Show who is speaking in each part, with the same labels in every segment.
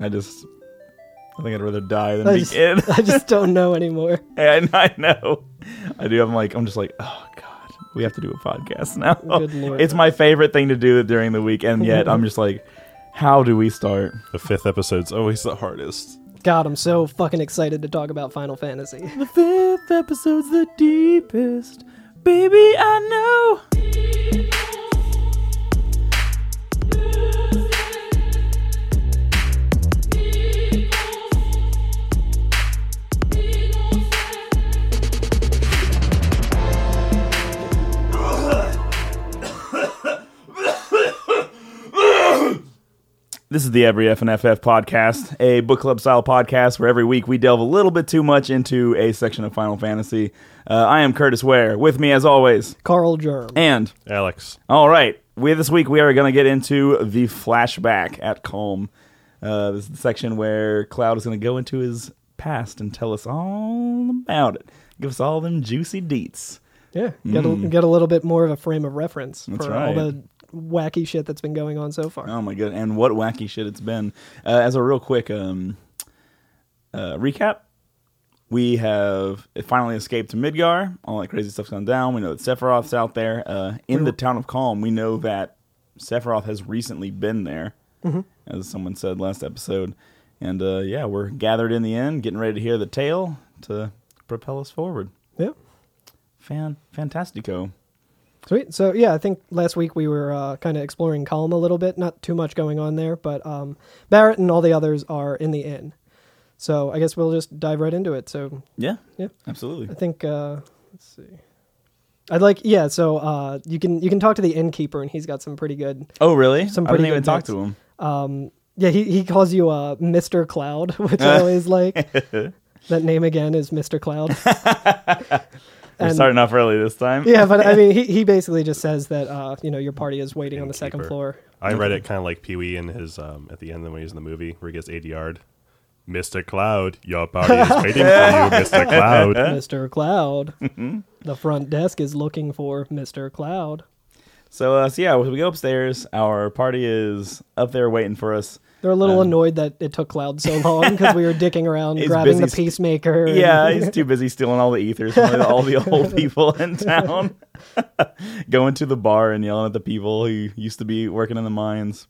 Speaker 1: I just, I think I'd rather die than
Speaker 2: I
Speaker 1: be
Speaker 2: just,
Speaker 1: in.
Speaker 2: I just don't know anymore.
Speaker 1: and I know, I do. I'm like, I'm just like, oh god, we have to do a podcast now.
Speaker 2: Good lord.
Speaker 1: It's my favorite thing to do during the week, and yet I'm just like, how do we start?
Speaker 3: The fifth episode's always the hardest.
Speaker 2: God, I'm so fucking excited to talk about Final Fantasy.
Speaker 1: The fifth episode's the deepest, baby. I know. This is the Every F and FF podcast, a book club style podcast where every week we delve a little bit too much into a section of Final Fantasy. Uh, I am Curtis Ware, with me as always,
Speaker 2: Carl Germ.
Speaker 1: and
Speaker 3: Alex,
Speaker 1: all right, we this week we are going to get into the flashback at Calm. Uh, this is the section where Cloud is going to go into his past and tell us all about it. Give us all them juicy deets.
Speaker 2: Yeah, get, a, get a little bit more of a frame of reference
Speaker 1: Mm. That's
Speaker 2: for all
Speaker 1: right.
Speaker 2: the wacky shit that's been going on so far.
Speaker 1: Oh my god! And what wacky shit it's been. Uh, as a real quick um, uh, recap, we have finally escaped to Midgar. All that crazy stuff's gone down. We know that Sephiroth's out there uh, in the town of Calm. We know that Sephiroth has recently been there,
Speaker 2: Mm-hmm.
Speaker 1: as someone said last episode. And uh, yeah, we're gathered in the end, getting ready to hear the tale to propel us forward.
Speaker 2: Yeah.
Speaker 1: Fan, fantastico.
Speaker 2: Sweet. So yeah, I think last week we were uh, kind of exploring Calm a little bit. Not too much going on there, but um, Barrett and all the others are in the inn. So I guess we'll just dive right into it. So
Speaker 1: Yeah,
Speaker 2: yeah, I
Speaker 1: absolutely.
Speaker 2: think uh, let's see. I'd like yeah. So uh, you can you can talk to the innkeeper and he's got some pretty good.
Speaker 1: Oh really?
Speaker 2: Some
Speaker 1: I didn't
Speaker 2: pretty
Speaker 1: even
Speaker 2: good
Speaker 1: talk
Speaker 2: notes.
Speaker 1: to him.
Speaker 2: Um, yeah, he, he calls you uh, Mr. Cloud, which I always like. That name again is Mr. Cloud.
Speaker 1: We're
Speaker 2: And-
Speaker 1: starting off early this time.
Speaker 2: yeah, but I mean, he, he basically just says that uh, you know your party is waiting on the second
Speaker 3: Innkeeper.
Speaker 2: floor.
Speaker 3: I read it kind of like Pee Wee in his um, at the end when he's in the movie where he gets ADR'd. Mr. Cloud, your party is waiting for you, Mr. Cloud.
Speaker 2: Mr. Cloud.
Speaker 1: Mm-hmm.
Speaker 2: the front desk is looking for Mr. Cloud.
Speaker 1: So, uh, so yeah, we go upstairs. Our party is up there waiting for us.
Speaker 2: They're a little annoyed that it took Cloud so long because we were dicking around
Speaker 1: Um, He's
Speaker 2: grabbing the
Speaker 1: busy st-
Speaker 2: peacemaker. and-
Speaker 1: Yeah, he's too busy stealing all the ethers from all the old people in town. Going to the bar and yelling at the people who used to be working in the mines.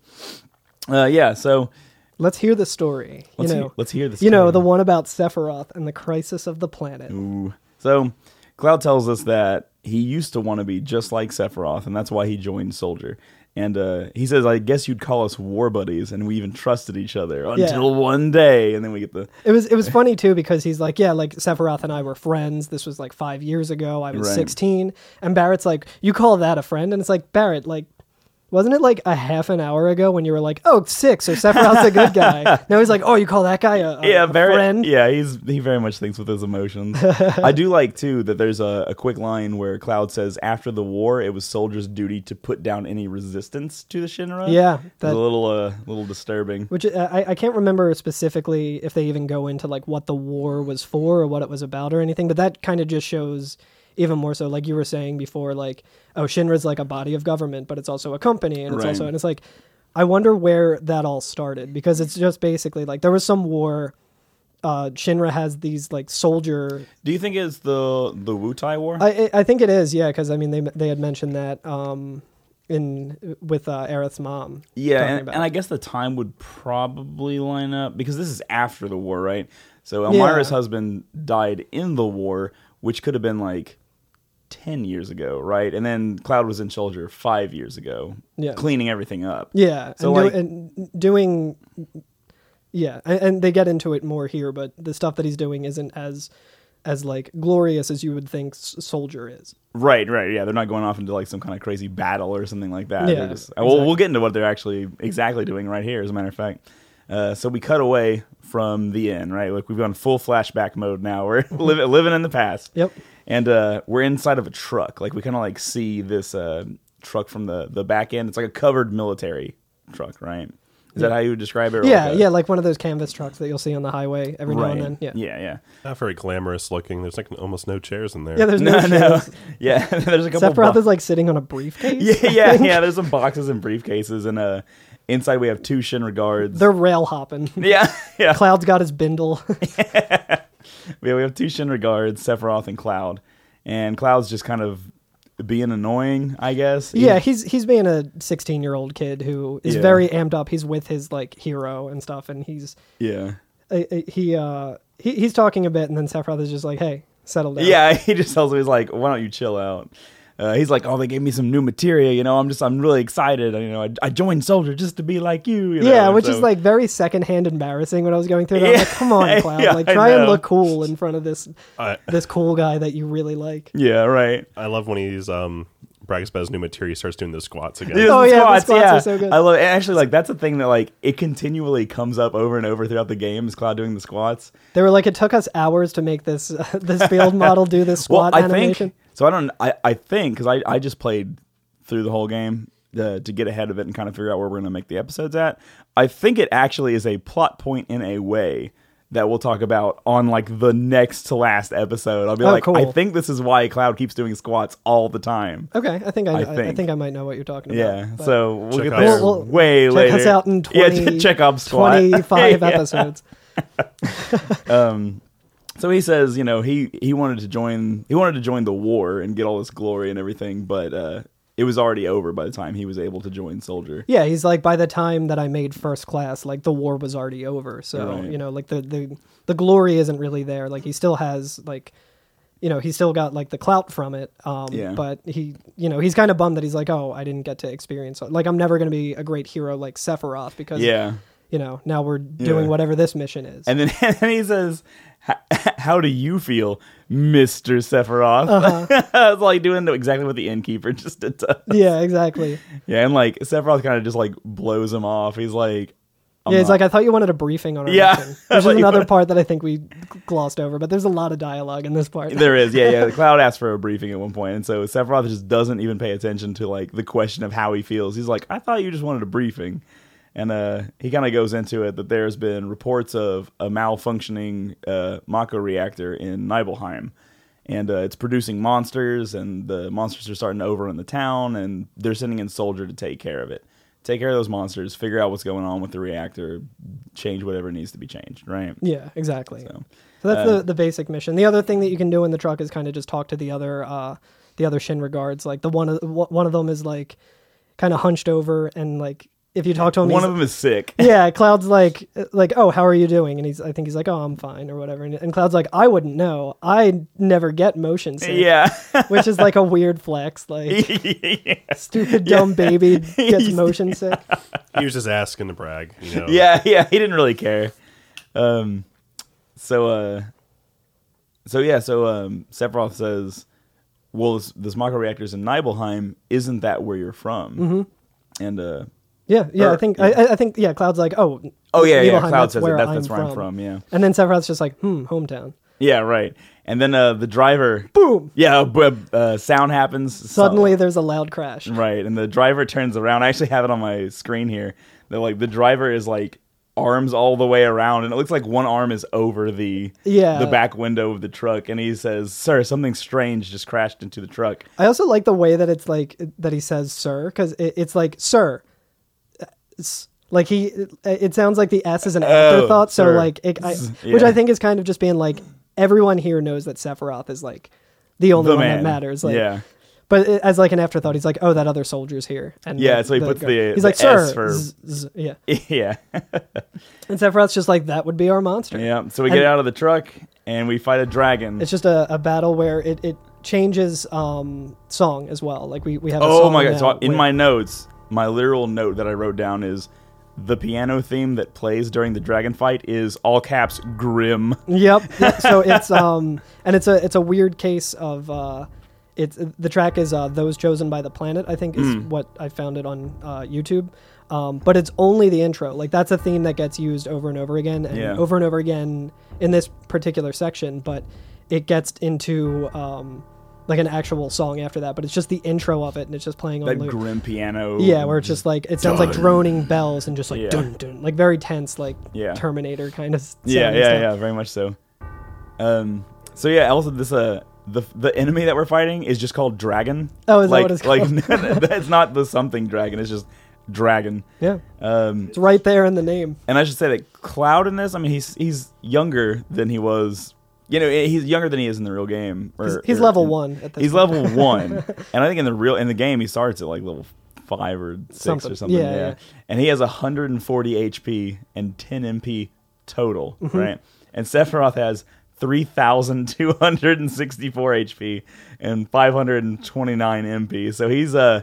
Speaker 1: Uh, yeah, so
Speaker 2: let's hear the story.
Speaker 1: let's,
Speaker 2: you
Speaker 1: he-
Speaker 2: know,
Speaker 1: let's hear this.
Speaker 2: you know
Speaker 1: story.
Speaker 2: the one about Sephiroth and the crisis of the planet.
Speaker 1: Ooh. So, Cloud tells us that he used to want to be just like Sephiroth, and that's why he joined Soldier. And uh, he says, "I guess you'd call us war buddies, and we even trusted each other until one day." And then we get the
Speaker 2: It was it was funny too because he's like, yeah, like Sephiroth and I were friends. This was like five years ago. I was
Speaker 1: Right.
Speaker 2: sixteen, and Barrett's like, you call that a friend? And it's like Barrett, like, wasn't it like a half an hour ago when you were like, oh, six, or Sephiroth's a good guy? Now he's like, oh, you call that guy a, a,
Speaker 1: yeah,
Speaker 2: a
Speaker 1: very.
Speaker 2: friend?
Speaker 1: Yeah, he's he very much thinks with his emotions. I do like too that there's a, a quick line where Cloud says, "After the war, it was soldiers' duty to put down any resistance to the Shinra."
Speaker 2: Yeah,
Speaker 1: that's
Speaker 2: that-
Speaker 1: a little uh, little disturbing.
Speaker 2: Which uh, I, I can't remember specifically if they even go into like what the war was for or what it was about or anything, but that kind of just shows even more so, like you were saying before, like, oh, Shinra's like a body of government, but it's also a company and it's
Speaker 1: Right.
Speaker 2: also, and it's like, I wonder where that all started because it's just basically like there was some war. Uh, Shinra has these like soldier.
Speaker 1: Do you think it's the the Wu Tai War?
Speaker 2: I I I think it is, yeah, because I mean they they had mentioned that um in with uh, Aerith's mom.
Speaker 1: yeah,
Speaker 2: talking
Speaker 1: and,
Speaker 2: about
Speaker 1: and
Speaker 2: it.
Speaker 1: I guess the time would probably line up because this is after the war, right? So
Speaker 2: Yeah.
Speaker 1: Elmira's husband died in the war, which could have been like. 10 years ago, right? And then Cloud was in Soldier 5 years ago,
Speaker 2: Yeah.
Speaker 1: cleaning everything up.
Speaker 2: Yeah.
Speaker 1: So,
Speaker 2: and, do-
Speaker 1: like-
Speaker 2: and doing, yeah, and, and they get into it more here, but the stuff that he's doing isn't as, as like glorious as you would think S- Soldier is.
Speaker 1: Right, right, yeah. They're not going off into like some kind of crazy battle or something like that.
Speaker 2: Yeah,
Speaker 1: They're just, uh, Well, we'll get into what they're actually exactly doing right here, as a matter of fact. Uh, so we cut away from the inn, right? Like we've gone full flashback mode now. We're li- living in the past.
Speaker 2: Yep.
Speaker 1: And uh, we're inside of a truck. Like we kind of like see this uh, truck from the the back end. It's like a covered military truck, right? Is that how you would describe it? or
Speaker 2: yeah,
Speaker 1: like a-
Speaker 2: yeah, like one of those canvas trucks that you'll see on the highway every now
Speaker 1: Right.
Speaker 2: and then. Yeah.
Speaker 1: yeah, yeah.
Speaker 3: Not very glamorous looking. There's like almost no chairs in there.
Speaker 2: Yeah, there's no,
Speaker 1: No, no. Yeah, there's a couple.
Speaker 2: Sephiroth
Speaker 1: bo-
Speaker 2: is like sitting on a briefcase.
Speaker 1: yeah, yeah, yeah. There's some boxes and briefcases and uh Inside we have two Shinra guards.
Speaker 2: They're rail hopping.
Speaker 1: yeah, yeah.
Speaker 2: Cloud's got his bindle.
Speaker 1: Yeah, we have two Shinra guards, Sephiroth and Cloud, and Cloud's just kind of being annoying, I guess.
Speaker 2: yeah, he's he's being a 16 year old kid who is
Speaker 1: Yeah.
Speaker 2: very amped up. He's with his like hero and stuff, and he's
Speaker 1: yeah,
Speaker 2: uh, uh, he uh he, he's talking a bit, and then Sephiroth is just like, "Hey, settle down."
Speaker 1: yeah. He just tells him he's like, "Why don't you chill out?" Uh, he's like, "Oh, they gave me some new material. You know, I'm just, I'm really excited. You know, I, I joined Soldier just to be like you. you know,
Speaker 2: Yeah,
Speaker 1: and
Speaker 2: which
Speaker 1: so-
Speaker 2: is like very secondhand embarrassing when I was going through that. I'm
Speaker 1: Yeah.
Speaker 2: like, come on, Cloud.
Speaker 1: Yeah,
Speaker 2: like,
Speaker 1: I
Speaker 2: try and
Speaker 1: know.
Speaker 2: look cool in front of this
Speaker 3: I,
Speaker 2: this cool guy that you really like.
Speaker 1: yeah, right.
Speaker 3: I love when he's um brags about his new material. He starts doing the squats again.
Speaker 1: Dude,
Speaker 2: Oh, yeah, the
Speaker 1: squats,
Speaker 2: squats
Speaker 1: yeah.
Speaker 2: are so good.
Speaker 1: I love it. And Actually, like that's a thing that like it continually comes up over and over throughout the game is Cloud doing the squats.
Speaker 2: They were like, it took us hours to make this uh, this field model do this squat
Speaker 1: well, I
Speaker 2: animation.
Speaker 1: think so. I don't. I I think because I I just played through the whole game uh, to, to get ahead of it and kind of figure out where we're going to make the episodes at. I think it actually is a plot point in a way that we'll talk about on like the next to last episode. I'll be
Speaker 2: Oh,
Speaker 1: like,
Speaker 2: cool.
Speaker 1: I think this is why Cloud keeps doing squats all the time.
Speaker 2: Okay, I think I, I,
Speaker 1: I
Speaker 2: I think. I
Speaker 1: think.
Speaker 2: might know what you're talking about.
Speaker 1: Yeah,
Speaker 2: but
Speaker 1: so we'll
Speaker 3: Check
Speaker 1: get
Speaker 3: out-
Speaker 1: there
Speaker 3: We'll-
Speaker 2: we'll-
Speaker 1: way
Speaker 2: check
Speaker 1: later.
Speaker 2: us out in 20,
Speaker 1: yeah, check up squat.
Speaker 2: 25
Speaker 1: Yeah.
Speaker 2: episodes.
Speaker 1: So he says, you know, he he wanted to join he wanted to join the war and get all this glory and everything, but uh it was already over by the time he was able to join Soldier.
Speaker 2: Yeah, he's like, by the time that I made first class, like the war was already over. So
Speaker 1: Right.
Speaker 2: you know, like the the the glory isn't really there. Like he still has like, you know, he still got like the clout from it. Um,
Speaker 1: Yeah.
Speaker 2: But he, you know, he's kind of bummed that he's like, oh, I didn't get to experience. Like I'm never gonna be a great hero like Sephiroth because
Speaker 1: Yeah.
Speaker 2: you know, now we're doing
Speaker 1: Yeah.
Speaker 2: whatever this mission is.
Speaker 1: And then and then he says, "H- "How do you feel, Mister Sephiroth?" it's like doing exactly what the innkeeper just did. To
Speaker 2: yeah, exactly.
Speaker 1: yeah, and like Sephiroth kind of just like blows him off. He's like, I'm
Speaker 2: yeah, it's
Speaker 1: not-
Speaker 2: like I thought you wanted a briefing on our
Speaker 1: Yeah.
Speaker 2: mission. Which is
Speaker 1: Like, you
Speaker 2: another
Speaker 1: wanna-
Speaker 2: part that I think we glossed over, but there's a lot of dialogue in this part.
Speaker 1: There is, yeah, yeah. The cloud asked for a briefing at one point, and so Sephiroth just doesn't even pay attention to like the question of how he feels. He's like, "I thought you just wanted a briefing," and uh, he kind of goes into it that there's been reports of a malfunctioning uh, Mako reactor in Nibelheim, and uh, it's producing monsters, and the monsters are starting to overrun the town, and they're sending in soldier to take care of it. Take care of those monsters, figure out what's going on with the reactor, change whatever needs to be changed, right?
Speaker 2: Yeah, exactly. So,
Speaker 1: So, um,
Speaker 2: that's the, the basic mission. The other thing that you can do in the truck is kind of just talk to the other uh, the other Shin regards. Like the one of one of them is like kind of hunched over, and like if you talk to him,
Speaker 1: One
Speaker 2: he's-
Speaker 1: of them is sick.
Speaker 2: yeah, Cloud's like like oh how are you doing? And he's I think he's like oh I'm fine or whatever. And, and Cloud's like I wouldn't know. I never get motion sick.
Speaker 1: Yeah.
Speaker 2: which is like a weird flex. Like stupid dumb baby gets motion sick.
Speaker 3: He was just asking to brag. You
Speaker 2: Oh.
Speaker 3: know?
Speaker 1: yeah, yeah, he didn't really care. Um, so, uh, so yeah, so um, Sephiroth says, "Well, this, this micro reactor's in Nibelheim. Isn't that where you're from?" Mm-hmm. And uh,
Speaker 2: Yeah, yeah. I
Speaker 1: Or-
Speaker 2: think I, I- I think yeah. Cloud's like, oh,
Speaker 1: Oh, yeah, yeah,
Speaker 2: Nibelheim,
Speaker 1: Cloud says it. That's- that's where I'm from, yeah.
Speaker 2: And then Sephiroth's just like, hmm, hometown.
Speaker 1: yeah, right. And then uh, the driver,
Speaker 2: Boom!
Speaker 1: yeah, b- uh, sound happens
Speaker 2: Suddenly, there's a loud crash.
Speaker 1: Right, and the driver turns around. I actually have it on my screen here. That like the driver is like arms all the way around, and it looks like one arm is over the
Speaker 2: Yeah.
Speaker 1: the back window of the truck, and he says, "Sir, something strange just crashed into the truck."
Speaker 2: I also like the way that it's like that he says "sir" because it, it's like "sir." It's- like he, it, it sounds like the S is an afterthought. so
Speaker 1: Oh, sir.
Speaker 2: like, it, I,
Speaker 1: yeah.
Speaker 2: which I think is kind of just being like everyone here knows that Sephiroth is like the only
Speaker 1: The
Speaker 2: one
Speaker 1: man
Speaker 2: that matters. Like,
Speaker 1: yeah,
Speaker 2: But it, as like an afterthought, he's like, "Oh, that other soldier's here." And
Speaker 1: Yeah,
Speaker 2: the-
Speaker 1: so he puts the-
Speaker 2: he's
Speaker 1: the
Speaker 2: like, "Sir,"
Speaker 1: S for-
Speaker 2: z- z- yeah.
Speaker 1: yeah,
Speaker 2: And Sephiroth's just like, "That would be our monster."
Speaker 1: yeah. So we get
Speaker 2: And-
Speaker 1: out of the truck and we fight a dragon.
Speaker 2: It's just a, a battle where it, it changes um, song as well. Like we, we have. A
Speaker 1: Oh
Speaker 2: song
Speaker 1: my god!
Speaker 2: now
Speaker 1: So I- in
Speaker 2: where-
Speaker 1: my notes, my literal note that I wrote down is. The piano theme that plays during the dragon fight is all caps grim.
Speaker 2: Yep. yep. So it's um and it's a it's a weird case of uh it's the track is uh those chosen by the planet I think is
Speaker 1: Hmm.
Speaker 2: what I found it on uh, YouTube. Um, but it's only the intro. Like that's a theme that gets used over and over again and
Speaker 1: Yeah.
Speaker 2: over and over again in this particular section, but it gets into um like an actual song after that, but it's just the intro of it and it's just playing on
Speaker 1: That
Speaker 2: loop.
Speaker 1: grim piano.
Speaker 2: Yeah, where it's just like it sounds like droning bells and just like
Speaker 1: Yeah.
Speaker 2: dun dun, like very tense, like
Speaker 1: Yeah.
Speaker 2: Terminator kind of.
Speaker 1: yeah, yeah, yeah, very much so. Um, so yeah, also this uh, the the enemy that we're fighting is just called Dragon.
Speaker 2: Oh, is that
Speaker 1: like,
Speaker 2: what it's
Speaker 1: like that's not the something dragon. It's just dragon.
Speaker 2: Yeah.
Speaker 1: Um,
Speaker 2: It's right there in the name.
Speaker 1: and I should say that Cloud in this, I mean, he's he's younger than he was. You know, eh, he's younger than he is in the real game. or-
Speaker 2: He's, he's
Speaker 1: or-
Speaker 2: level one at this
Speaker 1: He's
Speaker 2: point.
Speaker 1: level one, and I think in the real in the game he starts at like level five or six
Speaker 2: Something.
Speaker 1: or something.
Speaker 2: Yeah,
Speaker 1: Yeah,
Speaker 2: yeah.
Speaker 1: and he has 140 HP and 10 MP total, right? And Sephiroth has 3,264 HP and 529 MP, so he's uh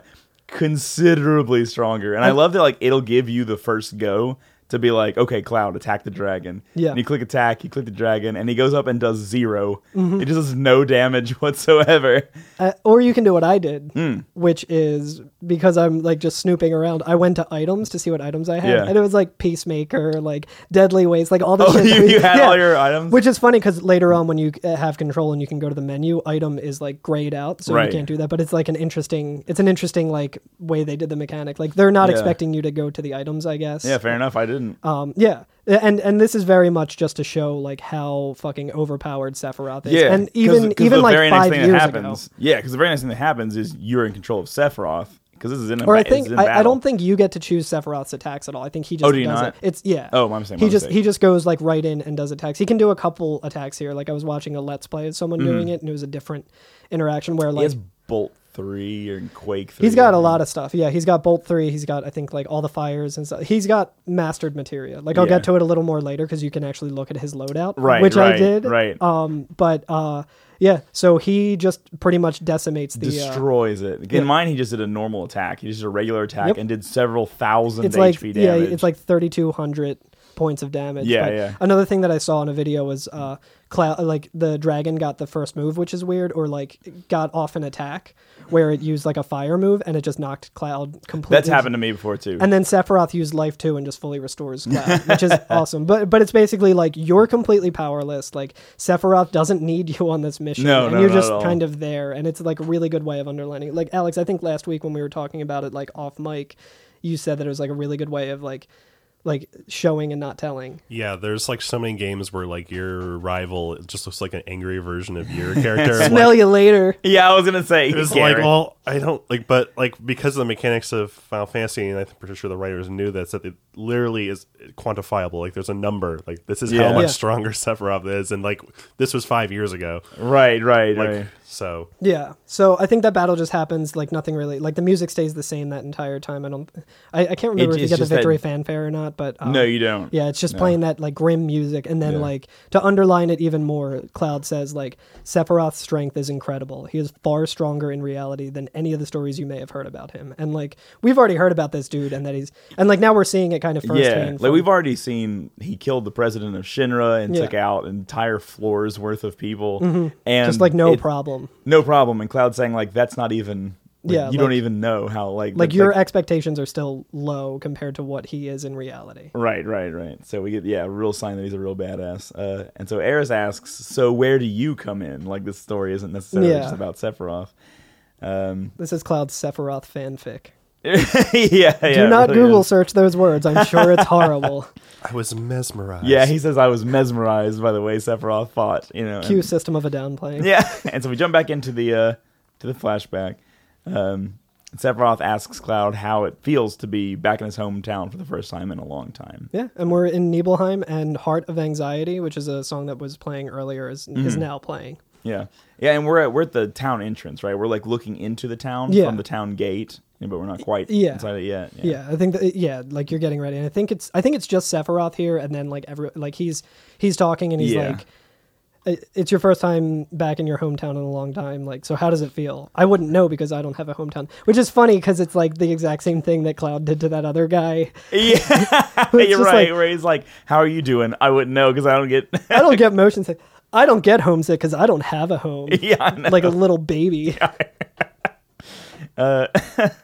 Speaker 1: considerably stronger. And I love that like it'll give you the first go. To be like, okay, Cloud, attack the dragon.
Speaker 2: Yeah.
Speaker 1: And you click attack, you click the dragon, and he goes up and does 0 It just does no damage whatsoever.
Speaker 2: Uh, or you can do what I did,
Speaker 1: Hmm.
Speaker 2: which is because I'm like just snooping around. I went to items to see what items I had,
Speaker 1: Yeah.
Speaker 2: and it was like Peacemaker, like Deadly Ways, like all the
Speaker 1: Oh,
Speaker 2: shit.
Speaker 1: you-
Speaker 2: we-
Speaker 1: you had all your items?
Speaker 2: which is funny because later on when you uh, have control and you can go to the menu, item is like grayed out, so you
Speaker 1: Right.
Speaker 2: can't do that. But it's like an interesting, it's an interesting like way they did the mechanic. Like they're not
Speaker 1: Yeah.
Speaker 2: expecting you to go to the items, I guess.
Speaker 1: Yeah, fair enough. I didn't.
Speaker 2: Um, yeah, and and this is very much just to show like how fucking overpowered Sephiroth is,
Speaker 1: Yeah,
Speaker 2: and
Speaker 1: 'cause-
Speaker 2: even
Speaker 1: 'cause
Speaker 2: even
Speaker 1: the
Speaker 2: like
Speaker 1: very next
Speaker 2: five
Speaker 1: thing
Speaker 2: years
Speaker 1: that
Speaker 2: ago.
Speaker 1: happens, Yeah, because the very next thing that happens is you're in control of Sephiroth because this is in a
Speaker 2: Or I
Speaker 1: ba-
Speaker 2: think
Speaker 1: it's in
Speaker 2: I, I
Speaker 1: battle.
Speaker 2: don't think you get to choose Sephiroth's attacks at all. I think he just
Speaker 1: Oh, do you
Speaker 2: does
Speaker 1: not?
Speaker 2: it. It's yeah.
Speaker 1: Oh, my mistake,
Speaker 2: He
Speaker 1: my
Speaker 2: just
Speaker 1: mistake.
Speaker 2: he just goes like right in and does attacks. He can do a couple attacks here. Like I was watching a let's play of someone doing it, and it was a different interaction where
Speaker 1: Mm-hmm. He
Speaker 2: like
Speaker 1: has Bolt three or Quake three.
Speaker 2: he's got a lot of stuff. Yeah, he's got Bolt three. He's got I think like all the fires and stuff. He's got mastered materia. Like I'll
Speaker 1: Yeah.
Speaker 2: get to it a little more later because you can actually look at his loadout,
Speaker 1: Right,
Speaker 2: Which I
Speaker 1: right,
Speaker 2: did,
Speaker 1: right.
Speaker 2: Um, but uh, yeah. So he just pretty much decimates the. uh,
Speaker 1: destroys it. In
Speaker 2: yeah.
Speaker 1: mine, he just did a normal attack. He just did a regular attack
Speaker 2: Yep.
Speaker 1: and did several thousand
Speaker 2: it's like
Speaker 1: HP
Speaker 2: yeah,
Speaker 1: damage.
Speaker 2: it's like thirty two hundred points of damage.
Speaker 1: Yeah,
Speaker 2: But
Speaker 1: yeah.
Speaker 2: Another thing that I saw in a video was uh, cloud like the dragon got the first move, which is weird, or like got off an attack where it used like a fire move and it just knocked Cloud completely.
Speaker 1: that's happened to me before too.
Speaker 2: And then Sephiroth used life too and just fully restores Cloud, which is awesome. But but it's basically like you're completely powerless. Like Sephiroth doesn't need you on this mission,
Speaker 1: No,
Speaker 2: and
Speaker 1: no,
Speaker 2: you're
Speaker 1: not
Speaker 2: just
Speaker 1: at all.
Speaker 2: kind of there. And it's like a really good way of underlining. Like Alex, I think last week when we were talking about it, like off mic, you said that it was like a really good way of like like showing and not telling.
Speaker 3: Yeah, there's like so many games where like your rival just looks like an angry version of your character. I'm
Speaker 2: Smell
Speaker 3: like,
Speaker 2: you later.
Speaker 1: yeah, I was gonna say.
Speaker 3: It was like,
Speaker 1: Garrett.
Speaker 3: well, I don't like, but like because of the mechanics of Final Fantasy, and I'm pretty sure the writers knew this, that it literally is quantifiable. Like, there's a number. Like, this is
Speaker 1: Yeah.
Speaker 3: how much
Speaker 2: Yeah.
Speaker 3: stronger Sephiroth is, and like this was five years ago.
Speaker 1: right, right,
Speaker 3: Like,
Speaker 1: right.
Speaker 3: so
Speaker 2: Yeah. So I think that battle just happens like nothing really. Like the music stays the same that entire time. I don't. I, I can't remember if you
Speaker 1: it's
Speaker 2: get the
Speaker 1: just that-
Speaker 2: victory fanfare or not, but um,
Speaker 1: No, you don't.
Speaker 2: Yeah, it's just playing that like grim music, and then like to underline it even more, Cloud says like Sephiroth's strength is incredible. He is far stronger in reality than any of the stories you may have heard about him, and like we've already heard about this dude, and that he's and like now we're seeing it kind of
Speaker 1: Yeah,
Speaker 2: firsthand.
Speaker 1: like
Speaker 2: from-
Speaker 1: we've already seen he killed the president of Shinra and
Speaker 2: Yeah. Mm-hmm.
Speaker 1: took out entire floors worth of people, and
Speaker 2: just like no
Speaker 1: it-
Speaker 2: problem.
Speaker 1: no problem. And Cloud saying like that's not even like,
Speaker 2: Yeah,
Speaker 1: you don't
Speaker 2: like-
Speaker 1: even know how like
Speaker 2: Like
Speaker 1: that's,
Speaker 2: your expectations are still low compared to what he is in reality.
Speaker 1: right right right. So we get yeah a real sign that he's a real badass. Uh, and so Eris asks, so where do you come in? Like this story isn't necessarily
Speaker 2: Yeah.
Speaker 1: just about Sephiroth. Um,
Speaker 2: This is Cloud's Sephiroth fanfic.
Speaker 1: yeah, yeah.
Speaker 2: Do
Speaker 1: it
Speaker 2: not
Speaker 1: really
Speaker 2: Google
Speaker 1: is.
Speaker 2: search those words. I'm sure it's horrible.
Speaker 3: I was mesmerized.
Speaker 1: Yeah, he says I was mesmerized by the way Sephiroth fought. You know, and-
Speaker 2: Cue System of a Down playing.
Speaker 1: yeah. And so we jump back into the uh, to the flashback. Um, Sephiroth asks Cloud how it feels to be back in his hometown for the first time in a long time.
Speaker 2: Yeah, and we're in Nibelheim, and Heart of Anxiety, which is a song that was playing earlier, is,
Speaker 1: Mm-hmm.
Speaker 2: is now playing.
Speaker 1: Yeah, yeah. And we're at we're at the town entrance, right? We're like looking into the town
Speaker 2: Yeah.
Speaker 1: from the town gate, but we're not quite
Speaker 2: Yeah.
Speaker 1: inside it yet.
Speaker 2: Yeah. I think that yeah, like you're getting ready, and I think it's I think it's just Sephiroth here, and then like every like he's he's talking, and he's
Speaker 1: Yeah.
Speaker 2: like, "I- "It's your first time back in your hometown in a long time, like so how does it feel?" I wouldn't know because I don't have a hometown, which is funny because it's like the exact same thing that Cloud did to that other guy.
Speaker 1: yeah.
Speaker 2: It's
Speaker 1: You're
Speaker 2: just
Speaker 1: right.
Speaker 2: like-
Speaker 1: where he's like, "How are you doing?" I wouldn't know because I don't get.
Speaker 2: I don't get motion sick. I don't get homesick because I don't have a home.
Speaker 1: yeah, I know.
Speaker 2: like a little baby. Uh,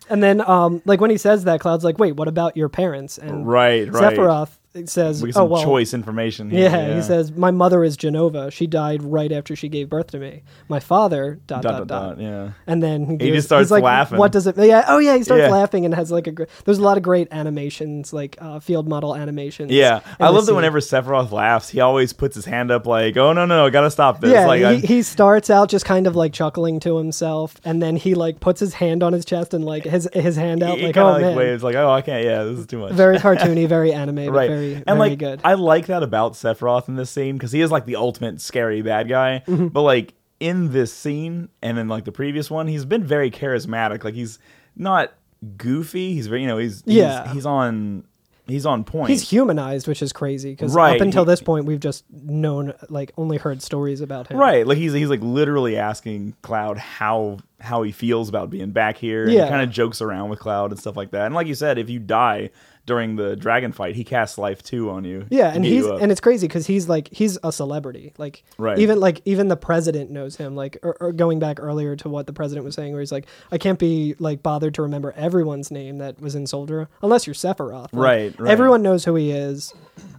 Speaker 2: and then, um, like when he says that, Cloud's like, "Wait, what about your parents?" And
Speaker 1: right, right.
Speaker 2: Sephiroth it says,
Speaker 1: We get some
Speaker 2: "Oh well,
Speaker 1: choice information. Here.
Speaker 2: Yeah, he says, "My mother is Genova. She died right after she gave birth to me. My father dot
Speaker 1: Dot,
Speaker 2: dot dot."
Speaker 1: Yeah.
Speaker 2: And then he,
Speaker 1: just
Speaker 2: goes-
Speaker 1: starts
Speaker 2: he's like,
Speaker 1: laughing.
Speaker 2: What does it? Yeah. Oh yeah, he starts
Speaker 1: Yeah.
Speaker 2: laughing and has like a. Gr- There's a lot of great animations, like uh, field model animations.
Speaker 1: Yeah,
Speaker 2: in
Speaker 1: I
Speaker 2: this
Speaker 1: love that
Speaker 2: scene.
Speaker 1: whenever Sephiroth laughs, he always puts his hand up like, "Oh no, no, no, I gotta stop this!"
Speaker 2: Yeah,
Speaker 1: like, I'm-
Speaker 2: he, he starts out just kind of like chuckling to himself, and then he like puts his hand on his chest and like his his hand out,
Speaker 1: he
Speaker 2: like
Speaker 1: kinda,
Speaker 2: oh
Speaker 1: like,
Speaker 2: man,
Speaker 1: waves like, "Oh, I can't. Yeah, this is too much."
Speaker 2: very cartoony, very anime, but
Speaker 1: right,
Speaker 2: very
Speaker 1: and
Speaker 2: very
Speaker 1: like,
Speaker 2: good.
Speaker 1: I like that about Sephiroth in this scene because he is like the ultimate scary bad guy.
Speaker 2: Mm-hmm.
Speaker 1: But like in this scene and in like the previous one, he's been very charismatic. Like he's not goofy. He's very, you know, he's, he's
Speaker 2: Yeah.
Speaker 1: he's on he's on point.
Speaker 2: He's humanized, which is crazy because
Speaker 1: Right,
Speaker 2: up until
Speaker 1: he-
Speaker 2: this point, we've just known like only heard stories about him.
Speaker 1: Right, like he's he's like literally asking Cloud how how he feels about being back here. And
Speaker 2: Yeah.
Speaker 1: he kind of jokes around with Cloud and stuff like that. And like you said, if you die during the dragon fight, he casts life two on you.
Speaker 2: Yeah,
Speaker 1: to
Speaker 2: and
Speaker 1: get
Speaker 2: he's
Speaker 1: you up.
Speaker 2: and it's crazy because he's like he's a celebrity. Like
Speaker 1: Right.
Speaker 2: even like even the president knows him. Like or, or going back earlier to what the president was saying, where he's like, I can't be like bothered to remember everyone's name that was in Soldier unless you're Sephiroth. Like,
Speaker 1: Right, right.
Speaker 2: Everyone knows who he is.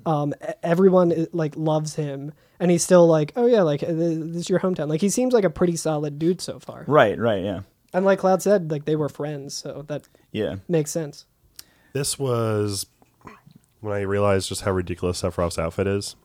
Speaker 2: Um, e- everyone i- like loves him, and he's still like, oh yeah, like uh, th- this is your hometown. Like he seems like a pretty solid dude so far.
Speaker 1: right, right, yeah,
Speaker 2: And like Cloud said, like they were friends, so that
Speaker 1: yeah.
Speaker 2: makes sense.
Speaker 3: This was when I realized just how ridiculous Sephiroth's outfit is.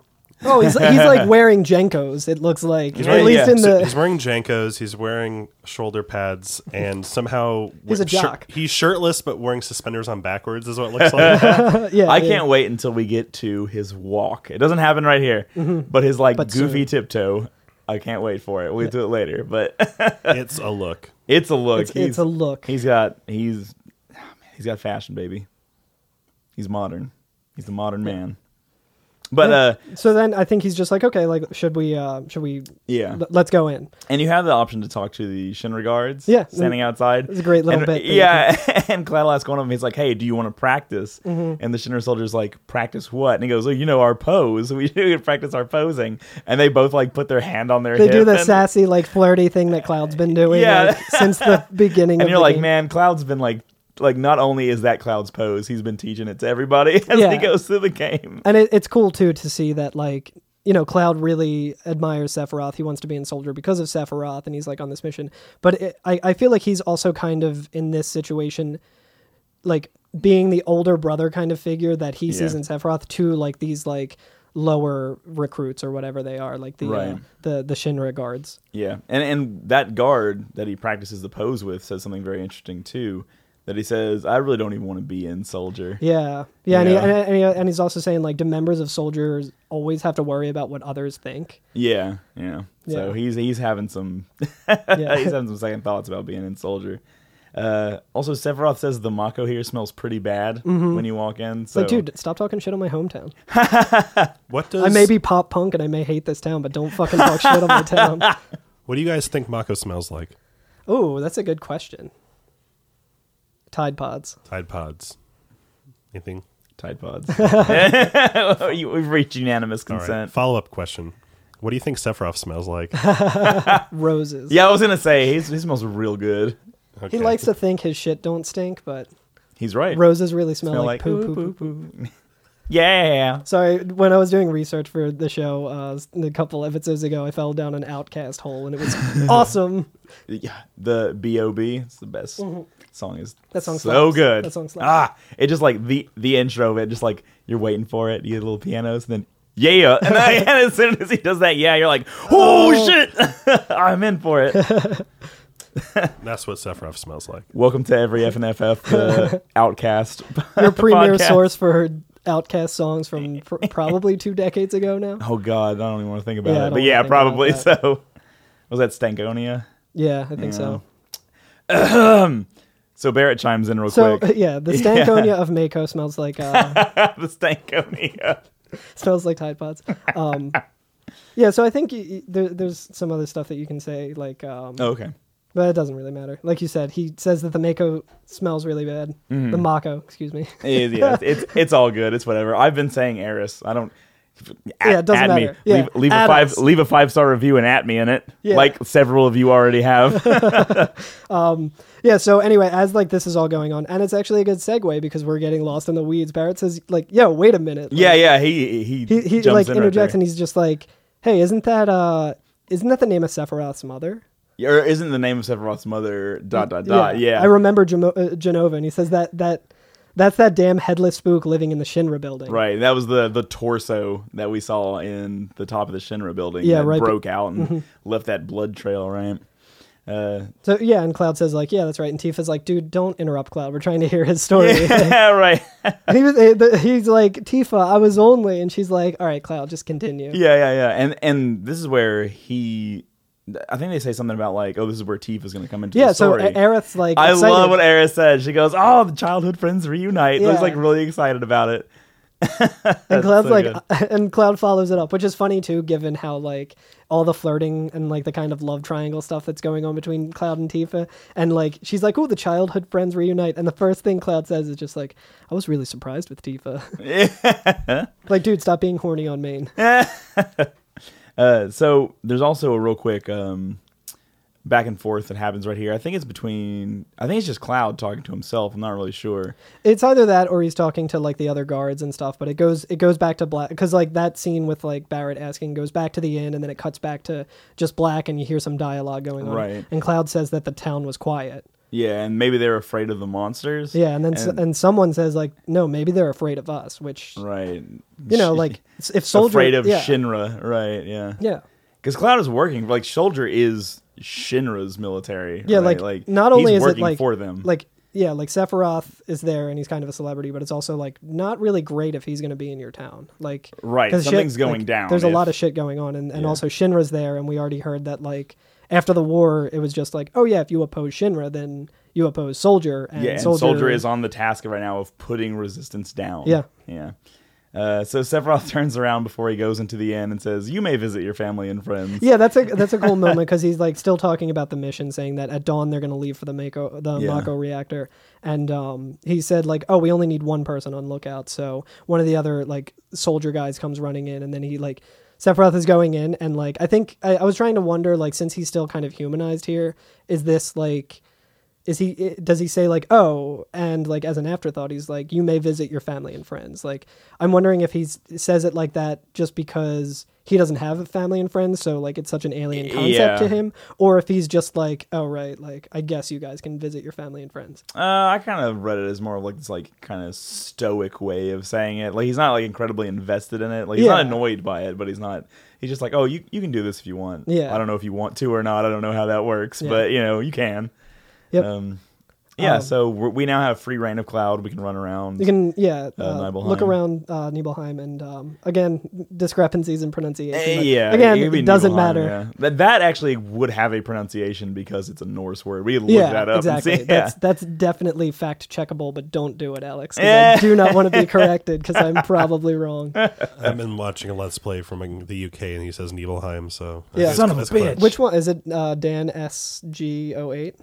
Speaker 2: Oh, he's, he's like wearing Jenkos. It looks like at
Speaker 1: wearing-
Speaker 2: least
Speaker 1: yeah,
Speaker 2: in
Speaker 3: So
Speaker 2: the
Speaker 3: he's wearing Jankos, he's wearing shoulder pads, and somehow
Speaker 2: He's a
Speaker 3: shir-
Speaker 2: jock.
Speaker 3: he's shirtless but wearing suspenders on backwards is what it looks like.
Speaker 2: yeah.
Speaker 1: I
Speaker 2: yeah.
Speaker 1: can't wait until we get to his walk. It doesn't happen right here,
Speaker 2: Mm-hmm.
Speaker 1: but his like goofy tiptoe. I can't wait for it. We'll do it later, but
Speaker 3: it's a look.
Speaker 1: it's a look.
Speaker 2: It's- it's a look.
Speaker 1: He's got he's oh, man, he's got fashion, baby. He's modern. He's the modern man. But uh
Speaker 2: So then I think he's just like, okay, like should we uh should we
Speaker 1: Yeah.
Speaker 2: l- let's go in.
Speaker 1: And you have the option to talk to the Shinra guards.
Speaker 2: Yeah.
Speaker 1: standing outside.
Speaker 2: It's a great little
Speaker 1: and,
Speaker 2: bit that you
Speaker 1: Yeah, and Cloud asks one of them. He's like, "Hey, do you want to practice?"
Speaker 2: Mm-hmm.
Speaker 1: And the Shinra soldier's like, "Practice what?" And he goes, "Oh, you know our pose. We do practice our posing." And they both like put their hand on their.
Speaker 2: They
Speaker 1: hip
Speaker 2: do the
Speaker 1: and,
Speaker 2: sassy like flirty thing that Cloud's been doing
Speaker 1: Yeah.
Speaker 2: like, since the beginning
Speaker 1: And
Speaker 2: of
Speaker 1: you're
Speaker 2: the
Speaker 1: like,
Speaker 2: game.
Speaker 1: "Man, Cloud's been like, like not only is that Cloud's pose, he's been teaching it to everybody as
Speaker 2: Yeah.
Speaker 1: he goes through the game."
Speaker 2: And it, it's cool too to see that like you know Cloud really admires Sephiroth. He wants to be in Soldier because of Sephiroth, and he's like on this mission. But it, I I feel like he's also kind of in this situation, like being the older brother kind of figure that he sees
Speaker 1: Yeah.
Speaker 2: in Sephiroth to like these like lower recruits or whatever they are, like the uh,
Speaker 1: Right.
Speaker 2: the the Shinra guards.
Speaker 1: Yeah, and and that guard that he practices the pose with says something very interesting too. That he says, "I really don't even want to be in soldier."
Speaker 2: Yeah, yeah, and, he,
Speaker 1: Yeah.
Speaker 2: and, and, he, and he's also saying like, do members of soldiers always have to worry about what others think?
Speaker 1: Yeah, yeah. So
Speaker 2: Yeah.
Speaker 1: he's he's having some he's
Speaker 2: Yeah,
Speaker 1: having some second thoughts about being in Soldier. Uh, also, Sephiroth says the Mako here smells pretty bad when you walk in. So
Speaker 2: like, Mm-hmm. dude, stop talking shit on my hometown.
Speaker 3: What does
Speaker 2: I may be pop punk and I may hate this town, but don't fucking talk shit on my town.
Speaker 3: What do you guys think Mako smells like?
Speaker 2: Oh, that's a good question. Tide pods.
Speaker 3: Tide Pods. Anything?
Speaker 1: Tide Pods. You- We've reached unanimous
Speaker 3: All right.
Speaker 1: consent.
Speaker 3: Follow up question. What do you think Sephiroth smells like?
Speaker 2: Roses.
Speaker 1: Yeah, I was gonna say he's, he smells real good.
Speaker 2: He
Speaker 3: Okay.
Speaker 2: likes to think his shit don't stink, but
Speaker 1: He's right.
Speaker 2: roses really smell,
Speaker 1: Smell
Speaker 2: like,
Speaker 1: like,
Speaker 2: poo
Speaker 1: ooh,
Speaker 2: poo poo.
Speaker 1: poo. yeah.
Speaker 2: Sorry, when I was doing research for the show uh, s- a couple episodes ago, I fell down an outcast hole and it was awesome.
Speaker 1: yeah, the B.O.B. It's the best song. Is
Speaker 2: Mm-hmm. That song
Speaker 1: so
Speaker 2: slaps.
Speaker 1: good.
Speaker 2: That song slaps.
Speaker 1: Ah, it just like the the intro of it. Just like you're waiting for it. You get little pianos, and then yeah, and, then, and as soon as he does that, yeah, you're like, oh, shit, I'm in for it.
Speaker 3: That's what Sephiroth smells like.
Speaker 1: Welcome to every FNFF the Outcast.
Speaker 2: Your premier
Speaker 1: podcast.
Speaker 2: source for outcast songs from pr- probably two decades ago now.
Speaker 1: Oh God, I don't even want to think about
Speaker 2: Yeah, I
Speaker 1: it.
Speaker 2: don't
Speaker 1: But
Speaker 2: wanna
Speaker 1: yeah,
Speaker 2: think about
Speaker 1: probably.
Speaker 2: that.
Speaker 1: So was that Stankonia?
Speaker 2: Yeah, I think so.
Speaker 1: So Barrett chimes in real
Speaker 2: So
Speaker 1: quick.
Speaker 2: yeah, the Stankonia of Mako smells like uh,
Speaker 1: the Stankonia.
Speaker 2: smells like Tide Pods. Um, yeah, so I think y y- there, there's some other stuff that you can say, like, um,
Speaker 1: Oh, okay.
Speaker 2: but it doesn't really matter. Like you said, he says that the Mako smells really bad.
Speaker 1: Mm-hmm.
Speaker 2: The Mako, excuse me.
Speaker 1: It is, yeah, it's, it's it's all good. It's whatever. I've been saying Eris. I don't. At,
Speaker 2: Yeah, it doesn't
Speaker 1: at me.
Speaker 2: matter. Yeah.
Speaker 1: Leave, leave a
Speaker 2: At
Speaker 1: five
Speaker 2: us.
Speaker 1: leave a five star review and at me in it,
Speaker 2: Yeah.
Speaker 1: like several of you already have.
Speaker 2: Yeah, so anyway, as like this is all going on, and it's actually a good segue because we're getting lost in the weeds. Barrett says, like, yo, wait a minute. Like,
Speaker 1: yeah, yeah. He he
Speaker 2: He he
Speaker 1: jumps
Speaker 2: like
Speaker 1: in right
Speaker 2: interjects
Speaker 1: there.
Speaker 2: and he's just like, Hey, isn't that uh isn't that the name of Sephiroth's mother?
Speaker 1: Yeah, or isn't the name of Sephiroth's mother dot dot dot? Yeah,
Speaker 2: I remember Jamo- uh, Genova and he says that that that's that damn headless spook living in the Shinra building.
Speaker 1: right. That was the the torso that we saw in the top of the Shinra building.
Speaker 2: Yeah,
Speaker 1: that
Speaker 2: right, Mm-hmm. but-
Speaker 1: Broke out and left that blood trail. Right. Uh,
Speaker 2: So yeah, and Cloud says like, yeah, that's right. And Tifa's like, dude, don't interrupt Cloud. We're trying to hear his story.
Speaker 1: yeah, right.
Speaker 2: he was, eh, the- he's like, Tifa, I was only, and she's like, all right, Cloud, just continue.
Speaker 1: Yeah, yeah, yeah. And and this is where he, I think they say something about like, oh, this is where Tifa is going to come into
Speaker 2: Yeah,
Speaker 1: the
Speaker 2: so
Speaker 1: story.
Speaker 2: A- Aerith's like,
Speaker 1: I
Speaker 2: excited.
Speaker 1: love what Eris said. She goes, "Oh, the childhood friends reunite."
Speaker 2: Yeah.
Speaker 1: I was like really excited about it.
Speaker 2: and Cloud's
Speaker 1: so
Speaker 2: like,
Speaker 1: good.
Speaker 2: and Cloud follows it up, which is funny too, given how like all the flirting and like the kind of love triangle stuff that's going on between Cloud and Tifa, and like she's like, oh, the childhood friends reunite, and the first thing Cloud says is just like, I was really surprised with Tifa. like, dude, stop being horny on Maine.
Speaker 1: Uh, so there's also a real quick um, back and forth that happens right here. I think it's between. I think it's just Cloud talking to himself. I'm not really sure.
Speaker 2: It's either that or he's talking to like the other guards and stuff, but it goes it goes back to black because like that scene with like Barrett asking goes back to the end and then it cuts back to just black and you hear some dialogue going on.
Speaker 1: Right.
Speaker 2: And Cloud says that the town was quiet.
Speaker 1: Yeah, and maybe they're afraid of the monsters.
Speaker 2: Yeah, and then s and someone says like, no, maybe they're afraid of us, which
Speaker 1: right,
Speaker 2: you know like s- if soldier
Speaker 1: afraid of
Speaker 2: yeah,
Speaker 1: Shinra. Right. Yeah.
Speaker 2: yeah.
Speaker 1: Because Cloud is working like Soldier is Shinra's military.
Speaker 2: Yeah,
Speaker 1: right?
Speaker 2: like, not only
Speaker 1: he's
Speaker 2: is
Speaker 1: working
Speaker 2: it like
Speaker 1: for them,
Speaker 2: like yeah, like Sephiroth is there and he's kind of a celebrity, but it's also like not really great if he's going to be in your town. Like
Speaker 1: Right,
Speaker 2: 'cause shit-
Speaker 1: something's going
Speaker 2: like,
Speaker 1: down
Speaker 2: There's a lot
Speaker 1: if-
Speaker 2: of shit going on, and, and also Shinra's there, and we already heard that like after the war, it was just like oh yeah, if you oppose Shinra, then you oppose Soldier, and,
Speaker 1: yeah, and
Speaker 2: Soldier,
Speaker 1: Soldier, is on the task right now of putting resistance down.
Speaker 2: Yeah.
Speaker 1: yeah. Uh, so Sephiroth turns around before he goes into the inn and says, "You may visit your family and friends."
Speaker 2: Yeah, that's a that's a cool moment because he's like still talking about the mission, saying that at dawn they're going to leave for the Mako the
Speaker 1: Yeah.
Speaker 2: Mako reactor, and um, he said like, oh, we only need one person on lookout. So one of the other like soldier guys comes running in, and then he like Sephiroth is going in, and like I think I, I was trying to wonder like since he's still kind of humanized here, is this like. Is he? i- Does he say like, oh, and like as an afterthought, he's like, you may visit your family and friends. Like, I'm wondering if he says it like that just because he doesn't have a family and friends, so like it's such an alien
Speaker 1: Y-
Speaker 2: concept to
Speaker 1: yeah.
Speaker 2: him, or if he's just like, oh right, like I guess you guys can visit your family and friends.
Speaker 1: Uh, I kind of read it as more of like this like kind of stoic way of saying it. Like he's not like incredibly invested in it. Like he's not
Speaker 2: Yeah.
Speaker 1: annoyed by it, but he's not. He's just like, "Oh, you you can do this if you want."
Speaker 2: Yeah.
Speaker 1: I don't know if you want to or not. I don't know how that works,
Speaker 2: Yeah.
Speaker 1: but you know you can.
Speaker 2: Yep.
Speaker 1: Um, yeah,
Speaker 2: Um,
Speaker 1: so we're, we now have free reign of cloud. We can run around.
Speaker 2: You can yeah uh,
Speaker 1: Nibelheim.
Speaker 2: look around uh, Nibelheim and um, again discrepancies in pronunciation.
Speaker 1: Eh,
Speaker 2: but
Speaker 1: yeah,
Speaker 2: again
Speaker 1: could be
Speaker 2: it doesn't
Speaker 1: Nibelheim,
Speaker 2: matter.
Speaker 1: yeah. That that actually would have a pronunciation because it's a Norse word. We looked
Speaker 2: Yeah,
Speaker 1: that up.
Speaker 2: exactly.
Speaker 1: And see, yeah.
Speaker 2: That's that's definitely fact checkable, but don't do it, Alex. 'cause
Speaker 1: Eh.
Speaker 2: I do not want to be corrected because I'm probably wrong.
Speaker 3: I've been watching a Let's Play from the UK, and he says Nibelheim. So I
Speaker 2: Yeah.
Speaker 3: guess
Speaker 1: Son of a
Speaker 3: that's close.
Speaker 1: bitch.
Speaker 2: Which one is it? Uh, Dan SG08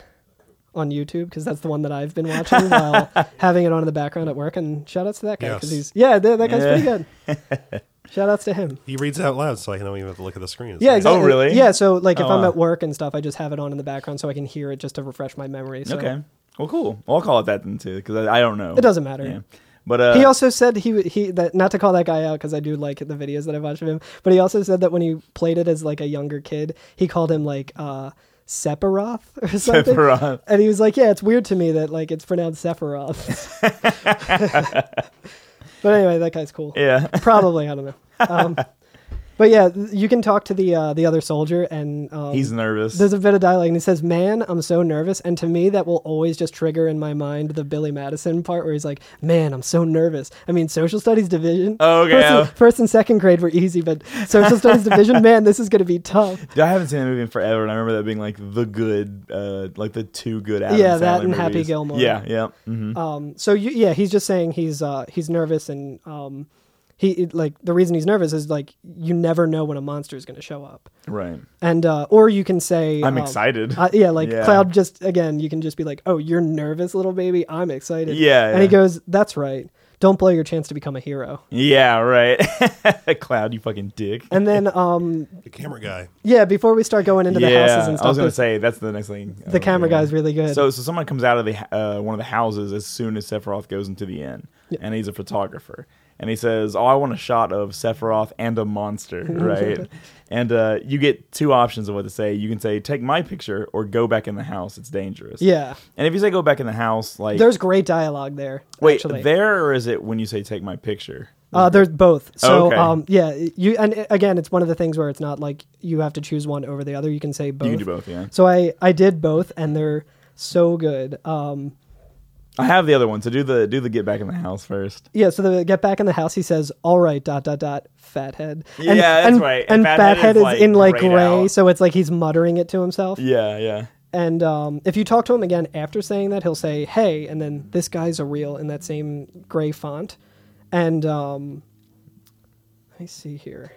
Speaker 2: on YouTube because that's the one that I've been watching while having it on in the background at work. And shout outs to that guy because
Speaker 3: Yes.
Speaker 2: he's yeah, that, that guy's
Speaker 1: Yeah.
Speaker 2: pretty good. shout outs to him.
Speaker 3: He reads out loud, so I don't even have to look at the screen. It's
Speaker 2: Yeah,
Speaker 3: nice.
Speaker 2: exactly.
Speaker 1: really?
Speaker 2: Yeah, so like if
Speaker 1: Oh,
Speaker 2: I'm
Speaker 1: wow.
Speaker 2: at work and stuff, I just have it on in the background so I can hear it just to refresh my memory. So
Speaker 1: Okay. Well, cool. Well, I'll call it that then too because I, I don't know.
Speaker 2: It doesn't matter.
Speaker 1: Yeah. But uh,
Speaker 2: he also said he he that not to call that guy out because I do like the videos that I've watched of him, but he also said that when he played it as like a younger kid, he called him like uh Sephiroth or something.
Speaker 1: Sephiroth.
Speaker 2: And he was like, "Yeah, it's weird to me that like it's pronounced Sephiroth." but anyway, that guy's cool.
Speaker 1: yeah.
Speaker 2: Probably I don't know. Um, but yeah, th- you can talk to the uh, the other soldier, and um,
Speaker 1: He's nervous.
Speaker 2: there's a bit of dialogue, and he says, "Man, I'm so nervous." And to me, that will always just trigger in my mind the Billy Madison part where he's like, "Man, I'm so nervous." I mean, social studies division.
Speaker 1: Oh, okay.
Speaker 2: First and, first and second grade were easy, but social studies division, man, this is gonna be tough.
Speaker 1: Dude, I haven't seen that movie in forever, and I remember that being like the good, uh, like the two good. Adam
Speaker 2: Yeah, that
Speaker 1: Sandler
Speaker 2: and Happy
Speaker 1: movies.
Speaker 2: Gilmore.
Speaker 1: Yeah, yeah. hmm
Speaker 2: Um, so you, yeah, he's just saying he's uh, he's nervous, and um, he it- like the reason he's nervous is like you never know when a monster is gonna show up,
Speaker 1: Right.
Speaker 2: and uh, or you can say,
Speaker 1: I'm
Speaker 2: um,
Speaker 1: excited.
Speaker 2: Uh, yeah, like
Speaker 1: Yeah.
Speaker 2: Cloud just again, you can just be like, "Oh, you're nervous, little baby. I'm excited."
Speaker 1: Yeah,
Speaker 2: And he
Speaker 1: yeah.
Speaker 2: goes, "That's right." don't blow your chance to become a hero.
Speaker 1: Yeah, right. Cloud, you fucking dick.
Speaker 2: And then, um,
Speaker 3: The camera guy.
Speaker 2: yeah, before we start going into the houses
Speaker 1: I
Speaker 2: and stuff,
Speaker 1: was gonna
Speaker 2: the,
Speaker 1: say that's the next thing.
Speaker 2: the camera
Speaker 1: guys.
Speaker 2: guy's really good.
Speaker 1: So, so someone comes out of the uh, one of the houses as soon as Sephiroth goes into the inn, and he's a photographer, and he says, "Oh, I want a shot of Sephiroth and a monster, right?" and uh, you get two options of what to say. You can say, "Take my picture," or "Go back in the house. It's dangerous."
Speaker 2: yeah,
Speaker 1: And if you say "Go back in the house," like
Speaker 2: there's great dialogue there.
Speaker 1: wait
Speaker 2: actually.
Speaker 1: there, or is it when you say "Take my picture"?
Speaker 2: Uh, there's both. So,
Speaker 1: Oh, Okay.
Speaker 2: um, yeah, you and uh, again, it's one of the things where it's not like you have to choose one over the other. You can say both.
Speaker 1: You can do both. Yeah,
Speaker 2: So I I did both, and they're so good. Um,
Speaker 1: I have the other one. So do the do the get back in the house first.
Speaker 2: yeah. So the get back in the house, he says, "All right, dot dot dot, fathead."
Speaker 1: Yeah, that's
Speaker 2: and,
Speaker 1: right.
Speaker 2: And
Speaker 1: Fathead
Speaker 2: fathead
Speaker 1: is,
Speaker 2: is,
Speaker 1: like,
Speaker 2: in like
Speaker 1: grayed
Speaker 2: gray,
Speaker 1: out.
Speaker 2: so it's like he's muttering it to himself.
Speaker 1: Yeah, yeah.
Speaker 2: And um, if you talk to him again after saying that, he'll say, "Hey," and then this guy's a real in that same gray font. And um, let me see here.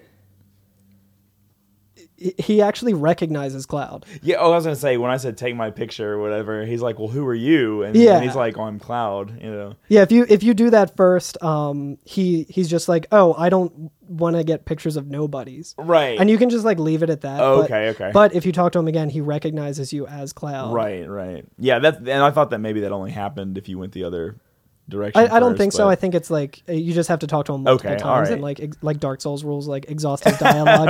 Speaker 2: He- He actually recognizes Cloud.
Speaker 1: Yeah, oh, I was gonna say when I said take my picture or whatever, he's like, "Well, who are you?" And,
Speaker 2: Yeah.
Speaker 1: and he's like, oh, "I'm Cloud," you know.
Speaker 2: Yeah, if you if you do that first, um, he he's just like, "Oh, I don't want to get pictures of nobodies."
Speaker 1: Right.
Speaker 2: And you can just like leave it at that.
Speaker 1: Oh,
Speaker 2: but-
Speaker 1: okay, okay.
Speaker 2: But if you talk to him again, he recognizes you as Cloud.
Speaker 1: right, right. Yeah, that and I thought that maybe that only happened if you went the other direction.
Speaker 2: I, I don't
Speaker 1: first,
Speaker 2: think so.
Speaker 1: but-
Speaker 2: I think it's like uh, you just have to talk to him multiple
Speaker 1: Okay, all
Speaker 2: times
Speaker 1: right.
Speaker 2: and like ex- like Dark Souls rules, like exhaust his dialogue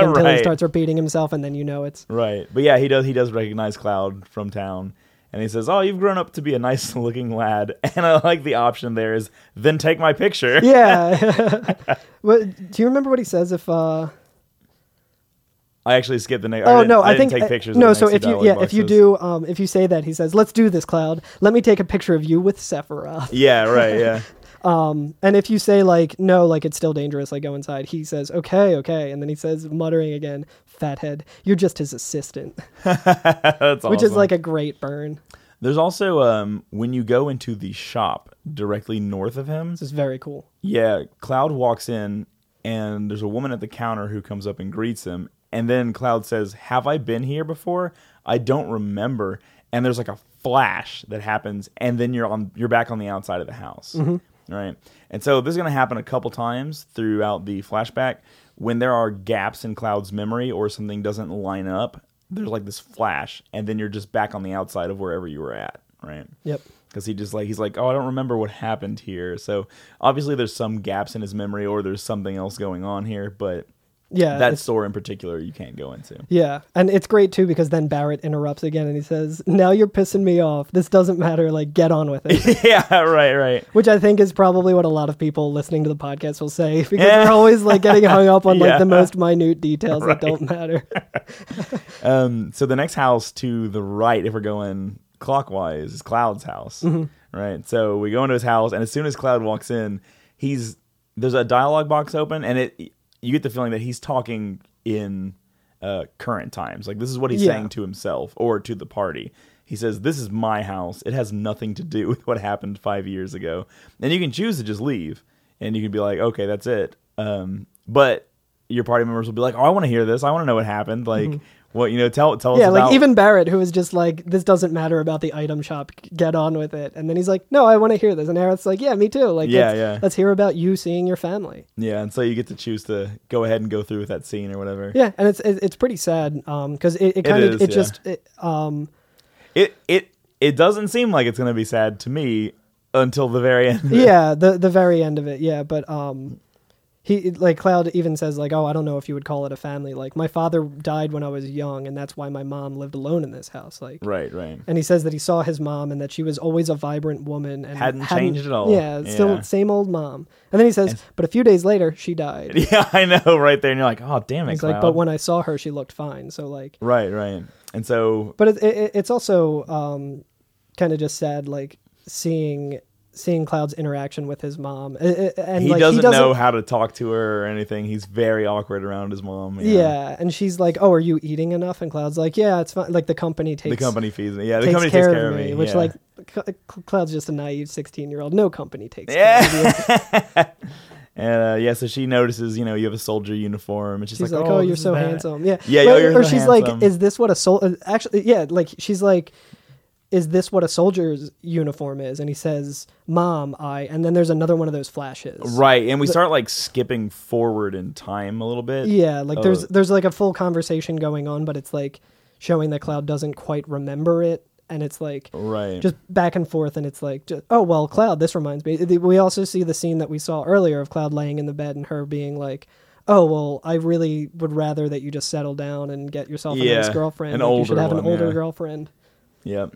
Speaker 2: until
Speaker 1: Right.
Speaker 2: he starts repeating himself, and then you know it's.
Speaker 1: right. But yeah, he does he does recognize Cloud from town. And he says, "Oh, you've grown up to be a nice-looking lad." And I like the option there is, "Then take my picture."
Speaker 2: Yeah. what, do you remember what he says if? uh
Speaker 1: I actually skipped the next.
Speaker 2: Oh no, I,
Speaker 1: didn't
Speaker 2: think
Speaker 1: take
Speaker 2: uh,
Speaker 1: pictures.
Speaker 2: no.
Speaker 1: of the
Speaker 2: So
Speaker 1: nice
Speaker 2: if you
Speaker 1: dialogue
Speaker 2: yeah, if you
Speaker 1: boxes.
Speaker 2: do um if you say that he says, "Let's do this, Cloud. Let me take a picture of you with Sephiroth."
Speaker 1: yeah, right, yeah,
Speaker 2: And if you say like no, like it's still dangerous, like go inside. He says, "Okay, okay," and then he says, muttering again, "Fathead, you're just his assistant,"
Speaker 1: that's
Speaker 2: which is
Speaker 1: awesome.
Speaker 2: like a great burn.
Speaker 1: There's also um, when you go into the shop directly north of him.
Speaker 2: This is very cool.
Speaker 1: Yeah, Cloud walks in, and there's a woman at the counter who comes up and greets him. And then Cloud says, "Have I been here before? I don't remember." And there's like a flash that happens, and then you're on you're back on the outside of the house, right? And so this is gonna happen a couple times throughout the flashback when there are gaps in Cloud's memory or something doesn't line up. There's like this flash, and then you're just back on the outside of wherever you were at, right?
Speaker 2: Yep.
Speaker 1: because he just like he's like oh i don't remember what happened here so obviously there's some gaps in his memory or there's something else going on here but
Speaker 2: Yeah.
Speaker 1: that
Speaker 2: it's-
Speaker 1: store in particular you can't go into
Speaker 2: Yeah, and it's great too because then Barrett interrupts again and he says, "Now you're pissing me off. This doesn't matter. Like, get on with it."
Speaker 1: yeah right right
Speaker 2: Which I think is probably what a lot of people listening to the podcast will say because they're always like getting hung up on like
Speaker 1: Yeah.
Speaker 2: the most minute details that don't matter.
Speaker 1: um so the next house to the right if we're going clockwise is cloud's house
Speaker 2: Mm-hmm.
Speaker 1: right so we go into his house and as soon as cloud walks in he's there's a dialogue box open and it you get the feeling that he's talking in uh, current times like this is what he's
Speaker 2: Yeah.
Speaker 1: saying to himself or to the party he says this is my house it has nothing to do with what happened five years ago and you can choose to just leave and you can be like okay that's it um, but your party members will be like oh i want to hear this i want to know what happened like what you know tell tell us
Speaker 2: Mm-hmm. yeah, like
Speaker 1: about-
Speaker 2: even Barrett, who was just like, "This doesn't matter about the item shop. Get on with it." And then he's like, "No, I want to hear this." And Barrett's like, "Yeah, me too. Like,
Speaker 1: Yeah,
Speaker 2: let's,
Speaker 1: yeah.
Speaker 2: let's hear about you seeing your family."
Speaker 1: Yeah, and so you get to choose to go ahead and go through with that scene or whatever.
Speaker 2: Yeah, and it's it- it's pretty sad because it, it kind of
Speaker 1: is,
Speaker 2: it
Speaker 1: yeah.
Speaker 2: just it, um
Speaker 1: It it it doesn't seem like it's gonna be sad to me until the very end.
Speaker 2: yeah the the very end of it yeah but um he like cloud even says like oh i don't know if you would call it a family like my father died when i was young and that's why my mom lived alone in this house like
Speaker 1: Right, right.
Speaker 2: and he says that he saw his mom and that she was always a vibrant woman and
Speaker 1: Hadn't changed at all.
Speaker 2: yeah still
Speaker 1: Yeah.
Speaker 2: same old mom and then he says but a few days later she died
Speaker 1: Yeah, I know, right there, and you're like, oh damn it,
Speaker 2: he's
Speaker 1: Cloud.
Speaker 2: like but when i saw her she looked fine so like
Speaker 1: right, right. And so
Speaker 2: but it, it, it's also um, kind of just sad like seeing seeing cloud's interaction with his mom Uh, uh, and
Speaker 1: he,
Speaker 2: like,
Speaker 1: doesn't
Speaker 2: he doesn't
Speaker 1: know how to talk to her or anything. He's very awkward around his mom.
Speaker 2: Yeah. and she's like, "Oh, are you eating enough?" And Cloud's like, "Yeah, it's fine." Like the company takes
Speaker 1: The company feeds me. Yeah, the
Speaker 2: takes
Speaker 1: company
Speaker 2: care,
Speaker 1: takes care
Speaker 2: of me, which
Speaker 1: yeah.
Speaker 2: like Cl- Cl- Cloud's just a naive sixteen year old. No company takes
Speaker 1: Yeah.
Speaker 2: care of you.
Speaker 1: and uh, yeah, so she notices, you know, you have a soldier uniform, and she's,
Speaker 2: She's like, "Oh, you're
Speaker 1: this is
Speaker 2: so
Speaker 1: bad."
Speaker 2: handsome." Yeah,
Speaker 1: Yeah,
Speaker 2: But-
Speaker 1: oh, you're
Speaker 2: or
Speaker 1: so
Speaker 2: she's
Speaker 1: handsome.
Speaker 2: like, "Is this what a soul?" Actually, yeah, like she's like. is this what a soldier's uniform is? And he says, Mom, I. And then there's another one of those flashes.
Speaker 1: Right, and we start like skipping forward in time a little bit.
Speaker 2: Yeah, like there's
Speaker 1: Oh.
Speaker 2: there's like a full conversation going on, but it's like showing that Cloud doesn't quite remember it, and it's like
Speaker 1: Right.
Speaker 2: just back and forth, and it's like, ju- oh well, Cloud. This reminds me. Th- We also see the scene that we saw earlier of Cloud laying in the bed and her being like, oh well, I really would rather that you just settle down and get yourself a nice
Speaker 1: Yeah,
Speaker 2: girlfriend.
Speaker 1: an
Speaker 2: Like, you should
Speaker 1: older
Speaker 2: have an
Speaker 1: one,
Speaker 2: older
Speaker 1: yeah.
Speaker 2: girlfriend.
Speaker 1: Yep.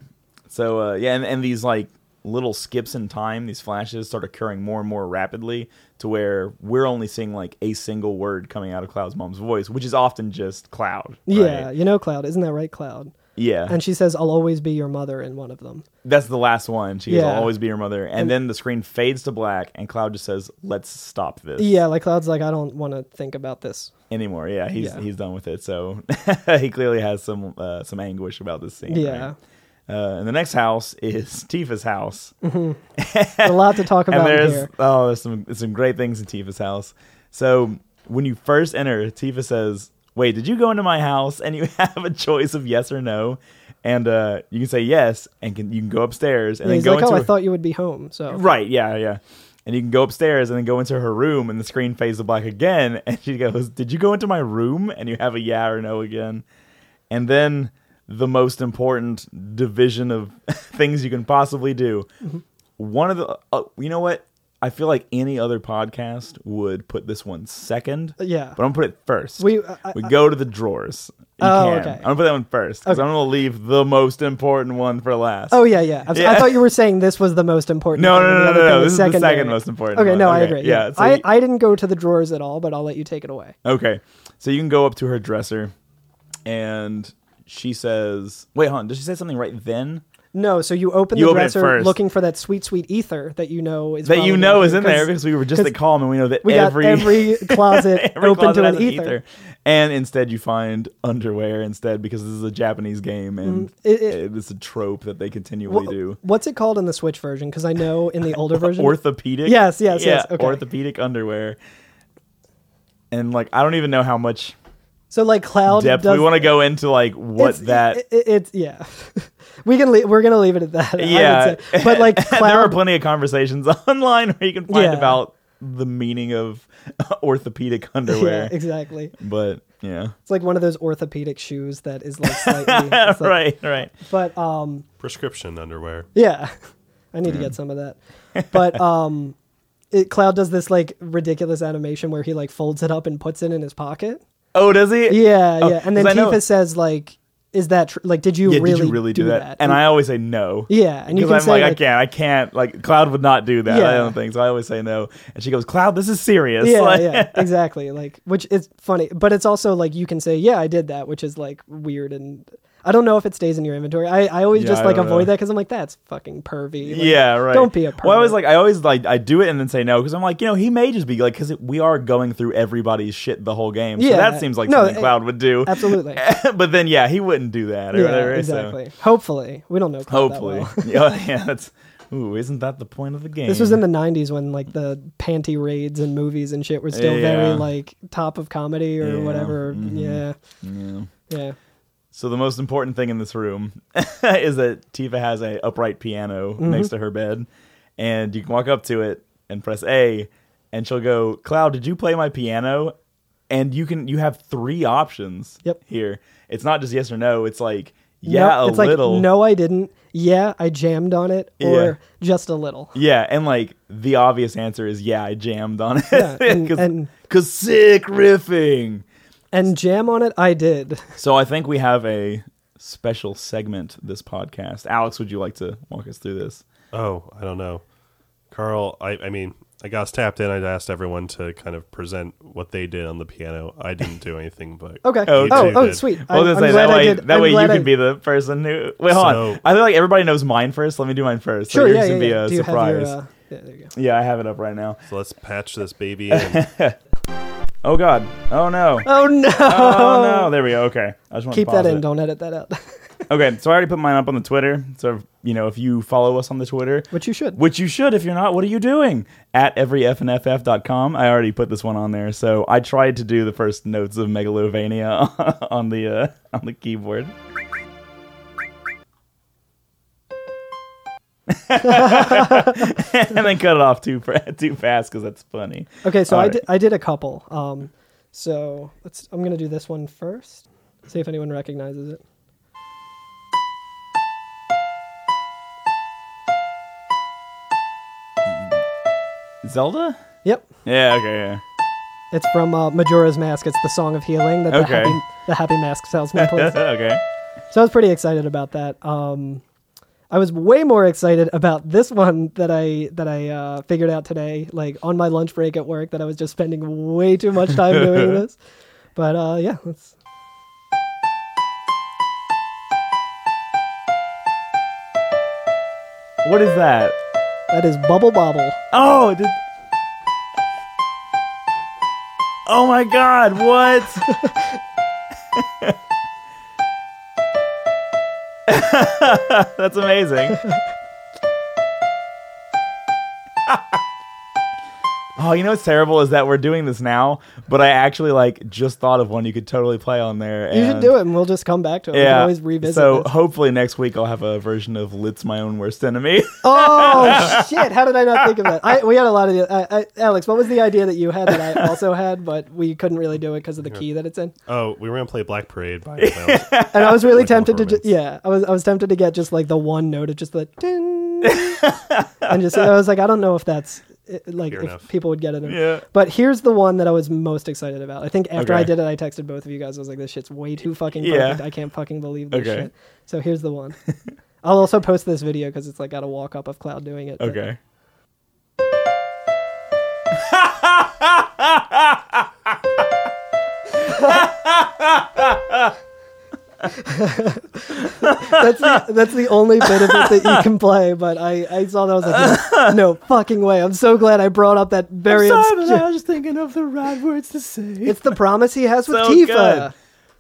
Speaker 1: So uh, yeah, and, and these like little skips in time, these flashes start occurring more and more rapidly to where we're only seeing like a single word coming out of Cloud's mom's voice, which is often just Cloud. right?
Speaker 2: Yeah, you know, Cloud, isn't that right, Cloud?
Speaker 1: Yeah.
Speaker 2: And she says, "I'll always be your mother." In one of them,
Speaker 1: That's the last one. She goes,
Speaker 2: Yeah.
Speaker 1: I'll always be your mother. And, then the screen fades to black and Cloud just says, Let's stop this.
Speaker 2: yeah, like Cloud's like, "I don't want to think about this."
Speaker 1: Anymore. Yeah, he's
Speaker 2: Yeah.
Speaker 1: he's done with it. So he clearly has some uh, some anguish about this scene.
Speaker 2: Yeah.
Speaker 1: right? Uh, and the next house is Tifa's house.
Speaker 2: a lot to talk
Speaker 1: and
Speaker 2: about
Speaker 1: there's
Speaker 2: here.
Speaker 1: oh there's some some great things in tifa's house so when you first enter tifa says wait did you go into my house and you have a choice of yes or no and uh, you can say yes and can, you can go upstairs and
Speaker 2: Yeah,
Speaker 1: then
Speaker 2: he's
Speaker 1: go
Speaker 2: like,
Speaker 1: into
Speaker 2: "Oh, I
Speaker 1: her-
Speaker 2: thought you would be home." So
Speaker 1: right yeah yeah and you can go upstairs and then go into her room and the screen fades to black again and she goes did you go into my room and you have a yeah or no again and then the most important division of things you can possibly do.
Speaker 2: Mm-hmm.
Speaker 1: One of the, uh, you know what? I feel like any other podcast would put this one second.
Speaker 2: Uh, Yeah.
Speaker 1: but I'm gonna put it first.
Speaker 2: We- I- I-
Speaker 1: we go to the drawers. You
Speaker 2: Oh,
Speaker 1: can.
Speaker 2: okay.
Speaker 1: I'm gonna put that one first because I'm gonna leave the most important one for last.
Speaker 2: Oh yeah, yeah. I, was- I
Speaker 1: Yeah.
Speaker 2: thought you were saying this was the most important.
Speaker 1: No,
Speaker 2: thing,
Speaker 1: no,
Speaker 2: and the
Speaker 1: no,
Speaker 2: other
Speaker 1: no,
Speaker 2: thing
Speaker 1: no.
Speaker 2: was
Speaker 1: This is the second
Speaker 2: secondary.
Speaker 1: most important
Speaker 2: Okay,
Speaker 1: one.
Speaker 2: no, I
Speaker 1: Okay,
Speaker 2: agree. Yeah,
Speaker 1: yeah, so
Speaker 2: I,
Speaker 1: you-
Speaker 2: I didn't go to the drawers at all, but I'll let you take it away.
Speaker 1: Okay. So you can go up to her dresser and she says, wait, hon, did she say something right then?
Speaker 2: No, so you open
Speaker 1: You
Speaker 2: the
Speaker 1: open it
Speaker 2: dresser
Speaker 1: first.
Speaker 2: looking for that sweet, sweet ether that you know is
Speaker 1: That you
Speaker 2: probably
Speaker 1: know is in there
Speaker 2: 'cause
Speaker 1: because we were just
Speaker 2: 'cause
Speaker 1: at Calm and we know that
Speaker 2: we got every, closet
Speaker 1: every
Speaker 2: open
Speaker 1: closet
Speaker 2: to
Speaker 1: has
Speaker 2: an ether.
Speaker 1: And instead, you find underwear instead because this is a Japanese game and
Speaker 2: It- it-
Speaker 1: it's a trope that they
Speaker 2: Wha-
Speaker 1: continually do.
Speaker 2: What's it called in the Switch version? Because I know in the older version,
Speaker 1: Orthopedic.
Speaker 2: Yes, yes,
Speaker 1: Yeah,
Speaker 2: yes, okay.
Speaker 1: Orthopedic underwear. And like, I don't even know how much
Speaker 2: so like Cloud
Speaker 1: depth
Speaker 2: does
Speaker 1: we want to go into, like what
Speaker 2: it's-
Speaker 1: that.
Speaker 2: it- it- it's yeah we can leave, we're gonna leave it at that I would
Speaker 1: Yeah.
Speaker 2: say. but like
Speaker 1: there are
Speaker 2: cloud
Speaker 1: plenty of conversations online where you can find
Speaker 2: Yeah.
Speaker 1: about the meaning of orthopedic
Speaker 2: yeah
Speaker 1: underwear.
Speaker 2: exactly
Speaker 1: But yeah,
Speaker 2: it's like one of those orthopedic shoes that is like slightly it's like-
Speaker 1: right, right.
Speaker 2: but um
Speaker 3: Prescription underwear.
Speaker 2: yeah i need to
Speaker 1: Mm.
Speaker 2: get some of that but um it, cloud does this like ridiculous animation where he like folds it up and puts it in his pocket
Speaker 1: Oh, does he?
Speaker 2: yeah
Speaker 1: Oh,
Speaker 2: yeah and then
Speaker 1: 'cause I know-
Speaker 2: tifa says like is that tr- like did you
Speaker 1: Yeah,
Speaker 2: really
Speaker 1: did you really do, that? And, I always say no.
Speaker 2: yeah and you
Speaker 1: Because
Speaker 2: can
Speaker 1: I'm
Speaker 2: say
Speaker 1: like,
Speaker 2: like,
Speaker 1: I can't, I can't. Like, Cloud would not do that. I
Speaker 2: Yeah.
Speaker 1: don't think so. I always say no, and she goes, "Cloud, this is serious."
Speaker 2: yeah,
Speaker 1: Like-
Speaker 2: yeah, exactly. Like, which is funny, but it's also like you can say, "Yeah, I did that," which is like weird, and I don't know if it stays in your inventory. I, I always
Speaker 1: Yeah,
Speaker 2: just
Speaker 1: I
Speaker 2: like
Speaker 1: don't
Speaker 2: avoid
Speaker 1: know.
Speaker 2: that because I'm like, that's fucking pervy. Like,
Speaker 1: yeah, right.
Speaker 2: Don't be a pervy.
Speaker 1: Well, I was like, I always like, I do it and then say no because I'm like, you know, he may just be like, because we are going through everybody's shit the whole game. So
Speaker 2: Yeah.
Speaker 1: that seems like
Speaker 2: No,
Speaker 1: something
Speaker 2: it-
Speaker 1: Cloud would do.
Speaker 2: absolutely.
Speaker 1: but then, yeah, he wouldn't do that or
Speaker 2: yeah,
Speaker 1: whatever. so-
Speaker 2: exactly. Hopefully, we don't know. Cloud that
Speaker 1: Hopefully.
Speaker 2: well.
Speaker 1: yeah, yeah, that's. Ooh, isn't that the point of the game?
Speaker 2: This was in the '90s when like the panty raids and movies and shit were still very
Speaker 1: Yeah.
Speaker 2: like top of comedy or
Speaker 1: Yeah, mm-hmm.
Speaker 2: whatever. Yeah,
Speaker 1: Yeah.
Speaker 2: yeah.
Speaker 1: So the most important thing in this room is that Tifa has a upright piano
Speaker 2: Mm-hmm.
Speaker 1: next to her bed, and you can walk up to it and press A, and she'll go, "Cloud, did you play my piano?" And you can you have three options.
Speaker 2: Yep.
Speaker 1: Here, it's not just yes or no. It's like yeah,
Speaker 2: no,
Speaker 1: a
Speaker 2: it's
Speaker 1: little.
Speaker 2: like no, I didn't. Yeah, I jammed on it, or
Speaker 1: Yeah.
Speaker 2: just a little.
Speaker 1: Yeah, and like the obvious answer is yeah, I jammed on it
Speaker 2: Yeah, and-
Speaker 1: because
Speaker 2: and-
Speaker 1: sick riffing.
Speaker 2: And jam on it, I did.
Speaker 1: So I think we have a special segment this podcast. Alex, would you like to walk us through this?
Speaker 3: Oh, I don't know. Carl, I, I mean, I got tapped in. I asked everyone to kind of present what they did on the piano. I didn't do anything, but
Speaker 2: Okay.
Speaker 1: Oh,
Speaker 2: Oh,
Speaker 3: you
Speaker 2: oh,
Speaker 3: two did.
Speaker 2: sweet.
Speaker 1: I was
Speaker 2: I'm
Speaker 1: gonna say
Speaker 2: glad
Speaker 1: that
Speaker 2: I
Speaker 1: way.
Speaker 2: did.
Speaker 1: That
Speaker 2: I'm
Speaker 1: way you
Speaker 2: glad
Speaker 1: can
Speaker 2: I-
Speaker 1: be the person who. Wait, hold on.
Speaker 3: So-
Speaker 1: I feel like everybody knows mine first. Let me do mine first.
Speaker 2: Sure,
Speaker 1: so
Speaker 2: yeah,
Speaker 1: yours
Speaker 2: yeah,
Speaker 1: can be
Speaker 2: yeah.
Speaker 1: a
Speaker 2: Do you have your,
Speaker 1: surprise.
Speaker 2: uh, yeah, there you go.
Speaker 1: Yeah, I have it up right now.
Speaker 3: So let's patch this baby in.
Speaker 1: Oh God. Oh no.
Speaker 2: Oh no!
Speaker 1: Oh no. There we go. Okay. I just want
Speaker 2: Keep
Speaker 1: to
Speaker 2: that
Speaker 1: pause
Speaker 2: in.
Speaker 1: it.
Speaker 2: Don't edit that out.
Speaker 1: Okay. So I already put mine up on the Twitter. So you know, if you follow us on the Twitter,
Speaker 2: Which you should.
Speaker 1: Which you should if you're not. What are you doing? At everyfnff.com. I already put this one on there. So I tried to do the first notes of Megalovania on the uh, on the keyboard. and then cut it off too fa- too fast because that's funny.
Speaker 2: Okay, so
Speaker 1: All
Speaker 2: I
Speaker 1: right.
Speaker 2: did I did a couple. Um, so let's. I'm gonna do this one first. See if anyone recognizes it.
Speaker 1: Zelda?
Speaker 2: Yep,
Speaker 1: Yeah. Okay. Yeah.
Speaker 2: it's from uh, Majora's Mask. It's the song of healing that the
Speaker 1: Okay.
Speaker 2: happy the happy mask salesman plays.
Speaker 1: okay.
Speaker 2: So I was pretty excited about that. Um, I was way more excited about this one that I that I uh, figured out today, like on my lunch break at work, that I was just spending way too much time doing this. But uh, yeah, let's.
Speaker 1: What is that?
Speaker 2: That is Bubble Bobble.
Speaker 1: Oh, it did. Oh my God! What? That's amazing. oh, you know what's terrible is that we're doing this now, but I actually like just thought of one you could totally play on there.
Speaker 2: You should
Speaker 1: and-
Speaker 2: do it, and we'll just come back to it. We can always revisit.
Speaker 1: so
Speaker 2: this.
Speaker 1: hopefully next week I'll have a version of "Lit's My Own Worst Enemy."
Speaker 2: Oh shit! How did I not think of that? I, we had a lot of the, I, I, Alex. What was the idea that you had that I also had, but we couldn't really do it because of the key that it's in?
Speaker 3: Oh, we were gonna play Black Parade by ourselves.
Speaker 2: And I was really
Speaker 3: Like a
Speaker 2: tempted to, ju-
Speaker 3: performance.
Speaker 2: yeah, I was I was tempted to get just like the one note of just the ding, and just I was like, I don't know if that's eh, like
Speaker 3: Fair
Speaker 2: if
Speaker 3: enough.
Speaker 2: people would get it. Or,
Speaker 1: Yeah.
Speaker 2: But here's the one that I was most excited about. I think after I
Speaker 1: Okay.
Speaker 2: did it, I texted both of you guys. I was like, this shit's way too fucking
Speaker 1: Yeah.
Speaker 2: perfect. I can't fucking believe this
Speaker 1: Okay.
Speaker 2: shit. So here's the one. I'll also post this video because it's like got a walk up of Cloud doing it. but-
Speaker 1: Okay.
Speaker 2: That's the, that's the only bit of it that you can play. But I, I saw that I was like, no, no fucking way. I'm so glad I brought up that very. obscure-
Speaker 1: was thinking of the right words to say.
Speaker 2: it's the promise he has with
Speaker 1: So
Speaker 2: Tifa.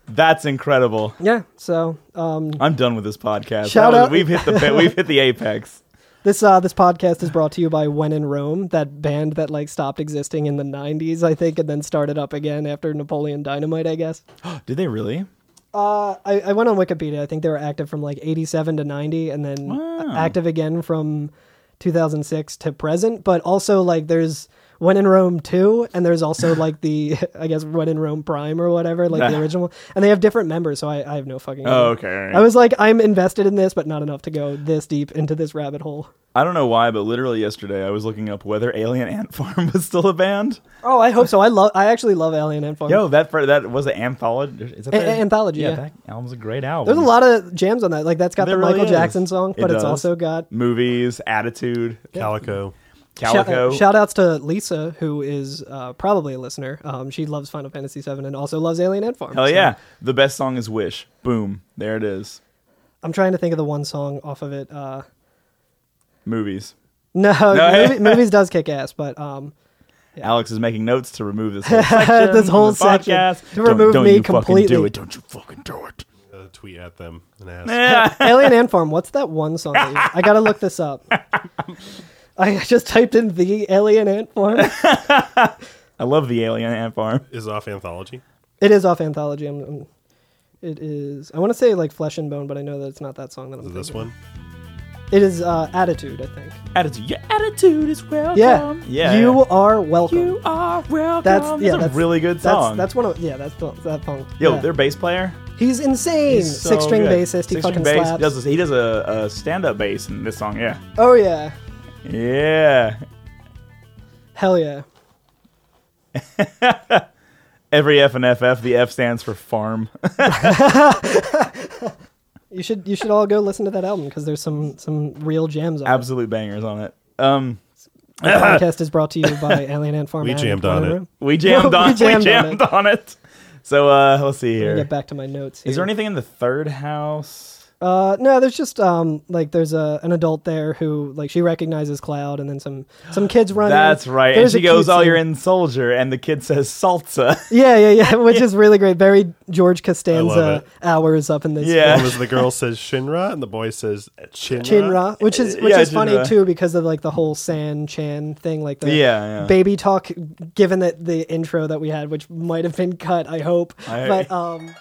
Speaker 1: That's incredible.
Speaker 2: Yeah. So um,
Speaker 1: I'm done with this podcast. That
Speaker 2: Shout
Speaker 1: was-
Speaker 2: out-
Speaker 1: We've hit the pe- we've hit the apex.
Speaker 2: this uh, this podcast is brought to you by When in Rome, that band that like stopped existing in the '90s, I think, and then started up again after Napoleon Dynamite, I guess.
Speaker 1: Did they really?
Speaker 2: Uh, I, I went on Wikipedia. I think they were active from like 87 to 90 and then
Speaker 1: Wow.
Speaker 2: active again from 2006 to present. But also, like, there's When in Rome 2, and there's also like the, I guess, When in Rome Prime or whatever, like the
Speaker 1: Nah.
Speaker 2: original. And they have different members, so I, I have no fucking
Speaker 1: Oh, okay. all right.
Speaker 2: I was like, I'm invested in this, but not enough to go this deep into this rabbit hole.
Speaker 1: I don't know why, but literally yesterday I was looking up whether Alien Ant Farm was still a band.
Speaker 2: Oh, I hope so. I love. I actually love Alien Ant Farm.
Speaker 1: Yo, that fir- that was an anthology. Is that
Speaker 2: Um, A-
Speaker 1: the-
Speaker 2: a- anthology, yeah.
Speaker 1: that album's a great album.
Speaker 2: There's a lot of jams on that. Like that's got
Speaker 1: There
Speaker 2: the
Speaker 1: really
Speaker 2: Michael
Speaker 1: is.
Speaker 2: Jackson song,
Speaker 1: It
Speaker 2: but
Speaker 1: does.
Speaker 2: it's also got
Speaker 1: movies, attitude,
Speaker 3: Calico.
Speaker 2: Shout,
Speaker 1: calico.
Speaker 2: shout outs to Lisa, who is uh, probably a listener. Um, she loves Final Fantasy VII and also loves Alien Ant Farm.
Speaker 1: Hell
Speaker 2: so-
Speaker 1: yeah! The best song is "Wish." Boom, there it is.
Speaker 2: I'm trying to think of the one song off of it. Uh,
Speaker 1: Movies.
Speaker 2: no,
Speaker 1: No.
Speaker 2: movie, movies does kick ass, but um,
Speaker 1: Alex is making notes to remove this whole section.
Speaker 2: This whole
Speaker 1: from the
Speaker 2: section.
Speaker 1: podcast.
Speaker 2: To remove
Speaker 1: don't, don't
Speaker 2: me
Speaker 1: you Fucking do
Speaker 2: completely.
Speaker 1: it. Don't you fucking do it.
Speaker 3: Uh, tweet at them and ask.
Speaker 2: Alien Ant Farm. What's that one song? That you, I gotta look this up. I just typed in the Alien Ant Farm.
Speaker 1: I love the alien ant farm.
Speaker 3: Is it off anthology.
Speaker 2: It is off anthology. I'm, I'm- it is. I want to say like Flesh and Bone, but I know that it's not that song that I'm.
Speaker 3: Is it this
Speaker 2: thinking of.
Speaker 3: one?
Speaker 2: It is uh, Attitude, I think.
Speaker 1: Attitude. Your attitude is welcome.
Speaker 2: Yeah.
Speaker 1: Yeah.
Speaker 2: You are welcome.
Speaker 1: You are welcome.
Speaker 2: That's- yeah,
Speaker 1: Um, a
Speaker 2: that's-
Speaker 1: really good
Speaker 2: That's
Speaker 1: song.
Speaker 2: that's one of yeah. That's the, that punk.
Speaker 1: Yo,
Speaker 2: yeah.
Speaker 1: their bass player.
Speaker 2: he's insane.
Speaker 1: he's so
Speaker 2: Six string
Speaker 1: good.
Speaker 2: bassist. He
Speaker 1: Six-string
Speaker 2: fucking
Speaker 1: bass.
Speaker 2: slaps.
Speaker 1: Does this- he does a, a stand up bass in this song? Yeah.
Speaker 2: Oh yeah,
Speaker 1: Yeah.
Speaker 2: hell yeah.
Speaker 1: Every F and FF, the F stands for farm.
Speaker 2: You should you should all go listen to that album because there's some some real gems on it.
Speaker 1: Absolute bangers on it. Um,
Speaker 2: The podcast is brought to you by Alien Ant Farm.
Speaker 3: We
Speaker 2: and
Speaker 3: jammed on
Speaker 2: Corner
Speaker 3: it.
Speaker 2: Room.
Speaker 1: we jammed
Speaker 2: We
Speaker 1: on.
Speaker 2: jammed on
Speaker 1: we jammed on it. So uh, let's see
Speaker 2: Let me
Speaker 1: here.
Speaker 2: Get back to my notes.
Speaker 1: Is there
Speaker 2: here.
Speaker 1: anything in the third house?
Speaker 2: Uh, no, there's just um like there's a an adult there who like she recognizes Cloud and then some some kids running.
Speaker 1: That's right.
Speaker 2: There's
Speaker 1: and
Speaker 2: a
Speaker 1: she goes,
Speaker 2: cute
Speaker 1: "Oh,
Speaker 2: scene.
Speaker 1: you're in Soldier," and the kid says, "Salsa."
Speaker 2: Yeah, yeah, yeah, which is really great. Very George Costanza
Speaker 3: it.
Speaker 2: hours up in this.
Speaker 1: Yeah.
Speaker 3: Well, as the girl says Shinra and the boy says Chinra.
Speaker 2: Chinra, which is which
Speaker 1: Uh, Yeah,
Speaker 2: is funny
Speaker 1: Shinra.
Speaker 2: too because of like the whole San Chan thing, like the
Speaker 1: Yeah, yeah.
Speaker 2: baby talk. Given that the intro that we had, which might have been cut, I hope,
Speaker 1: I-
Speaker 2: but um,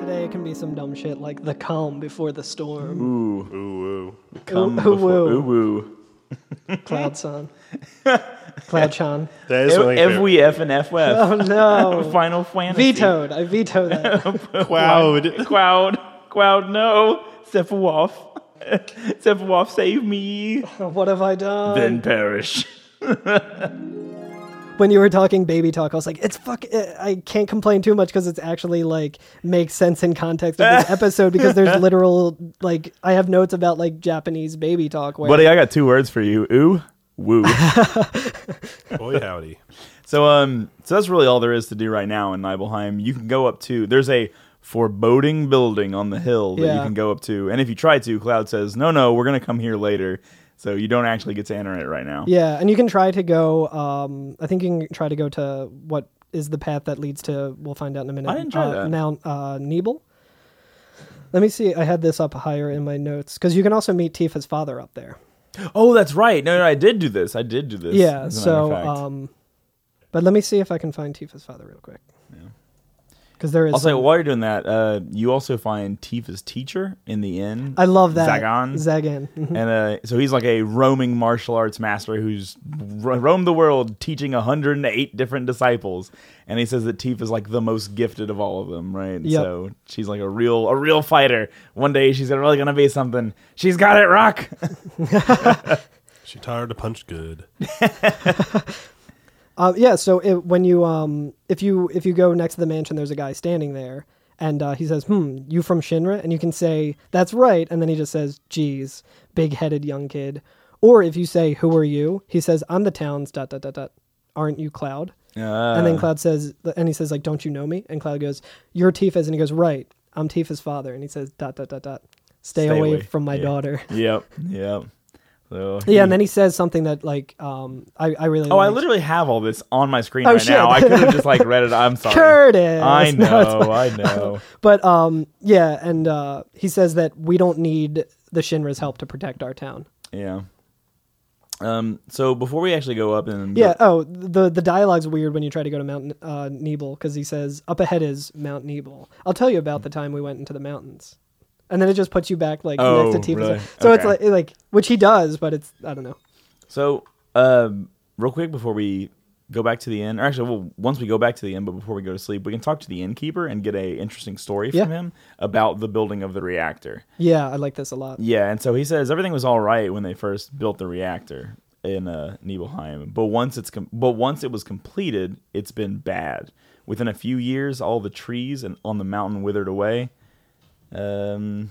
Speaker 2: Today it can be some dumb shit like the calm before the storm,
Speaker 1: Ooh,
Speaker 3: Ooh, ooh.
Speaker 1: come
Speaker 2: ooh,
Speaker 1: before
Speaker 2: ooh.
Speaker 1: ooh, ooh.
Speaker 2: cloud son, cloud chan.
Speaker 3: That is my
Speaker 1: Ev-
Speaker 3: favorite.
Speaker 1: Every F and F
Speaker 2: Oh
Speaker 1: F.
Speaker 2: no,
Speaker 1: Final fantasy.
Speaker 2: vetoed. I veto that.
Speaker 3: Cloud.
Speaker 1: Cloud. Cloud. No. Sephiroth. Sephiroth, save me.
Speaker 2: what have I done?
Speaker 1: Then perish.
Speaker 2: when you were talking baby talk, I was like, it's fuck. eh, I can't complain too much because it's actually like makes sense in context of this episode because there's literal like I have notes about like Japanese baby talk where
Speaker 1: Buddy, I got two words for you. Ooh, woo.
Speaker 3: Boy, howdy.
Speaker 1: so um, so that's really all there is to do right now in Nibelheim. You can go up to. There's a foreboding building on the hill that you
Speaker 2: Yeah.
Speaker 1: can go up to, and if you try to, Cloud says, "No, no, we're gonna come here later." So you don't actually get to enter it right now.
Speaker 2: yeah, and you can try to go. Um, I think you can try to go to what is the path that leads to. We'll find out in a minute.
Speaker 1: I didn't try
Speaker 2: uh,
Speaker 1: that.
Speaker 2: Mount uh, Nebel. Let me see. I had this up higher in my notes because you can also meet Tifa's father up there.
Speaker 1: Oh, that's right. No, no, I did do this. I did do this.
Speaker 2: yeah.
Speaker 1: as a matter of
Speaker 2: So,
Speaker 1: fact.
Speaker 2: um, but let me see if I can find Tifa's father real quick. Because there is.
Speaker 1: also,
Speaker 2: some-
Speaker 1: while you're doing that, uh, you also find Tifa's teacher in the inn.
Speaker 2: I love that.
Speaker 1: Zagan.
Speaker 2: Zagan. Mhm.
Speaker 1: and uh, so he's like a roaming martial arts master who's ro- roamed the world teaching 108 different disciples and he says that teef is like the most gifted of all of them right
Speaker 2: Yep.
Speaker 1: so she's like a real a real fighter one day she's really gonna be something she's got it rock Uh,
Speaker 3: She taught her to punch good.
Speaker 2: Uh, yeah. So it, when you um, if you if you go next to the mansion, there's a guy standing there, and uh, he says, "Hmm, you from Shinra?" And you can say, "That's right," and then he just says, "Geez, big-headed young kid." Or if you say, "Who are you?" He says, "I'm the town's dot dot dot dot." Aren't you Cloud? and
Speaker 1: Oh.
Speaker 2: then Cloud says, and he says like, "Don't you know me?" And Cloud goes, "You're Tifa's," and he goes, "Right, I'm Tifa's father." And he says, "Dot dot dot dot, stay, away, from my
Speaker 1: Yeah.
Speaker 2: daughter."
Speaker 1: yep yep so
Speaker 2: Yeah, and then he says something that like um I, I really
Speaker 1: Oh, I
Speaker 2: liked.
Speaker 1: literally have all this on my screen
Speaker 2: Oh,
Speaker 1: right
Speaker 2: shit.
Speaker 1: now. I could have just like read it. I'm sorry.
Speaker 2: Curtis.
Speaker 1: I
Speaker 2: No, it's
Speaker 1: know, I know.
Speaker 2: But um yeah, and uh he says that we don't need the Shinra's help to protect our town.
Speaker 1: Yeah. Um. So before we actually go up and
Speaker 2: Yeah, oh, the the dialogue's weird when you try to go to Mount uh, Nebel cuz he says up ahead is Mount Nebel. I'll tell you about the time we went into the mountains. And then it just puts you back like
Speaker 1: Oh,
Speaker 2: next to Tifa.
Speaker 1: really?
Speaker 2: So it's like
Speaker 1: Okay.
Speaker 2: like which he does, but it's I don't know.
Speaker 1: So, um, real quick before we go back to the inn, or actually, well, once we go back to the inn, but before we go to sleep, we can talk to the innkeeper and get a interesting story
Speaker 2: Yeah.
Speaker 1: from him about the building of the reactor.
Speaker 2: Yeah, I like this a lot.
Speaker 1: Yeah, and so he says everything was all right when they first built the reactor in uh, Nibelheim, but once it's com- but once it was completed, it's been bad. Within a few years, all the trees and on the mountain withered away. Um,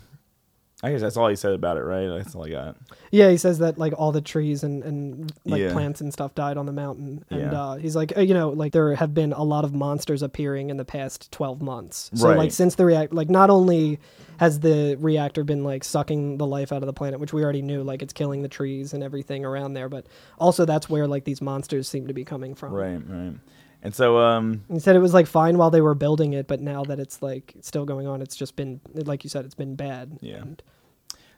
Speaker 1: I guess that's all he said about it, right? That's all I got.
Speaker 2: Yeah, he says that like all the trees and and like
Speaker 1: Yeah.
Speaker 2: plants and stuff died on the mountain, and
Speaker 1: Yeah.
Speaker 2: uh, he's like, uh, you know, like there have been a lot of monsters appearing in the past twelve months. So
Speaker 1: Right.
Speaker 2: like since the react, like not only has the reactor been like sucking the life out of the planet, which we already knew, like it's killing the trees and everything around there, but also that's where like these monsters seem to be coming from.
Speaker 1: Right, right. And so, um,
Speaker 2: He said it was like fine while they were building it, but now that it's like still going on, it's just been like you said, it's been bad.
Speaker 1: Yeah.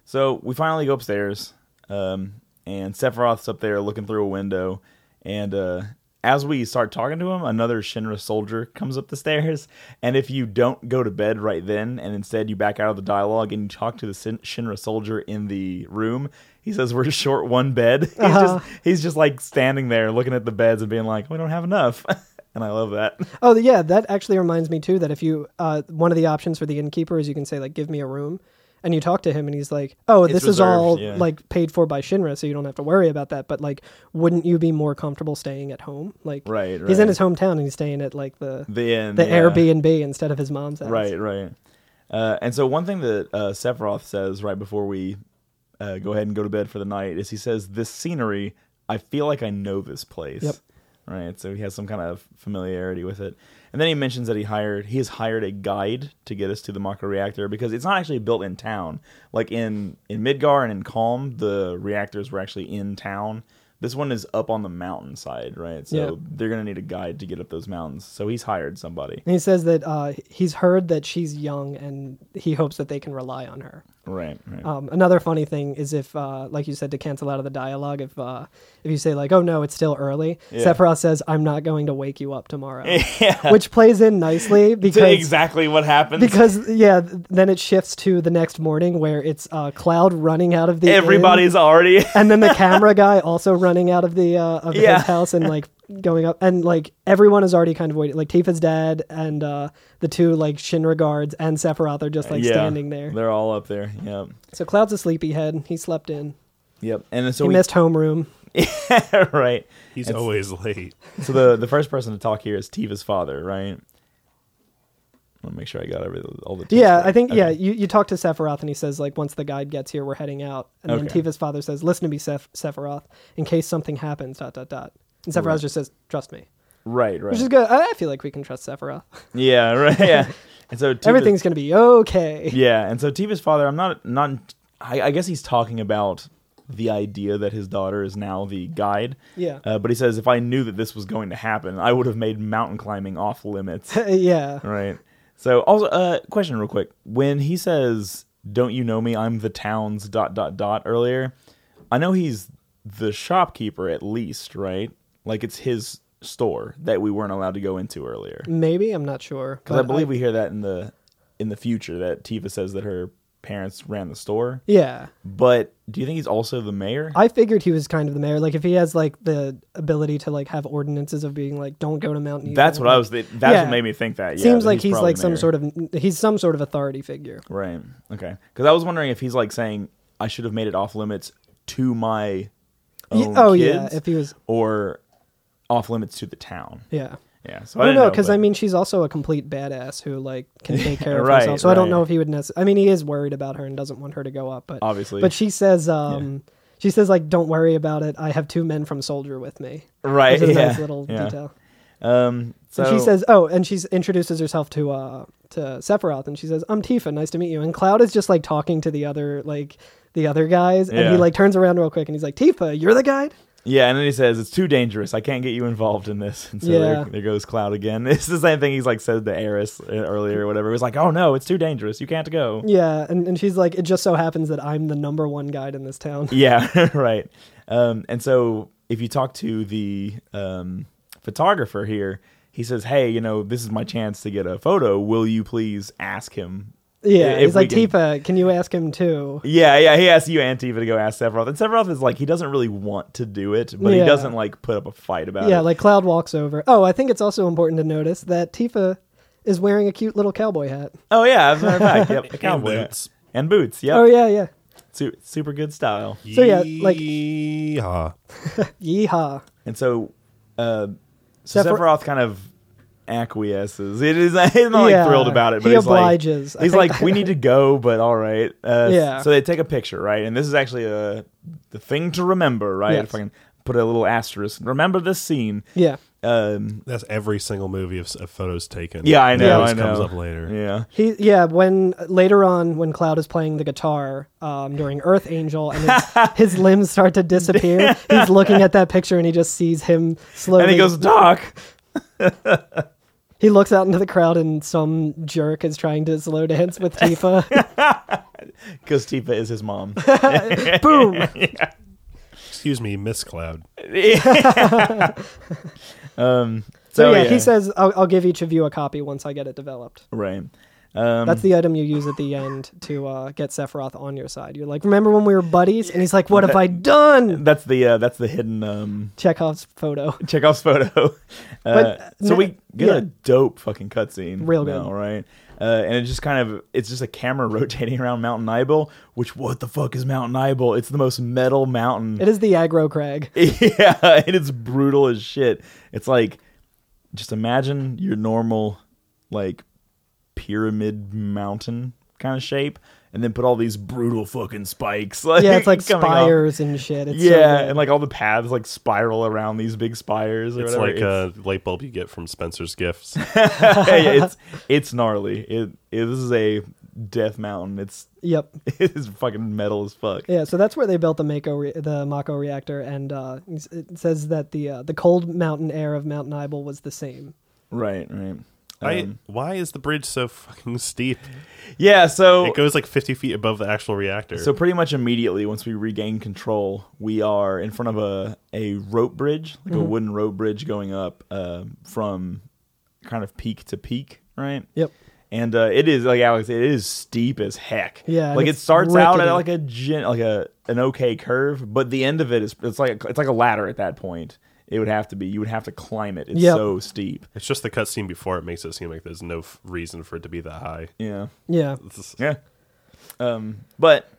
Speaker 1: So we finally go upstairs, um, and Sephiroth's up there looking through a window. And uh, as we start talking to him, another Shinra soldier comes up the stairs. And if you don't go to bed right then, and instead you back out of the dialogue and you talk to the Shin- Shinra soldier in the room, he says we're short one bed. he's just he's just like standing there looking at the beds and being like, we don't have enough. and I love that.
Speaker 2: Oh yeah, that actually reminds me too that if you uh, one of the options for the innkeeper is you can say like give me a room, and you talk to him and he's like, oh
Speaker 1: It's
Speaker 2: this is all
Speaker 1: reserved, yeah.
Speaker 2: like paid for by Shinra, so you don't have to worry about that. But like, wouldn't you be more comfortable staying at home? Like,
Speaker 1: Right,
Speaker 2: He's
Speaker 1: right.
Speaker 2: in his hometown and he's staying at like the the,
Speaker 1: Then yeah.
Speaker 2: Airbnb instead of his mom's house.
Speaker 1: Right, right. Uh, and so one thing that uh, Sephiroth says right before we uh, go ahead and go to bed for the night is he says, "This scenery, I feel like I know this place."
Speaker 2: Yep.
Speaker 1: Right. So he has some kind of familiarity with it. And then he mentions that he hired he has hired a guide to get us to the Maka reactor because it's not actually built in town. Like in in Midgar and in Calm, the reactors were actually in town. This one is up on the mountainside, right? So
Speaker 2: Yeah.
Speaker 1: they're gonna need a guide to get up those mountains. So he's hired somebody.
Speaker 2: And he says that uh, he's heard that she's young and he hopes that they can rely on her.
Speaker 1: Right. right.
Speaker 2: Um, another funny thing is if, uh, like you said, to cancel out of the dialogue, if uh, if you say like, "Oh no, it's still early,"
Speaker 1: Yeah.
Speaker 2: Sephiroth says, "I'm not going to wake you up tomorrow,"
Speaker 1: yeah.
Speaker 2: which plays in nicely because
Speaker 1: exactly what happens.
Speaker 2: because yeah, th- then it shifts to the next morning where it's uh, Cloud running out of the inn,
Speaker 1: Everybody's already.
Speaker 2: and then the camera guy also running out of the uh, of
Speaker 1: Yeah.
Speaker 2: his house and like going up and like everyone is already kind of waiting. Like Tifa's dad and uh, the two like Shinra guards and Sephiroth are just like
Speaker 1: Yeah.
Speaker 2: standing there.
Speaker 1: They're all up there. Yep.
Speaker 2: So Cloud's a sleepyhead. He slept in.
Speaker 1: Yep. And so
Speaker 2: He
Speaker 1: we
Speaker 2: missed homeroom.
Speaker 1: right.
Speaker 3: He's always late.
Speaker 1: So the the first person to talk here is Tifa's father, right? I want to make sure I got every all the. T's
Speaker 2: Yeah,
Speaker 1: correct.
Speaker 2: I think
Speaker 1: Okay.
Speaker 2: yeah. You, you talk to Sephiroth and he says like once the guide gets here, we're heading out. And
Speaker 1: Okay.
Speaker 2: then Tifa's father says, "Listen to me, Seph- Sephiroth, in case something happens." Dot dot dot. And Sephiroth just says, "Trust me,"
Speaker 1: Right. Right.
Speaker 2: which is good. I, I feel like we can trust Sephiroth.
Speaker 1: Yeah. Right. Yeah. And so Tifa's,
Speaker 2: Everything's gonna be okay.
Speaker 1: Yeah, and so Tifa's father, I'm not not. I, I guess he's talking about the idea that his daughter is now the guide.
Speaker 2: Yeah.
Speaker 1: Uh, but he says, if I knew that this was going to happen, I would have made mountain climbing off limits.
Speaker 2: yeah.
Speaker 1: right. So also, uh, question real quick: When he says, "Don't you know me? I'm the town's dot dot dot." Earlier, I know he's the shopkeeper at least, right? Like it's his store that we weren't allowed to go into earlier.
Speaker 2: Maybe I'm not sure.
Speaker 1: Because I
Speaker 2: but uh,
Speaker 1: believe we hear that in the in the future that Tifa says that her parents ran the store.
Speaker 2: yeah,
Speaker 1: But do you think he's also the mayor?
Speaker 2: I figured he was kind of the mayor. Like if he has like the ability to like have ordinances of being like, don't go to Mount. Evil.
Speaker 1: that's what I was. Th- that's
Speaker 2: Yeah.
Speaker 1: what made me think that. Yeah,
Speaker 2: Seems
Speaker 1: that
Speaker 2: like he's,
Speaker 1: probably
Speaker 2: like
Speaker 1: the
Speaker 2: some
Speaker 1: mayor.
Speaker 2: sort of he's some sort of authority figure.
Speaker 1: right. Okay. Because I was wondering if he's like saying I should have made it off limits to my
Speaker 2: Ye-
Speaker 1: own
Speaker 2: oh yeah,
Speaker 1: kids,
Speaker 2: if he was
Speaker 1: or off limits to the town.
Speaker 2: yeah.
Speaker 1: Yeah. So
Speaker 2: I
Speaker 1: I
Speaker 2: don't
Speaker 1: don't
Speaker 2: know because I
Speaker 1: mean.
Speaker 2: mean she's also a complete badass who like can take care of
Speaker 1: Right,
Speaker 2: herself. So I don't
Speaker 1: right.
Speaker 2: know if he would necessarily. I mean, he is worried about her and doesn't want her to go up, but
Speaker 1: Obviously.
Speaker 2: But she says, um, she says like, "Don't worry about it. I have two men from Soldier with me."
Speaker 1: Right,
Speaker 2: Which is a nice
Speaker 1: yeah,
Speaker 2: little
Speaker 1: yeah.
Speaker 2: detail.
Speaker 1: Um. So
Speaker 2: And she says, "Oh," and she introduces herself to uh to Sephiroth, and she says, "I'm Tifa. Nice to meet you." And Cloud is just like talking to the other like the other guys, and
Speaker 1: Yeah.
Speaker 2: he like turns around real quick and he's like, "Tifa, you're the guide."
Speaker 1: Yeah, and then he says it's too dangerous. I can't get you involved in this. And so
Speaker 2: Yeah.
Speaker 1: there, there goes Cloud again. It's the same thing he's like said to Eris uh, earlier or whatever. It was like, oh no, it's too dangerous. You can't go.
Speaker 2: Yeah, and, and she's like, "It just so happens that I'm the number one guide in this town."
Speaker 1: Yeah, right. Um, and so if you talk to the um, photographer here, he says, hey, you know, this is my chance to get a photo. Will you please ask him?
Speaker 2: Yeah,
Speaker 1: if
Speaker 2: he's
Speaker 1: we
Speaker 2: like,
Speaker 1: can-
Speaker 2: Tifa, can you ask him too?
Speaker 1: Yeah, yeah. He asks you, Antiva, to go ask Sephiroth. And Sephiroth is like, he doesn't really want to do it, but
Speaker 2: Yeah.
Speaker 1: he doesn't like put up a fight about
Speaker 2: yeah,
Speaker 1: it.
Speaker 2: like Cloud walks over. Oh, I think it's also important to notice that Tifa is wearing a cute little cowboy hat.
Speaker 1: Oh yeah, as a matter of fact, yep, a
Speaker 3: And
Speaker 1: cowboy hat.
Speaker 3: boots.
Speaker 1: and boots. Yep,
Speaker 2: Oh yeah, yeah.
Speaker 1: Su- super good style.
Speaker 2: So, yeah, like-
Speaker 3: Yeehaw.
Speaker 2: Yeehaw.
Speaker 1: And so, uh, so
Speaker 2: Sephir-
Speaker 1: Sephiroth kind of acquiesces. It is he's not like
Speaker 2: Yeah,
Speaker 1: thrilled about it, but
Speaker 2: he
Speaker 1: he's
Speaker 2: obliges. I
Speaker 1: Like, he's
Speaker 2: think-
Speaker 1: like, we need to go, but all right. Uh,
Speaker 2: Yeah.
Speaker 1: So they take a picture, right? And this is actually a the thing to remember, right?
Speaker 2: Yes.
Speaker 1: If I can put a little asterisk, remember this scene.
Speaker 2: Yeah.
Speaker 1: Um,
Speaker 3: That's every single movie of, of photos taken.
Speaker 1: yeah, I
Speaker 3: It
Speaker 1: know.
Speaker 3: always
Speaker 1: I know.
Speaker 3: comes up later.
Speaker 1: Yeah.
Speaker 2: He yeah, when later on when Cloud is playing the guitar um, during Earth Angel and his, his limbs start to disappear, he's looking at that picture and he just sees him slowly
Speaker 1: And he goes, Doc.
Speaker 2: He looks out into the crowd and some jerk is trying to slow dance with
Speaker 1: Oh,
Speaker 2: Tifa.
Speaker 1: Because Tifa is his mom.
Speaker 2: Boom.
Speaker 3: Excuse me, Miss Cloud.
Speaker 1: um,
Speaker 2: So yeah, he says I'll, I'll give each of you a copy once I get it developed.
Speaker 1: Right. Um,
Speaker 2: That's the item you use at the end to uh, get Sephiroth on your side. You're like, remember when we were buddies? And he's like, what have I done?
Speaker 1: that's the uh, that's the hidden um,
Speaker 2: Chekhov's photo.
Speaker 1: Chekhov's photo. Uh,
Speaker 2: But,
Speaker 1: so we get
Speaker 2: yeah.
Speaker 1: a dope fucking cutscene.
Speaker 2: Real
Speaker 1: now,
Speaker 2: good.
Speaker 1: right? Uh, and it just kind of it's just a camera rotating around Mount Nibel. Which what the fuck is Mount Nibel? It's the most metal mountain.
Speaker 2: It is the aggro crag.
Speaker 1: yeah, and it's brutal as shit. It's like just imagine your normal like pyramid mountain kind of shape, and then put all these brutal fucking spikes. Like,
Speaker 2: Yeah, it's like
Speaker 1: coming off.
Speaker 2: spires and shit. It's so
Speaker 1: Yeah,
Speaker 2: good.
Speaker 1: and like all the paths like spiral around these big spires. Or
Speaker 3: It's
Speaker 1: whatever.
Speaker 3: like uh, a light bulb you get from Spencer's Gifts.
Speaker 1: Hey, it's it's gnarly. It, it this is a death mountain. It's
Speaker 2: yep.
Speaker 1: it is fucking metal as fuck.
Speaker 2: Yeah, so that's where they built the Mako re- the Mako reactor, and uh, it says that the uh, the cold mountain air of Mount Nibel was the same.
Speaker 1: Right, right.
Speaker 3: I, why is the bridge so fucking steep?
Speaker 1: Yeah, so
Speaker 3: It goes like 50 feet above the actual reactor.
Speaker 1: Oh. So pretty much immediately, once we regain control, we are in front of a a rope bridge, like a wooden rope bridge going up uh, from kind of peak to peak, right?
Speaker 2: Yep.
Speaker 1: And uh, it is like Alex, it is steep as heck.
Speaker 2: Yeah, and
Speaker 1: like it
Speaker 2: it's
Speaker 1: starts out at
Speaker 2: rickety.
Speaker 1: like a gen, like a an okay curve, but the end of it is it's like it's like a ladder at that point. It would have to be you would have to climb it. It's
Speaker 2: Yep.
Speaker 1: so steep.
Speaker 3: it's just the cutscene before it makes it seem like there's no f- reason for it to be that high.
Speaker 1: Yeah.
Speaker 2: Yeah.
Speaker 3: This is-
Speaker 1: Yeah. Um, but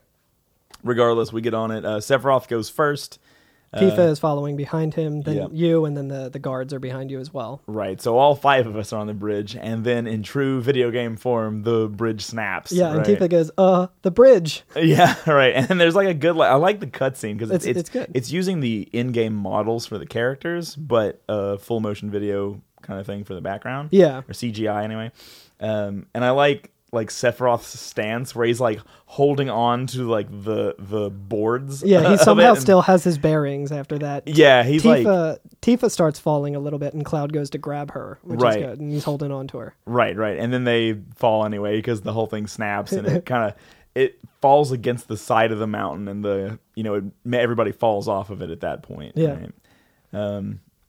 Speaker 1: regardless, we get on it. Uh, Sephiroth goes first.
Speaker 2: Tifa is following behind him, then
Speaker 1: Uh, yeah.
Speaker 2: you, and then the, the guards are behind you as well.
Speaker 1: Right. So all five of us are on the bridge, and then in true video game form, the bridge snaps.
Speaker 2: Yeah,
Speaker 1: right?
Speaker 2: and Tifa goes, uh, the bridge.
Speaker 1: Yeah, right. And there's like a good. Li- I like the cutscene because it's,
Speaker 2: It's- it's good.
Speaker 1: It's using the in-game models for the characters, but uh, full motion video kind of thing for the background.
Speaker 2: Yeah.
Speaker 1: or CGI anyway. Um, and I like like Sephiroth's stance where he's like holding on to like the the boards.
Speaker 2: Yeah,
Speaker 1: of
Speaker 2: he
Speaker 1: it
Speaker 2: somehow
Speaker 1: and-
Speaker 2: still has his bearings after that.
Speaker 1: Yeah, he's like
Speaker 2: Tifa Tifa starts falling a little bit, and Cloud goes to grab her, which
Speaker 1: Right.
Speaker 2: is good, and he's holding on to her.
Speaker 1: Right, right. And then they fall anyway because the whole thing snaps and it kind of it falls against the side of the mountain and the you know it, everybody falls off of it at that point.
Speaker 2: Yeah.
Speaker 1: right?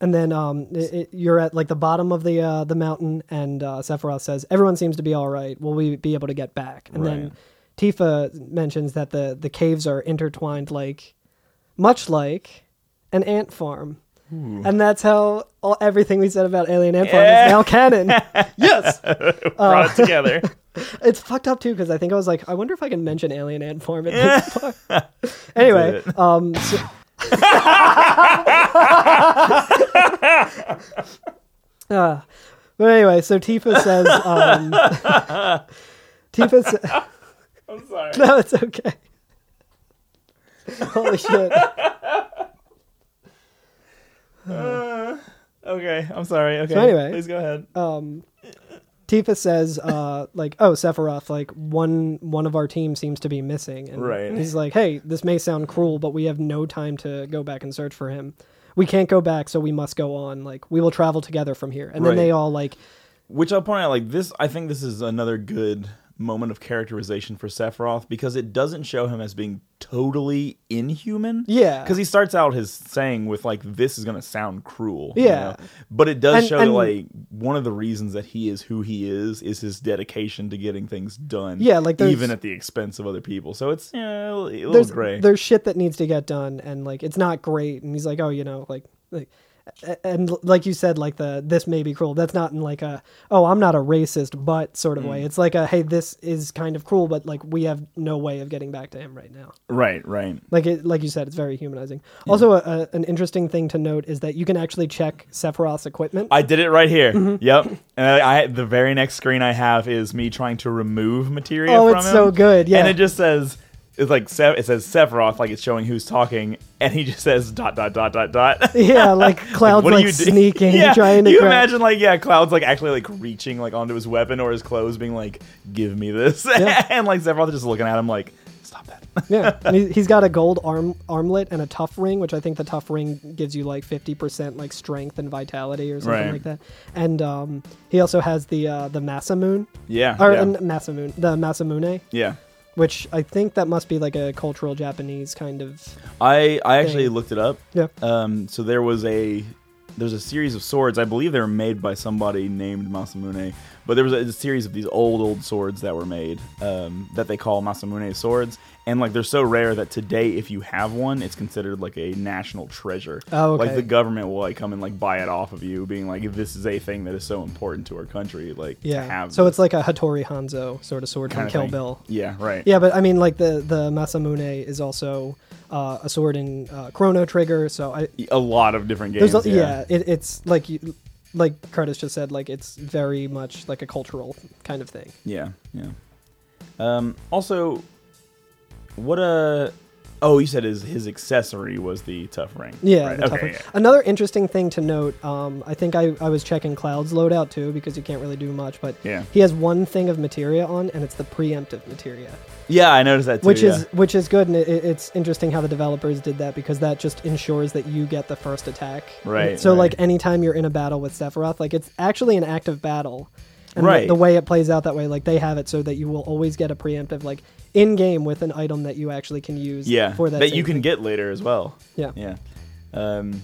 Speaker 2: And then um, it, it, you're at like the bottom of the uh, the mountain, and uh, Sephiroth says, "Everyone seems to be all right. Will we be able to get back?" And
Speaker 1: Right.
Speaker 2: then Tifa mentions that the the caves are intertwined, like much like an ant farm, and that's how all, everything we said about Alien Ant Farm
Speaker 1: Yeah.
Speaker 2: is now canon. yes,
Speaker 1: Brought
Speaker 2: Uh,
Speaker 1: it together.
Speaker 2: it's fucked up too because I think I was like, I wonder if I can mention Alien Ant Farm at this point. anyway,
Speaker 1: Did it.
Speaker 2: um, so- Uh, but anyway, so Tifa says, um, Tifa says,
Speaker 1: I'm sorry.
Speaker 2: no, it's okay. Holy shit.
Speaker 1: Okay, I'm sorry. Okay.
Speaker 2: anyway. uh,
Speaker 1: please go ahead.
Speaker 2: Tifa says, uh, like, oh, Sephiroth, like one one of our team seems to be missing. And
Speaker 1: Right.
Speaker 2: he's like, hey, this may sound cruel, but we have no time to go back and search for him. We can't go back, so we must go on. Like, we will travel together from here. And then
Speaker 1: Right.
Speaker 2: they all like
Speaker 1: Which I'll point out, like this, I think this is another good moment of characterization for Sephiroth because it doesn't show him as being totally inhuman.
Speaker 2: Yeah.
Speaker 1: because he starts out his saying with like, "This is going to sound cruel."
Speaker 2: Yeah.
Speaker 1: but it does
Speaker 2: And-
Speaker 1: show that
Speaker 2: and-
Speaker 1: like one of the reasons that he is who he is is his dedication to getting things done.
Speaker 2: Yeah, like, there's-
Speaker 1: even at the expense of other people. So it's you know, a little
Speaker 2: there's
Speaker 1: gray.
Speaker 2: there's shit that needs to get done and like it's not great and he's like oh you know like like a- and like you said like the this may be cruel that's not in like a oh i'm not a racist but sort
Speaker 1: Mm.
Speaker 2: of way it's like a hey this is kind of cruel but like we have no way of getting back to him right now
Speaker 1: Right, right.
Speaker 2: like it like you said it's very humanizing also a, a, an interesting thing to note is that you can actually check sephiroth's equipment
Speaker 1: I did it right here.
Speaker 2: Mm-hmm.
Speaker 1: Yep. And I, I the very next screen I have is me trying to remove material.
Speaker 2: Oh,
Speaker 1: from
Speaker 2: it's
Speaker 1: him.
Speaker 2: so good, yeah.
Speaker 1: And it just says it's like Se- it says Sephiroth, like it's showing who's talking, and he just says dot dot dot dot dot.
Speaker 2: yeah like cloud like,
Speaker 1: do do?
Speaker 2: sneaking
Speaker 1: yeah,
Speaker 2: trying to
Speaker 1: you
Speaker 2: grab-
Speaker 1: imagine like yeah, Cloud's like actually like reaching like onto his weapon or his clothes, being like, "Give me this,"
Speaker 2: Yeah.
Speaker 1: and like Sephiroth just looking at him like, "Stop that."
Speaker 2: Yeah, and he, he's got a gold arm armlet and a tough ring, which I think the tough ring gives you like fifty percent like strength and vitality or something
Speaker 1: Right.
Speaker 2: like that. And um, he also has the uh, the Massa Moon
Speaker 1: yeah.
Speaker 2: or
Speaker 1: yeah.
Speaker 2: uh, Massa Moon, the Masamune,
Speaker 1: yeah.
Speaker 2: which I think that must be like a cultural Japanese kind of.
Speaker 1: I I actually
Speaker 2: Thing.
Speaker 1: looked it up.
Speaker 2: Yeah,
Speaker 1: Um, so there was a there's a series of swords. I believe they were made by somebody named Masamune, but there was a, a series of these old old swords that were made um, that they call Masamune swords, and like they're so rare that today, if you have one, it's considered like a national treasure.
Speaker 2: Oh, okay.
Speaker 1: Like the government will like come and like buy it off of you, being like, "This is a thing that is so important to our country." Like, to
Speaker 2: yeah.
Speaker 1: have
Speaker 2: So
Speaker 1: this
Speaker 2: it's like a Hattori Hanzo sort of sword
Speaker 1: kind
Speaker 2: from
Speaker 1: of
Speaker 2: Kill
Speaker 1: thing."
Speaker 2: Bill.
Speaker 1: Yeah, right.
Speaker 2: Yeah, but I mean, like the the Masamune is also uh, a sword in uh, Chrono Trigger, so I
Speaker 1: a lot of different games.
Speaker 2: There's a- yeah, it, it's like you, like Curtis just said, like it's very much like a cultural kind of thing.
Speaker 1: Yeah, yeah. Um, also, what a oh, you said his his accessory was the tough ring.
Speaker 2: Yeah,
Speaker 1: Right,
Speaker 2: the tough
Speaker 1: okay,
Speaker 2: one.
Speaker 1: yeah.
Speaker 2: Another interesting thing to note, um, I think I, I was checking Cloud's loadout too because you can't really do much, but
Speaker 1: Yeah.
Speaker 2: he has one thing of materia on, and it's the preemptive materia,
Speaker 1: Yeah, I noticed that too.
Speaker 2: which
Speaker 1: yeah.
Speaker 2: is which is good, and it, it- it's interesting how the developers did that because that just ensures that you get the first attack.
Speaker 1: Right,
Speaker 2: So
Speaker 1: right.
Speaker 2: like anytime you're in a battle with Sephiroth, like it's actually an active battle. and
Speaker 1: Right.
Speaker 2: the way it plays out that way like they have it so that you will always get a preemptive like in game with an item that you actually can use
Speaker 1: yeah,
Speaker 2: for that
Speaker 1: that, you
Speaker 2: same
Speaker 1: can
Speaker 2: thing.
Speaker 1: get later as well.
Speaker 2: yeah
Speaker 1: Yeah. Um,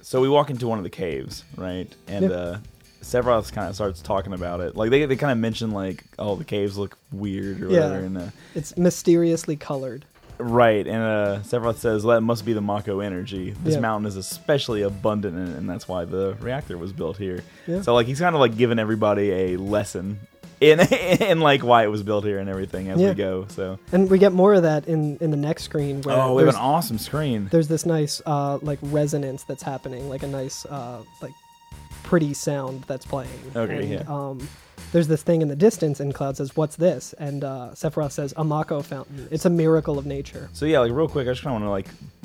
Speaker 1: so we walk into one of the caves, right? And
Speaker 2: Yeah.
Speaker 1: uh, Sephiroth kind of starts talking about it. Like they, they kind of mention like, oh, the caves look weird or
Speaker 2: Yeah.
Speaker 1: whatever. And uh,
Speaker 2: it's mysteriously colored
Speaker 1: right, and uh, Sephiroth says well, that must be the Mako energy. This
Speaker 2: Yeah.
Speaker 1: mountain is especially abundant, and, and that's why the reactor was built here.
Speaker 2: Yeah.
Speaker 1: So like he's kind of like giving everybody a lesson in in like why it was built here and everything as
Speaker 2: Yeah.
Speaker 1: we go. So
Speaker 2: and we get more of that in in the next screen where
Speaker 1: oh, we have
Speaker 2: there's,
Speaker 1: an awesome screen.
Speaker 2: there's this nice uh like resonance that's happening like a nice uh like pretty sound that's playing
Speaker 1: Okay,
Speaker 2: And,
Speaker 1: yeah.
Speaker 2: um there's this thing in the distance and cloud says what's this and uh sephiroth says a mako fountain it's a miracle of nature
Speaker 1: So yeah, like real quick, I just kind of want to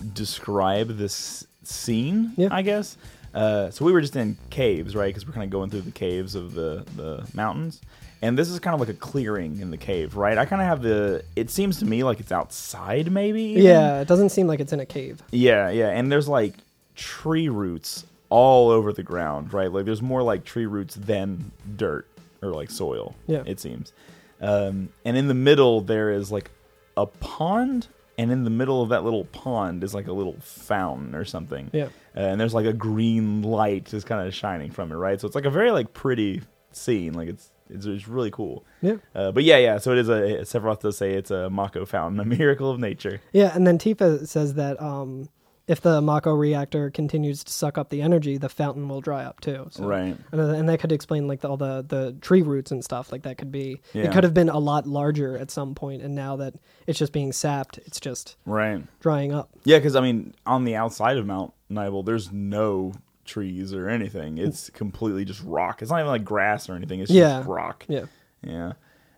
Speaker 1: like describe this scene,
Speaker 2: Yeah.
Speaker 1: I guess. Uh, so we were just in caves, right? Because we're kind of going through the caves of the the mountains, and this is kind of like a clearing in the cave, right? I kind of have the. It seems to me like it's outside, maybe. even.
Speaker 2: yeah it doesn't seem like it's in a cave
Speaker 1: Yeah, yeah, and there's like tree roots all over the ground, right? Like there's more like tree roots than dirt or like soil.
Speaker 2: Yeah.
Speaker 1: it seems. Um, and in the middle there is like a pond, and in the middle of that little pond is like a little fountain or something.
Speaker 2: Yeah.
Speaker 1: Uh, and there's like a green light just kind of shining from it, right? So it's like a very like pretty scene. Like it's it's, it's really cool.
Speaker 2: Yeah.
Speaker 1: Uh, but yeah, yeah. So it is a Sephiroth does say it's a Mako fountain, a miracle of nature.
Speaker 2: Yeah, and then Tifa says that um, if the Mako reactor continues to suck up the energy, the fountain will dry up too. So.
Speaker 1: Right.
Speaker 2: And, th- and that could explain like the, all the, the tree roots and stuff. Like that could be.
Speaker 1: Yeah.
Speaker 2: It could have been a lot larger at some point, and now that it's just being sapped, it's just
Speaker 1: Right.
Speaker 2: drying up.
Speaker 1: Yeah, because I mean, on the outside of Mount Nibel, there's no trees or anything. It's completely just rock. It's not even like grass or anything. It's
Speaker 2: Yeah.
Speaker 1: just rock.
Speaker 2: Yeah.
Speaker 1: Yeah.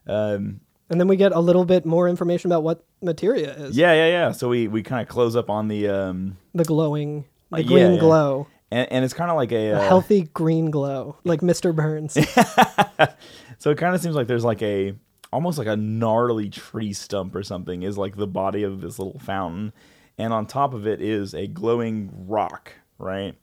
Speaker 1: Um,
Speaker 2: And then we get a little bit more information about what materia is.
Speaker 1: yeah, yeah, yeah. So we, we kind of close up on the um,
Speaker 2: The glowing,
Speaker 1: Uh,
Speaker 2: the
Speaker 1: yeah,
Speaker 2: green
Speaker 1: yeah.
Speaker 2: glow,
Speaker 1: and, and it's kind of like a,
Speaker 2: a
Speaker 1: uh,
Speaker 2: healthy green glow, like Mr. Burns.
Speaker 1: So it kind of seems like there's like a almost like a gnarly tree stump or something is like the body of this little fountain, and on top of it is a glowing rock, right?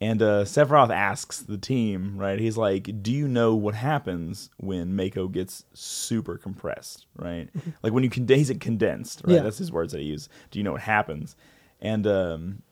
Speaker 1: And uh, Sephiroth asks the team, right? He's like, "Do you know what happens when Mako gets super compressed, right? like when you condense it condensed, right?
Speaker 2: Yeah.
Speaker 1: That's his words that he used. Do you know what happens?" And um,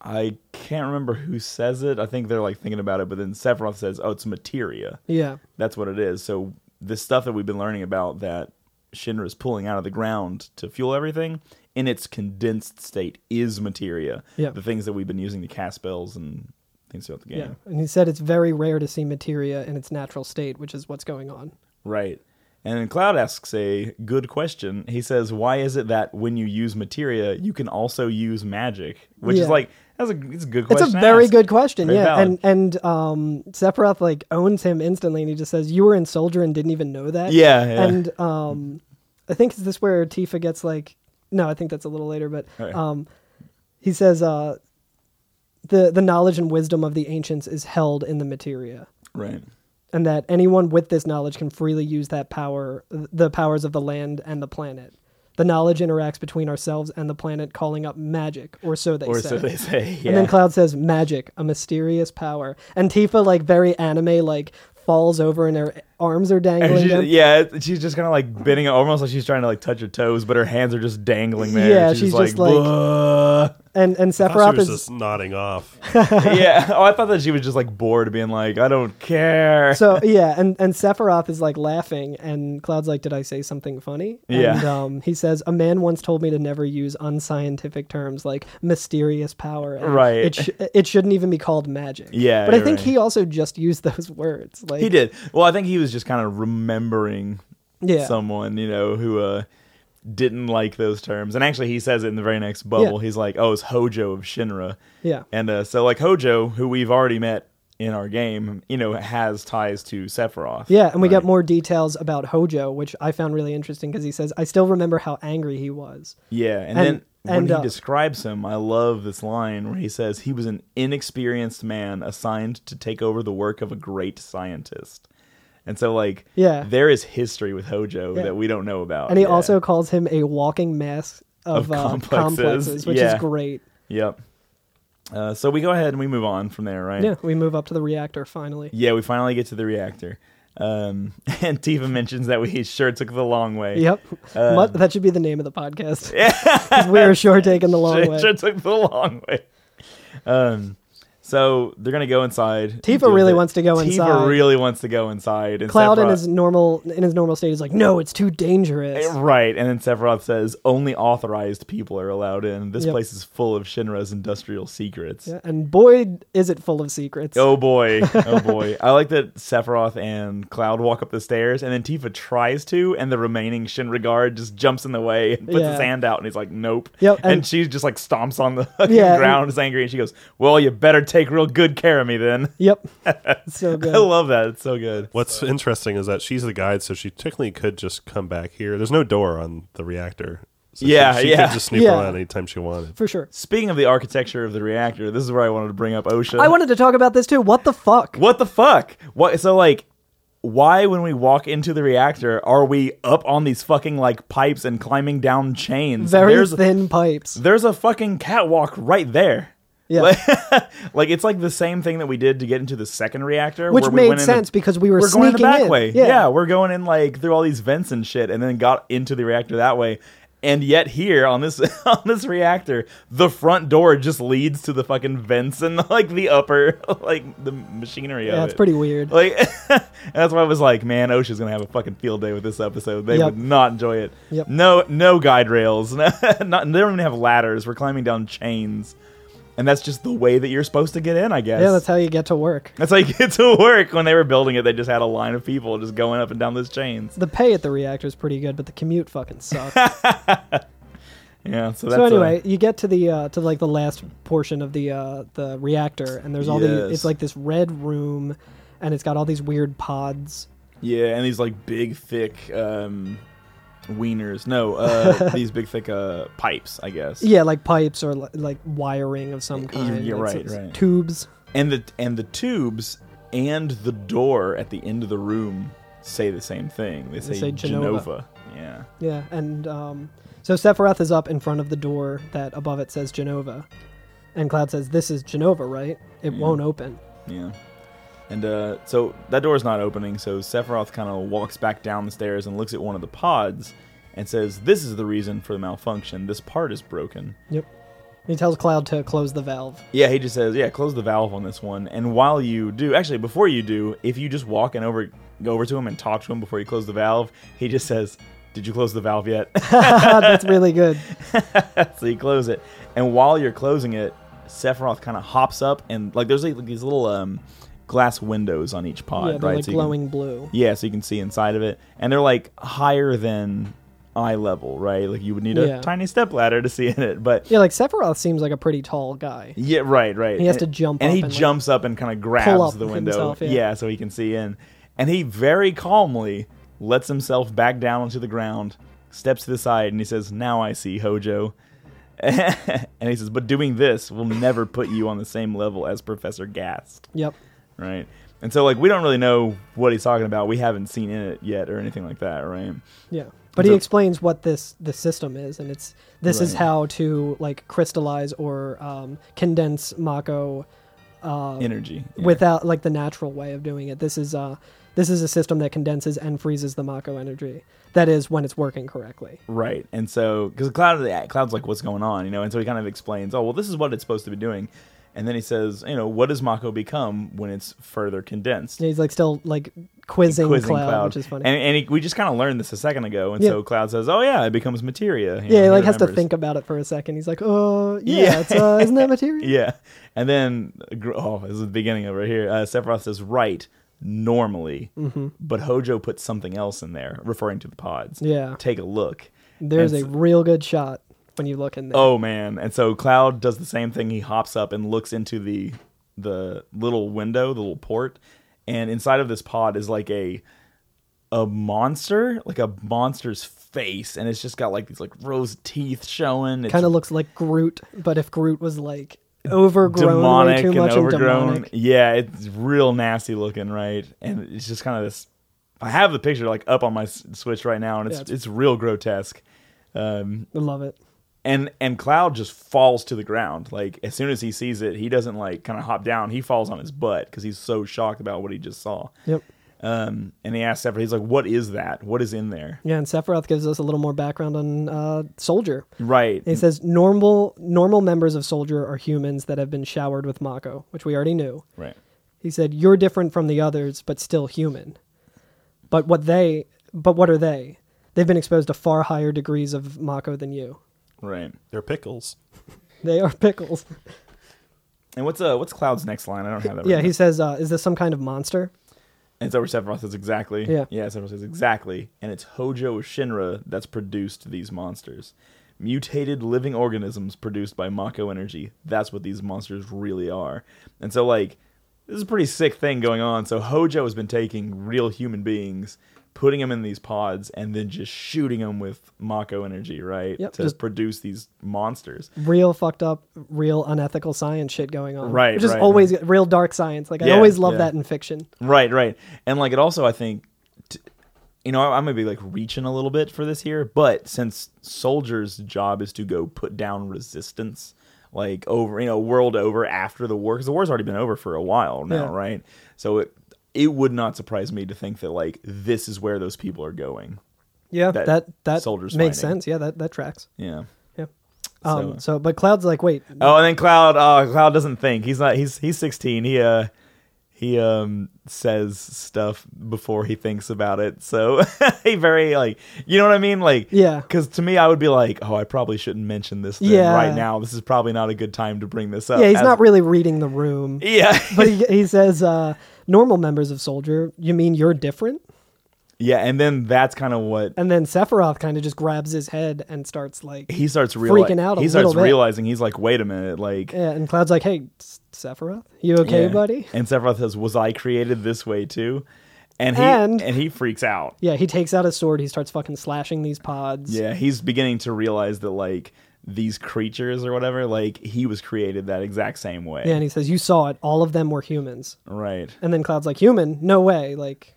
Speaker 1: I can't remember who says it. I think they're like thinking about it, but then Sephiroth says, "Oh, it's materia."
Speaker 2: yeah.
Speaker 1: That's what it is. So this stuff that we've been learning about that Shinra is pulling out of the ground to fuel everything in its condensed state is materia.
Speaker 2: Yeah.
Speaker 1: The things that we've been using to cast spells and things throughout the game.
Speaker 2: Yeah. And he said it's very rare to see materia in its natural state, which is what's going on.
Speaker 1: Right. And then Cloud asks a good question. He says, "Why is it that when you use materia, you can also use magic?" Which
Speaker 2: Yeah.
Speaker 1: is like that's a it's a good question.
Speaker 2: It's a
Speaker 1: to
Speaker 2: very
Speaker 1: ask.
Speaker 2: good question,
Speaker 1: Very
Speaker 2: yeah.
Speaker 1: valid.
Speaker 2: And and um, Sephiroth like owns him instantly, and he just says, "You were in Soldier and didn't even know that."
Speaker 1: Yeah, yeah.
Speaker 2: And um, I think is this where Tifa gets like, no, I think that's a little later, but
Speaker 1: All right.
Speaker 2: um, he says, uh, "the the knowledge and wisdom of the ancients is held in the materia."
Speaker 1: right.
Speaker 2: And that anyone with this knowledge can freely use that power, the powers of the land and the planet. The knowledge interacts between ourselves and the planet, calling up magic, or so they
Speaker 1: Or
Speaker 2: say.
Speaker 1: so they say. Yeah.
Speaker 2: And then Cloud says, "Magic, a mysterious power." And Tifa, like very anime, like falls over and her arms are
Speaker 1: And
Speaker 2: dangling.
Speaker 1: she's-
Speaker 2: down.
Speaker 1: yeah, it- she's just kind of like bending, almost like she's trying to like touch her toes, but her hands are just dangling there.
Speaker 2: Yeah,
Speaker 1: and she's,
Speaker 2: she's
Speaker 1: like,
Speaker 2: just like-
Speaker 1: "Bleh."
Speaker 2: And and
Speaker 3: I thought
Speaker 2: Sephiroth
Speaker 3: she was
Speaker 2: is
Speaker 3: just nodding off.
Speaker 1: yeah. Oh, I thought that she was just like bored, being like, I don't care.
Speaker 2: so yeah, and and Sephiroth is like laughing, and Cloud's like, "Did I say something funny?"
Speaker 1: Yeah.
Speaker 2: And um, he says, "A man once told me to never use unscientific terms like mysterious power. and
Speaker 1: Right.
Speaker 2: It sh- it shouldn't even be called magic.
Speaker 1: Yeah,
Speaker 2: But I
Speaker 1: you're
Speaker 2: think
Speaker 1: right.
Speaker 2: he also just used those words. Like
Speaker 1: he did. Well, I think he was just kind of remembering
Speaker 2: Yeah.
Speaker 1: someone, you know, who uh, didn't like those terms. And actually, he says it in the very next bubble.
Speaker 2: Yeah.
Speaker 1: He's like, oh, it's Hojo of Shinra.
Speaker 2: Yeah.
Speaker 1: And uh, so, like, Hojo, who we've already met in our game, you know, has ties to Sephiroth.
Speaker 2: Yeah, and we
Speaker 1: Right.
Speaker 2: get more details about Hojo, which I found really interesting because he says, I still remember how angry he was.
Speaker 1: Yeah, and,
Speaker 2: And-
Speaker 1: then when
Speaker 2: and,
Speaker 1: he
Speaker 2: uh,
Speaker 1: describes him, I love this line where he says he was an inexperienced man assigned to take over the work of a great scientist. And so like
Speaker 2: Yeah.
Speaker 1: there is history with Hojo
Speaker 2: Yeah.
Speaker 1: that we don't know about.
Speaker 2: And he
Speaker 1: Oh, Yeah.
Speaker 2: also calls him a walking mass of,
Speaker 1: Of
Speaker 2: uh,
Speaker 1: complexes,
Speaker 2: complexes. which
Speaker 1: yeah.
Speaker 2: is great.
Speaker 1: Yep. Uh, so we go ahead and we move on from there, right?
Speaker 2: Yeah, we move up to the reactor finally.
Speaker 1: Yeah, we finally get to the reactor. Um, and Tifa mentions that we sure took the long way.
Speaker 2: Yep.
Speaker 1: Um,
Speaker 2: Mu- that should be the name of the podcast. we are sure taking the long
Speaker 1: sure,
Speaker 2: way.
Speaker 1: sure took the long way. Um, so they're gonna go inside.
Speaker 2: Tifa
Speaker 1: Do
Speaker 2: really
Speaker 1: the-
Speaker 2: wants to go inside.
Speaker 1: Tifa really wants to go inside. And
Speaker 2: Cloud in
Speaker 1: Sephiroth- Eh,
Speaker 2: his normal in his normal state is like, no, it's too dangerous.
Speaker 1: Right, and then Sephiroth says only authorized people are allowed in. This
Speaker 2: Yep.
Speaker 1: place is full of Shinra's industrial secrets.
Speaker 2: Yeah, and boy, is it full of secrets.
Speaker 1: Oh boy, oh boy! I like that Sephiroth and Cloud walk up the stairs, and then Tifa tries to, and the remaining Shinra guard just jumps in the way and puts
Speaker 2: Yeah.
Speaker 1: his hand out, and he's like, "Nope."
Speaker 2: Yep,
Speaker 1: and,
Speaker 2: and-
Speaker 1: she just like stomps on the fucking
Speaker 2: Yeah, and-
Speaker 1: ground, is angry, and she goes, "Well, you better take real good care of me then."
Speaker 2: Yep. so good.
Speaker 1: I love that; it's so good.
Speaker 3: What's interesting is that she's the guide, so she technically could just come back here. There's no door on the reactor. So she-
Speaker 1: Yeah,
Speaker 3: she,
Speaker 1: yeah.
Speaker 3: could just snoop
Speaker 2: Yeah.
Speaker 3: around anytime she wanted.
Speaker 2: For sure.
Speaker 1: Speaking of the architecture of the reactor, this is where I wanted to bring up OSHA.
Speaker 2: I wanted to talk about this too. What the fuck?
Speaker 1: What the fuck? What? So like, why when we walk into the reactor are we up on these fucking like pipes and climbing down chains?
Speaker 2: Very
Speaker 1: there's
Speaker 2: thin pipes.
Speaker 1: there's a fucking catwalk right there.
Speaker 2: Yeah.
Speaker 1: Like, like, it's like the same thing that we did to get into the second reactor,
Speaker 2: Which
Speaker 1: where we
Speaker 2: made
Speaker 1: went in the-
Speaker 2: sense because we were
Speaker 1: we're going the
Speaker 2: sneaking
Speaker 1: back
Speaker 2: in.
Speaker 1: way.
Speaker 2: Yeah.
Speaker 1: we're going in like through all these vents and shit, and then got into the reactor that way. And yet here on this on this reactor, the front door just leads to the fucking vents and like the upper like the machinery of it.
Speaker 2: Yeah, it's pretty weird.
Speaker 1: Like and that's why I was like, man, OSHA's gonna have a fucking field day with this episode. They
Speaker 2: Yep.
Speaker 1: would not enjoy it.
Speaker 2: Yep.
Speaker 1: No, no guide rails. not, they don't even have ladders. We're climbing down chains, and that's just the way that you're supposed to get in, I guess.
Speaker 2: Yeah, that's how you get to work.
Speaker 1: That's how you get to work. When they were building it, they just had a line of people just going up and down those chains.
Speaker 2: The pay at the reactor is pretty good, but the commute fucking sucks.
Speaker 1: Yeah. So that's
Speaker 2: so
Speaker 1: uh,
Speaker 2: anyway, you get to the uh, to like the last portion of the uh, the reactor, and there's all the
Speaker 1: Yes.
Speaker 2: it's like this red room, and it's got all these weird pods.
Speaker 1: yeah, and these like big thick um, wieners. No, uh, these big thick uh, pipes, I guess.
Speaker 2: Yeah, like pipes or li- like wiring of some kind.
Speaker 1: you're
Speaker 2: It's-
Speaker 1: right,
Speaker 2: it's
Speaker 1: right.
Speaker 2: Tubes.
Speaker 1: and the and the tubes and the door at the end of the room say the same thing. They say,
Speaker 2: say
Speaker 1: Genova.
Speaker 2: Genova.
Speaker 1: Yeah.
Speaker 2: Yeah, and um, so Sephiroth is up in front of the door that above it says Genova, and Cloud says, "This is Genova, right? It won't open."
Speaker 1: Yeah. And uh, so that door is not opening, so Sephiroth kind of walks back down the stairs and looks at one of the pods and says, This is the reason for the malfunction. This part is broken.
Speaker 2: Yep. He tells Cloud to close the valve.
Speaker 1: Yeah, he just says, Yeah, close the valve on this one. And while you do, actually, before you do, if you just walk and over, go over to him and talk to him before you close the valve, he just says, Did you close the valve yet?
Speaker 2: That's really good.
Speaker 1: so you close it, and while you're closing it, Sephiroth kind of hops up and like there's like, these little um, glass windows on each pod,
Speaker 2: yeah, they're
Speaker 1: right?
Speaker 2: like
Speaker 1: So you can-
Speaker 2: glowing blue.
Speaker 1: yeah, so you can see inside of it, and they're like higher than eye level, right? Like you would need a
Speaker 2: Yeah.
Speaker 1: tiny step ladder to see in it, but
Speaker 2: Yeah, like Sephiroth seems like a pretty tall guy.
Speaker 1: yeah, right, right.
Speaker 2: He has
Speaker 1: And-
Speaker 2: to jump
Speaker 1: and
Speaker 2: up
Speaker 1: he
Speaker 2: and, like,
Speaker 1: jumps up and kind of grabs
Speaker 2: up
Speaker 1: the window,
Speaker 2: himself, yeah.
Speaker 1: so he can see in, and he very calmly lets himself back down onto the ground, steps to the side, and he says, "Now I see Hojo." and he says, "But doing this will never put you on the same level as Professor Gast."
Speaker 2: Yep.
Speaker 1: right? And so like we don't really know what he's talking about. We haven't seen in it yet or anything like that, right?
Speaker 2: Yeah. But he
Speaker 1: So-
Speaker 2: explains what this the system is, and it's this is
Speaker 1: Right.
Speaker 2: how to like crystallize or um, condense Mako Uh,
Speaker 1: Energy yeah.
Speaker 2: without like the natural way of doing it. This is uh this is a system that condenses and freezes the Mako energy. That is when it's working correctly.
Speaker 1: right. And so because Cloud Cloud's like, what's going on, you know? And so he kind of explains, oh well, this is what it's supposed to be doing. And then he says, you know, what does Mako become when it's further condensed?
Speaker 2: And he's like still like quizzing,
Speaker 1: Quizzing
Speaker 2: Cloud,
Speaker 1: Cloud,
Speaker 2: which is funny.
Speaker 1: and, and he, we just kind of learned this a second ago, and
Speaker 2: Yeah.
Speaker 1: so Cloud says, "Oh yeah, it becomes materia." You know,
Speaker 2: yeah, he like has to
Speaker 1: remembers.
Speaker 2: think about it for a second. He's like, "Oh, yeah,
Speaker 1: Yeah.
Speaker 2: It's, uh, isn't that material?"
Speaker 1: Yeah, and then gr- oh, this is the beginning over here. Uh, Sephiroth says right normally, but Hojo put something else in there, referring to the pods.
Speaker 2: Yeah.
Speaker 1: take a look.
Speaker 2: There's
Speaker 1: And
Speaker 2: a
Speaker 1: s-
Speaker 2: real good shot when you look in there.
Speaker 1: oh man, and so Cloud does the same thing. He hops up and looks into the the little window, the little port, and inside of this pod is like a a monster, like a monster's face, and it's just got like these like rose teeth showing. It's
Speaker 2: kind of looks like Groot, but if Groot was like overgrown
Speaker 1: demonic
Speaker 2: way too
Speaker 1: and
Speaker 2: much
Speaker 1: overgrown.
Speaker 2: and demonic.
Speaker 1: Yeah, it's real nasty looking, right? And it's just kind of this. I have the picture like up on my s- Switch right now, and it's
Speaker 2: Yeah,
Speaker 1: it's,
Speaker 2: it's-
Speaker 1: real grotesque.
Speaker 2: I love it.
Speaker 1: And and Cloud just falls to the ground. Like as soon as he sees it, he doesn't like kind of hop down. He falls on his butt because he's so shocked about what he just saw.
Speaker 2: Yep.
Speaker 1: Um, and he asks Sephiroth, he's like, "What is that? What is in there?"
Speaker 2: Yeah, and Sephiroth gives us a little more background on uh, Soldier.
Speaker 1: Right.
Speaker 2: He says normal normal members of Soldier are humans that have been showered with Mako, which we already knew.
Speaker 1: right.
Speaker 2: He said you're different from the others, but still human. But what they but what are they? They've been exposed to far higher degrees of Mako than you.
Speaker 1: Right.
Speaker 3: They're pickles.
Speaker 2: They are pickles.
Speaker 1: And what's uh what's Cloud's next line? I don't have that.
Speaker 2: yeah,
Speaker 1: written
Speaker 2: he says, uh, "Is this some kind of monster?"
Speaker 1: And so Sephiroth says exactly.
Speaker 2: Yeah.
Speaker 1: Yeah, Sephiroth says exactly. And it's Hojo Shinra that's produced these monsters. Mutated living organisms produced by Mako energy. That's what these monsters really are. And so, like, this is a pretty sick thing going on. So Hojo has been taking real human beings, putting them in these pods, and then just shooting them with Mako energy, right?
Speaker 2: Yep,
Speaker 1: to
Speaker 2: just-
Speaker 1: produce these monsters.
Speaker 2: Real fucked up, real unethical science shit going on.
Speaker 1: Right,
Speaker 2: Which is
Speaker 1: right.
Speaker 2: always real dark science. Like I
Speaker 1: Yeah,
Speaker 2: always love
Speaker 1: yeah.
Speaker 2: that in fiction.
Speaker 1: Right, right. And like it also, I think, t- you know, I'm gonna be like reaching a little bit for this here, but since soldiers' job is to go put down resistance, like over, you know, world over after the war, because the war's already been over for a while now,
Speaker 2: Yeah.
Speaker 1: right? So it it would not surprise me to think that like this is where those people are going.
Speaker 2: Yeah,
Speaker 1: That
Speaker 2: that that,
Speaker 1: Soldier's
Speaker 2: makes
Speaker 1: finding.
Speaker 2: sense. Yeah, that that tracks.
Speaker 1: Yeah.
Speaker 2: Yeah.
Speaker 1: So-
Speaker 2: Um, so, but Cloud's like, wait,
Speaker 1: Oh, and then Cloud, oh, Cloud doesn't think. He's not. He's he's 16. He uh. He um says stuff before he thinks about it, so he very like you know what I mean, like
Speaker 2: Yeah.
Speaker 1: Because to me, I would be like, oh, I probably shouldn't mention this thing
Speaker 2: Yeah.
Speaker 1: right now. This is probably not a good time to bring this up.
Speaker 2: yeah, he's
Speaker 1: As-
Speaker 2: not really reading the room.
Speaker 1: Yeah,
Speaker 2: But he, he says, uh, normal members of Soldier, you mean you're different?
Speaker 1: yeah, and then that's kind of what
Speaker 2: And then Sephiroth kind of just grabs his head and starts like,
Speaker 1: he starts realizing.
Speaker 2: Freaking out a
Speaker 1: he starts
Speaker 2: little bit.
Speaker 1: realizing he's like, wait a minute, like
Speaker 2: yeah, and Cloud's like, hey, S- Sephiroth, you okay,
Speaker 1: yeah.
Speaker 2: buddy?
Speaker 1: And Sephiroth says, was I created this way too? And he
Speaker 2: And-
Speaker 1: and he freaks out.
Speaker 2: Yeah, he takes out his sword. He starts fucking slashing these pods.
Speaker 1: Yeah, he's beginning to realize that like these creatures or whatever, like he was created that exact same way.
Speaker 2: Yeah, and he says, you saw it. All of them were humans.
Speaker 1: Right.
Speaker 2: And then Cloud's like, human? No way. Like,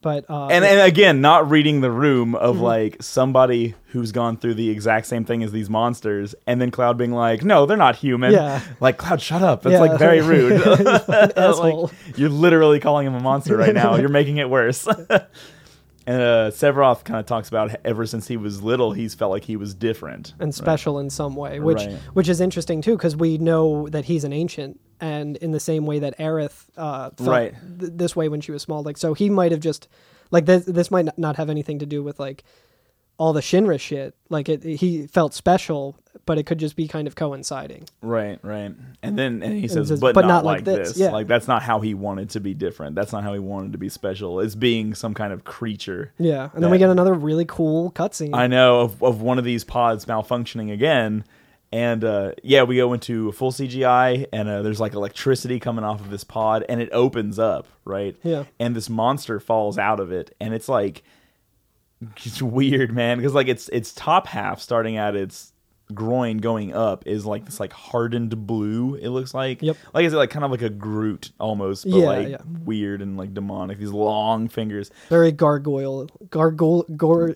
Speaker 2: but, uh, Mm-hmm.
Speaker 1: And and again, not reading the room of like somebody who's gone through the exact same thing as these monsters, and then Cloud being like, "No, they're not human."
Speaker 2: Yeah.
Speaker 1: Like Cloud, shut up. That's
Speaker 2: Yeah.
Speaker 1: like very rude.
Speaker 2: asshole.
Speaker 1: Like, you're literally calling him a monster right now. You're making it worse. and uh, Severoth kind of talks about ever since he was little, he's felt like he was different.
Speaker 2: and special in some way, which
Speaker 1: Right.
Speaker 2: which is interesting too, because we know that he's an ancient, and in the same way that Aerith uh, felt
Speaker 1: Right.
Speaker 2: th- this way when she was small, like so he might have just like this. This might n- not have anything to do with like all the Shinra shit. Like it, he felt special, but it could just be kind of coinciding.
Speaker 1: Right, right. And then and he says,
Speaker 2: says,
Speaker 1: but, not, like this.
Speaker 2: Yeah.
Speaker 1: Like that's not how he wanted to be different. That's not how he wanted to be special. It's being some kind of creature.
Speaker 2: Yeah, and then we
Speaker 1: Yeah.
Speaker 2: get another really cool cutscene.
Speaker 1: I know of, of one of these pods malfunctioning again. And uh, yeah, we go into full CGI, and uh, there's like electricity coming off of this pod, and it opens up, right?
Speaker 2: Yeah.
Speaker 1: And this monster falls out of it, and it's like it's weird, man, because like its its top half, starting at its groin going up, is like this like hardened blue. It looks like,
Speaker 2: Yep.
Speaker 1: like is it like kind of like a Groot almost, but
Speaker 2: Yeah,
Speaker 1: like
Speaker 2: yeah.
Speaker 1: weird and like demonic. These long fingers,
Speaker 2: Very gargoyle, gargoyle, gar,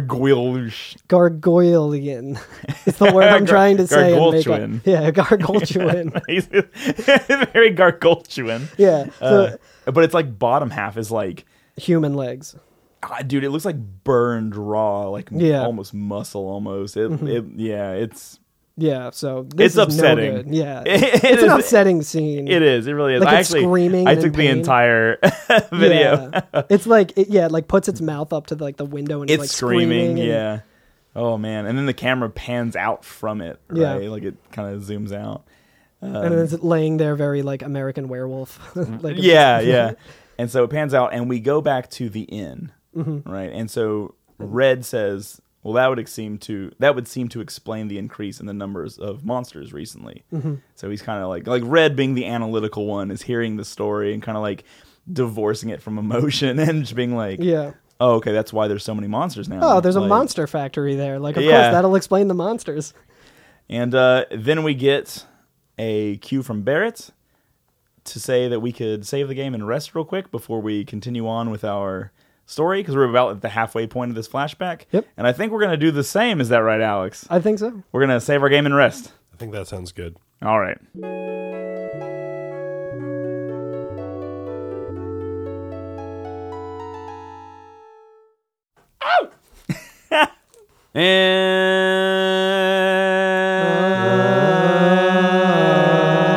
Speaker 1: gargoyle
Speaker 2: gargoyleian. It's the word I'm
Speaker 1: Gar-
Speaker 2: trying to say. and make up-
Speaker 1: gargultuan.
Speaker 2: Yeah, gargultuan.
Speaker 1: He's very gargantuan.
Speaker 2: Yeah,
Speaker 1: Uh,
Speaker 2: so-
Speaker 1: but it's like bottom half is like,
Speaker 2: Human legs.
Speaker 1: ah, dude, it looks like burned raw, like m-
Speaker 2: Yeah. Mm-hmm.
Speaker 1: almost muscle, almost. It, it, yeah, it's
Speaker 2: Yeah, so this
Speaker 1: It's
Speaker 2: is no
Speaker 1: upsetting.
Speaker 2: good. Yeah,
Speaker 1: It
Speaker 2: it's an
Speaker 1: is-
Speaker 2: upsetting scene.
Speaker 1: it is. It really is.
Speaker 2: Like
Speaker 1: I
Speaker 2: it's
Speaker 1: actually,
Speaker 2: screaming
Speaker 1: I
Speaker 2: and in
Speaker 1: took the
Speaker 2: pain.
Speaker 1: entire video.
Speaker 2: Yeah. it's like it, yeah, it like puts its mouth up to like the window and
Speaker 1: It's
Speaker 2: like
Speaker 1: screaming.
Speaker 2: and-
Speaker 1: yeah. Oh man, and then the camera pans out from it.
Speaker 2: Yeah.
Speaker 1: Right? Like it kind of zooms out.
Speaker 2: and it's laying there very like American werewolf. like it's
Speaker 1: Mm, yeah, yeah. And so it pans out, and we go back to the inn,
Speaker 2: Mm-hmm.
Speaker 1: right? And so Red says, "Well, that would seem to that would seem to explain the increase in the numbers of monsters recently."
Speaker 2: Mm-hmm.
Speaker 1: So he's kind of like like Red, being the analytical one, is hearing the story and kind of like divorcing it from emotion and just being like,
Speaker 2: Yeah.
Speaker 1: oh, okay, that's why there's so many monsters now."
Speaker 2: Oh, there's a
Speaker 1: Like-
Speaker 2: monster factory there. Like, of
Speaker 1: Yeah.
Speaker 2: course, that'll explain the monsters.
Speaker 1: And uh, then we get a cue from Barrett to say that we could save the game and rest real quick before we continue on with our story because we're about at the halfway point of this flashback.
Speaker 2: Yep.
Speaker 1: And I think we're going to do the same. Is that right, Alex?
Speaker 2: I think so.
Speaker 1: We're going to save our game and rest.
Speaker 3: I think that sounds good.
Speaker 1: All right.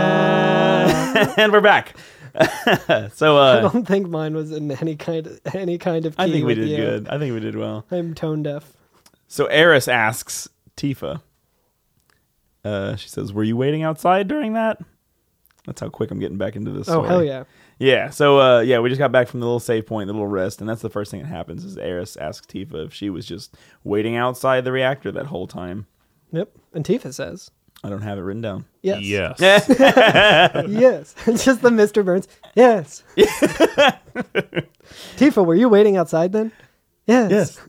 Speaker 1: And, and we're back. so
Speaker 2: I
Speaker 1: uh,
Speaker 2: don't think mine was in any kind of any kind of. Key
Speaker 1: I think we
Speaker 2: with
Speaker 1: did
Speaker 2: you.
Speaker 1: good. I think we did well.
Speaker 2: I'm tone deaf.
Speaker 1: So Eris asks Tifa. Uh, she says, "Were you waiting outside during that?" That's how quick I'm getting back into this.
Speaker 2: Oh
Speaker 1: story.
Speaker 2: hell yeah!
Speaker 1: Yeah. So uh, yeah, we just got back from the little save point, the little rest, and that's the first thing that happens is Eris asks Tifa if she was just waiting outside the reactor that whole time.
Speaker 2: Yep. And Tifa says,
Speaker 1: I don't have it written down.
Speaker 2: "Yes,
Speaker 3: Yes.
Speaker 2: yes." It's just the Mr. Burns. Yes. Tifa, were you waiting outside then? Yes.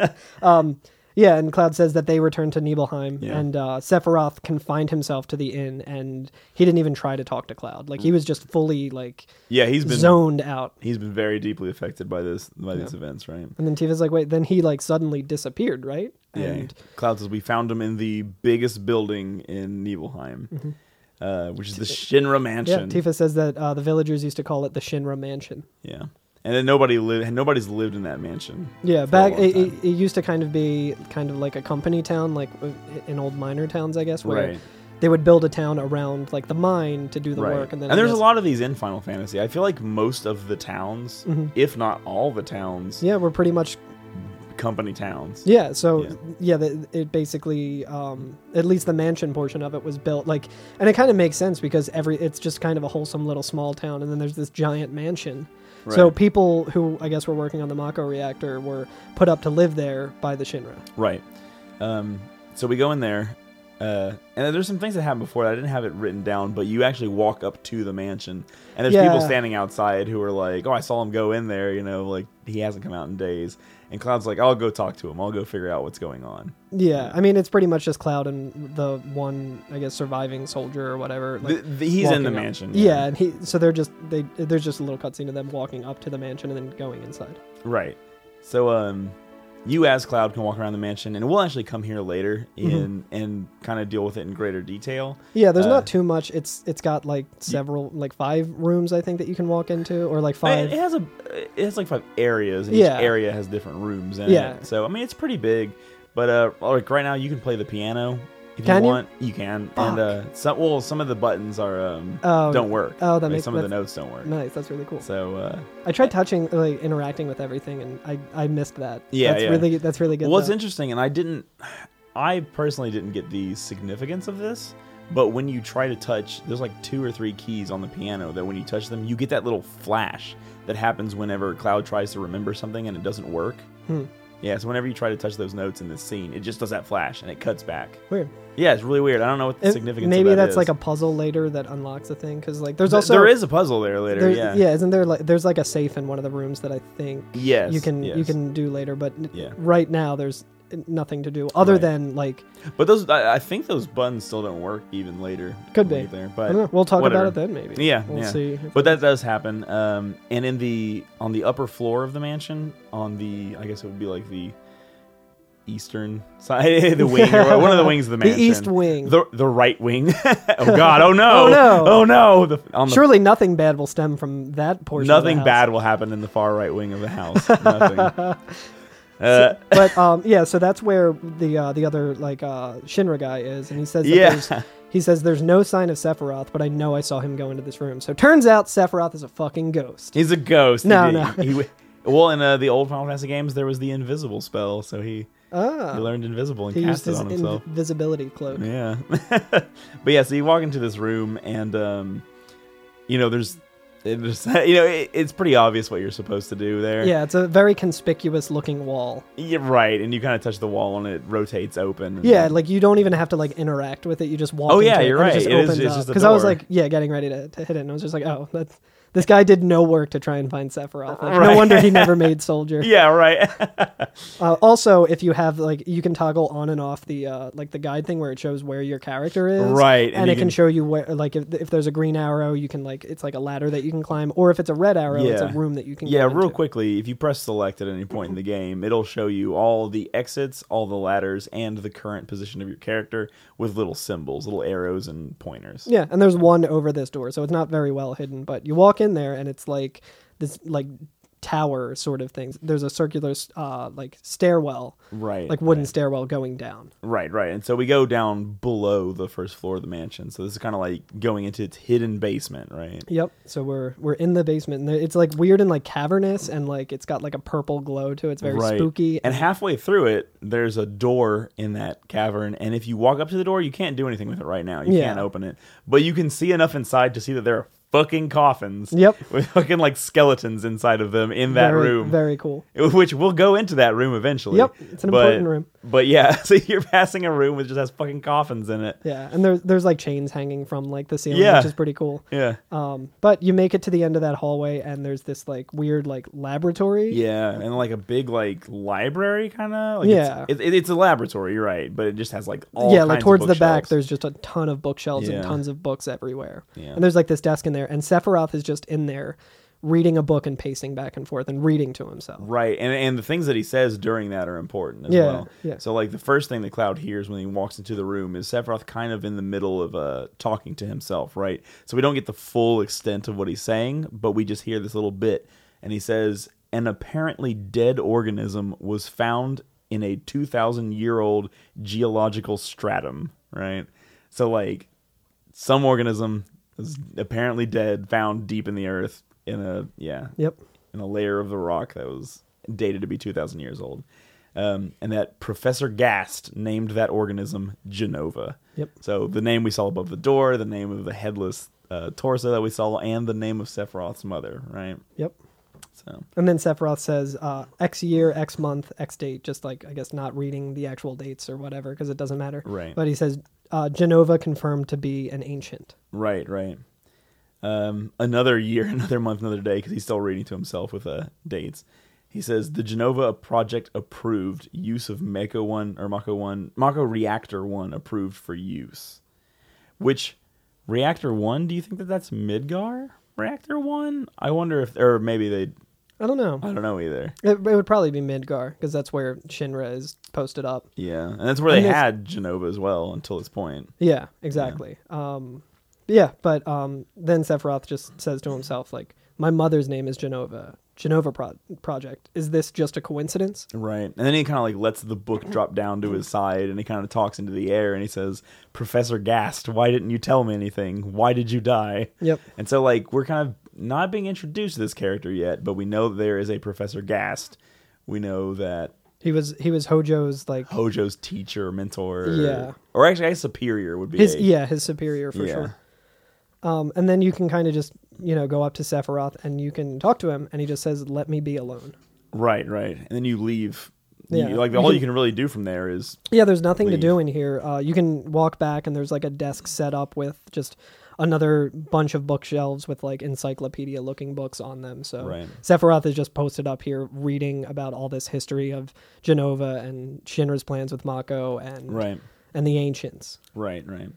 Speaker 2: Um, Yeah, and Cloud says that they returned to Nibelheim,
Speaker 1: Yeah.
Speaker 2: and uh, Sephiroth confined himself to the inn, and he didn't even try to talk to Cloud. Like he was just fully like
Speaker 1: Yeah, Mm. he's been
Speaker 2: zoned out.
Speaker 1: he's been very deeply affected by this by these events, right?
Speaker 2: And then Tifa's like, "Wait." Then he like suddenly disappeared, right?
Speaker 1: Yeah.
Speaker 2: And
Speaker 1: Cloud says we found him in the biggest building in Nibelheim, uh, which is the Shinra
Speaker 2: Mm-hmm. yeah,
Speaker 1: Mansion.
Speaker 2: Tifa says that uh, the villagers used to call it the Shinra Mansion.
Speaker 1: Yeah. And then nobody lived. Nobody's lived in that mansion.
Speaker 2: Yeah,
Speaker 1: for a
Speaker 2: back
Speaker 1: long
Speaker 2: it,
Speaker 1: time.
Speaker 2: it, it used to kind of be kind of like a company town, like uh, in old miner towns, I guess, where
Speaker 1: Right.
Speaker 2: they would build a town around like the mine to do the
Speaker 1: right.
Speaker 2: work, and then I
Speaker 1: there's a
Speaker 2: guess-
Speaker 1: lot of these in Final Fantasy. I feel like most of the towns, if not all the towns,
Speaker 2: Mm-hmm. Yeah, we're pretty much
Speaker 1: company towns.
Speaker 2: Yeah, so
Speaker 1: Yeah.
Speaker 2: yeah, the, it basically um, at least the mansion portion of it was built like, and it kind of makes sense because every it's just kind of a wholesome little small town, and then there's this giant mansion. So
Speaker 1: Right.
Speaker 2: people who I guess were working on the Mako reactor were put up to live there by the Shinra.
Speaker 1: Right. Um, so we go in there, uh, and there's some things that happened before that I didn't have it written down, but you actually walk up to the mansion, and there's people
Speaker 2: Yeah.
Speaker 1: standing outside who are like, "Oh, I saw him go in there," you know, like he hasn't come out in days. And Cloud's like, "I'll go talk to him. I'll go figure out what's going on."
Speaker 2: Yeah, I mean it's pretty much just Cloud and the one I guess surviving soldier or whatever. Like,
Speaker 1: Th- th- he's in
Speaker 2: walking
Speaker 1: the
Speaker 2: up.
Speaker 1: mansion.
Speaker 2: Yeah. and he so they're just they there's just a little cutscene of them walking up to the mansion and then going inside.
Speaker 1: Right. So um you as Cloud can walk around the mansion and we'll actually come here later in and kind of deal with it in greater detail.
Speaker 2: Mm-hmm. Yeah, there's
Speaker 1: Uh,
Speaker 2: not too much. It's it's got like several like five rooms I think that you can walk into or like
Speaker 1: It,
Speaker 2: five.
Speaker 1: it has a it has like five areas and
Speaker 2: Yeah.
Speaker 1: each area has different rooms in
Speaker 2: Yeah.
Speaker 1: it. So I mean it's pretty big. But uh like right now you can play the piano if
Speaker 2: Can
Speaker 1: you
Speaker 2: you?
Speaker 1: want. You, can.
Speaker 2: Fuck.
Speaker 1: And uh some well some of the buttons are um
Speaker 2: Oh,
Speaker 1: don't work.
Speaker 2: oh, that makes-
Speaker 1: some of the
Speaker 2: that's-
Speaker 1: notes don't work.
Speaker 2: Nice, that's really cool.
Speaker 1: So uh
Speaker 2: I tried touching like interacting with everything and I I missed that.
Speaker 1: Yeah,
Speaker 2: that's
Speaker 1: yeah.
Speaker 2: really that's really good.
Speaker 1: Well, it's
Speaker 2: though.
Speaker 1: interesting, and I didn't. I personally didn't get the significance of this, but when you try to touch, there's like two or three keys on the piano that when you touch them, you get that little flash that happens whenever Cloud tries to remember something and it doesn't work.
Speaker 2: Hmm.
Speaker 1: Yeah, so whenever you try to touch those notes in this scene, it just does that flash and it cuts back.
Speaker 2: Weird.
Speaker 1: Yeah, it's really weird. I don't know what the
Speaker 2: It-
Speaker 1: significance. of
Speaker 2: maybe
Speaker 1: that
Speaker 2: that's
Speaker 1: is.
Speaker 2: like a puzzle later that unlocks a thing because like there's
Speaker 1: Th-
Speaker 2: also
Speaker 1: there is a puzzle there later.
Speaker 2: there-
Speaker 1: yeah.
Speaker 2: yeah isn't there like there's like a safe in one of the rooms that I think
Speaker 1: Yes.
Speaker 2: you can you
Speaker 1: yes.
Speaker 2: can do later, but n-
Speaker 1: Yeah.
Speaker 2: right now there's nothing to do other
Speaker 1: Right.
Speaker 2: than like
Speaker 1: But those, I, I think those buttons still don't work even later.
Speaker 2: Could
Speaker 1: when we
Speaker 2: be.
Speaker 1: get there.
Speaker 2: I
Speaker 1: But
Speaker 2: don't know, we'll talk
Speaker 1: whatever.
Speaker 2: about it then maybe.
Speaker 1: Yeah,
Speaker 2: we'll
Speaker 1: yeah.
Speaker 2: see. if-
Speaker 1: But that does happen. Um, and in the on the upper floor of the mansion, on the I guess it would be like the eastern side, the wing, or one of the wings of the
Speaker 2: The
Speaker 1: mansion,
Speaker 2: east wing.
Speaker 1: the the right wing. oh God! Oh no!
Speaker 2: Oh, no.
Speaker 1: Oh no! The, on the,
Speaker 2: Surely nothing bad will stem from that portion. of the
Speaker 1: nothing
Speaker 2: house.
Speaker 1: bad will happen in the far right wing of the house. nothing. Uh,
Speaker 2: but um, yeah, so that's where the uh, the other like uh, Shinra guy is, and he says that
Speaker 1: Yeah.
Speaker 2: there's, he says there's no sign of Sephiroth, but I know I saw him go into this room. So turns out Sephiroth is a fucking ghost.
Speaker 1: he's a ghost.
Speaker 2: No,
Speaker 1: he,
Speaker 2: no.
Speaker 1: He, w- well, in uh, the old Final Fantasy games, there was the invisible spell, so he he
Speaker 2: Ah,
Speaker 1: learned invisible and
Speaker 2: he used
Speaker 1: cast it
Speaker 2: his
Speaker 1: on himself.
Speaker 2: invisibility cloak.
Speaker 1: Yeah. but yeah, so you walk into this room and um you know, there's it just, you know, it, it's pretty obvious what you're supposed to do there.
Speaker 2: Yeah, it's a very conspicuous looking wall.
Speaker 1: Yeah, right, and you kind of touch the wall and it rotates open. and-
Speaker 2: Yeah, like you don't even have to like interact with it. You just walk.
Speaker 1: Oh, yeah,
Speaker 2: into it
Speaker 1: you're
Speaker 2: and
Speaker 1: right.
Speaker 2: It just
Speaker 1: It is-
Speaker 2: opens
Speaker 1: it's just a
Speaker 2: because I was
Speaker 1: door.
Speaker 2: like, yeah, getting ready to, to hit it, and I was just like, oh, that's this guy did no work to try and find Sephiroth. Like, No
Speaker 1: Right.
Speaker 2: wonder he never made soldier.
Speaker 1: yeah, right.
Speaker 2: Uh, also, if you have like, you can toggle on and off the uh, like the guide thing where it shows where your character is,
Speaker 1: Right, and
Speaker 2: And,
Speaker 1: you
Speaker 2: it can,
Speaker 1: can-
Speaker 2: show you where, like, if, if there's a green arrow, you can like, it's like a ladder that you can climb, or if it's a red arrow, it's a
Speaker 1: Yeah.
Speaker 2: room that you can.
Speaker 1: yeah,
Speaker 2: go
Speaker 1: real
Speaker 2: into.
Speaker 1: quickly, if you press select at any point in the game, it'll show you all the exits, all the ladders, and the current position of your character with little symbols, little arrows and pointers.
Speaker 2: Yeah, and there's one over this door, so it's not very well hidden. But you walk in there, and it's like this like tower sort of things. There's a circular uh, like stairwell,
Speaker 1: Right.
Speaker 2: like wooden stairwell going down.
Speaker 1: Right, right. And so we go down below the first floor of the mansion. So this is kind of like going into its hidden basement, right?
Speaker 2: Yep. So we're we're in the basement, and it's like weird and like cavernous, and like it's got like a purple glow to it. It's very
Speaker 1: right.
Speaker 2: spooky.
Speaker 1: And halfway through it, there's a door in that cavern. And if you walk up to the door, you can't do anything with it right now. You
Speaker 2: Yeah.
Speaker 1: can't open it. But you can see enough inside to see that there are fucking coffins.
Speaker 2: Yep.
Speaker 1: With fucking like skeletons inside of them in that
Speaker 2: very,
Speaker 1: room.
Speaker 2: Very cool.
Speaker 1: which we'll go into that room eventually.
Speaker 2: Yep, it's an
Speaker 1: but,
Speaker 2: important room.
Speaker 1: But yeah, so you're passing a room which just has fucking coffins in it.
Speaker 2: Yeah, and there's there's like chains hanging from like the ceiling,
Speaker 1: Yeah.
Speaker 2: which is pretty cool.
Speaker 1: Yeah.
Speaker 2: Um, but you make it to the end of that hallway, and there's this like weird like laboratory.
Speaker 1: Yeah, and like a big like library kind of. Like
Speaker 2: Yeah.
Speaker 1: it's, it, it's a laboratory, you're right, but it just has like all
Speaker 2: yeah, like
Speaker 1: kinds of
Speaker 2: towards the back,
Speaker 1: bookshelves.
Speaker 2: there's just a ton of bookshelves
Speaker 1: Yeah.
Speaker 2: and tons of books everywhere.
Speaker 1: Yeah.
Speaker 2: And there's like this desk in there, and Sephiroth is just in there, reading a book and pacing back and forth and reading to himself.
Speaker 1: right, and and the things that he says during that are important as
Speaker 2: Yeah,
Speaker 1: well.
Speaker 2: yeah.
Speaker 1: So like the first thing that Cloud hears when he walks into the room is Sephiroth kind of in the middle of uh talking to himself, right? So we don't get the full extent of what he's saying, but we just hear this little bit, and he says, "An apparently dead organism was found in a two thousand year old geological stratum." Right, so like some organism is apparently dead, found deep in the earth in a yeah,
Speaker 2: Yep.
Speaker 1: in a layer of the rock that was dated to be two thousand years old, um, and that Professor Gast named that organism Genova.
Speaker 2: Yep.
Speaker 1: So the name we saw above the door, the name of the headless uh, torso that we saw, and the name of Sephiroth's mother. Right.
Speaker 2: Yep.
Speaker 1: So
Speaker 2: And then Sephiroth says uh, X year, X month, X date, just like, I guess, not reading the actual dates or whatever because it doesn't matter.
Speaker 1: Right.
Speaker 2: But he says uh, Genova confirmed to be an ancient.
Speaker 1: right, right. Um, another year, another month, another day, because he's still reading to himself with uh, dates. He says the Genova project approved use of Mako one or Mako one Mako reactor one approved for use. Which reactor one? Do you think that that's Midgar reactor one? I wonder if, or maybe they.
Speaker 2: I don't know.
Speaker 1: I don't know either.
Speaker 2: It, it would probably be Midgar because that's where Shinra is posted up.
Speaker 1: Yeah, and that's where they
Speaker 2: And it's-
Speaker 1: had Genova as well until this point.
Speaker 2: Yeah, exactly. Um, yeah, but um, then Sephiroth just says to himself, like, my mother's name is Genova. Genova Pro- Project. Is this just a coincidence?
Speaker 1: Right. And then he kind of like lets the book drop down to his side and he kind of talks into the air and he says, Professor Gast, why didn't you tell me anything? Why did you die?
Speaker 2: Yep.
Speaker 1: And so, like, we're kind of not being introduced to this character yet, but we know there is a Professor Gast. We know that
Speaker 2: He was he was Hojo's like
Speaker 1: Hojo's teacher, mentor.
Speaker 2: Yeah.
Speaker 1: Or actually, I guess superior would be.
Speaker 2: his
Speaker 1: a-
Speaker 2: yeah his superior for
Speaker 1: Yeah.
Speaker 2: sure. Um, and then you can kind of just you know go up to Sephiroth and you can talk to him, and he just says, "Let me be alone."
Speaker 1: Right, right. And then you leave.
Speaker 2: Yeah.
Speaker 1: You- like,
Speaker 2: You
Speaker 1: all
Speaker 2: can-
Speaker 1: you can really do from there is
Speaker 2: Yeah, there's nothing
Speaker 1: Leave.
Speaker 2: to do in here. Uh, you can walk back, and there's like a desk set up with just another bunch of bookshelves with like encyclopedia looking books on them. So
Speaker 1: Right.
Speaker 2: Sephiroth is just posted up here reading about all this history of Genova and Shinra's plans with Mako and
Speaker 1: Right.
Speaker 2: and the ancients.
Speaker 1: Right, right.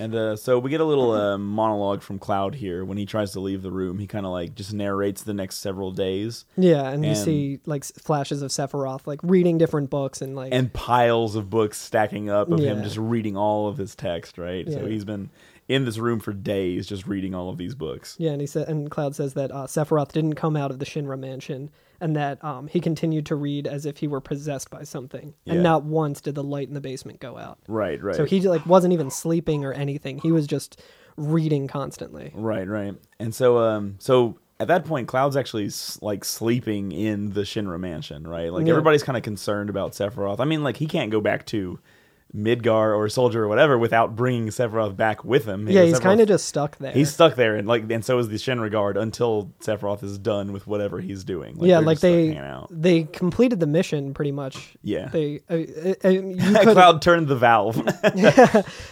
Speaker 1: And uh, so we get a little uh, monologue from Cloud here when he tries to leave the room. He kind of like just narrates the next several days
Speaker 2: Yeah, and, you
Speaker 1: And-
Speaker 2: see like s- flashes of Sephiroth like reading different books and like
Speaker 1: and piles of books stacking up of him
Speaker 2: Yeah.
Speaker 1: just reading all of his text, right? So
Speaker 2: Yeah.
Speaker 1: he's been in this room for days just reading all of these books.
Speaker 2: Yeah, and he said, and Cloud says that uh, Sephiroth didn't come out of the Shinra mansion, and that um, he continued to read as if he were possessed by something,
Speaker 1: Yeah.
Speaker 2: and not once did the light in the basement go out.
Speaker 1: Right, right.
Speaker 2: So he like wasn't even sleeping or anything; he was just reading constantly.
Speaker 1: Right, right. And so um so at that point Cloud's actually s- like sleeping in the Shinra mansion, right? Like
Speaker 2: Yeah.
Speaker 1: everybody's kind of concerned about Sephiroth. I mean, like he can't go back to Midgar or Soldier or whatever without bringing Sephiroth back with him.
Speaker 2: Yeah, he's
Speaker 1: Sephiroth-
Speaker 2: kind of just stuck there.
Speaker 1: He's stuck there, and like, and so is the Shinra guard until Sephiroth is done with whatever he's doing.
Speaker 2: yeah,
Speaker 1: they're
Speaker 2: like
Speaker 1: just,
Speaker 2: they
Speaker 1: hanging out.
Speaker 2: they completed the mission pretty much.
Speaker 1: Yeah.
Speaker 2: they uh, uh, uh, you could
Speaker 1: Cloud turned the valve.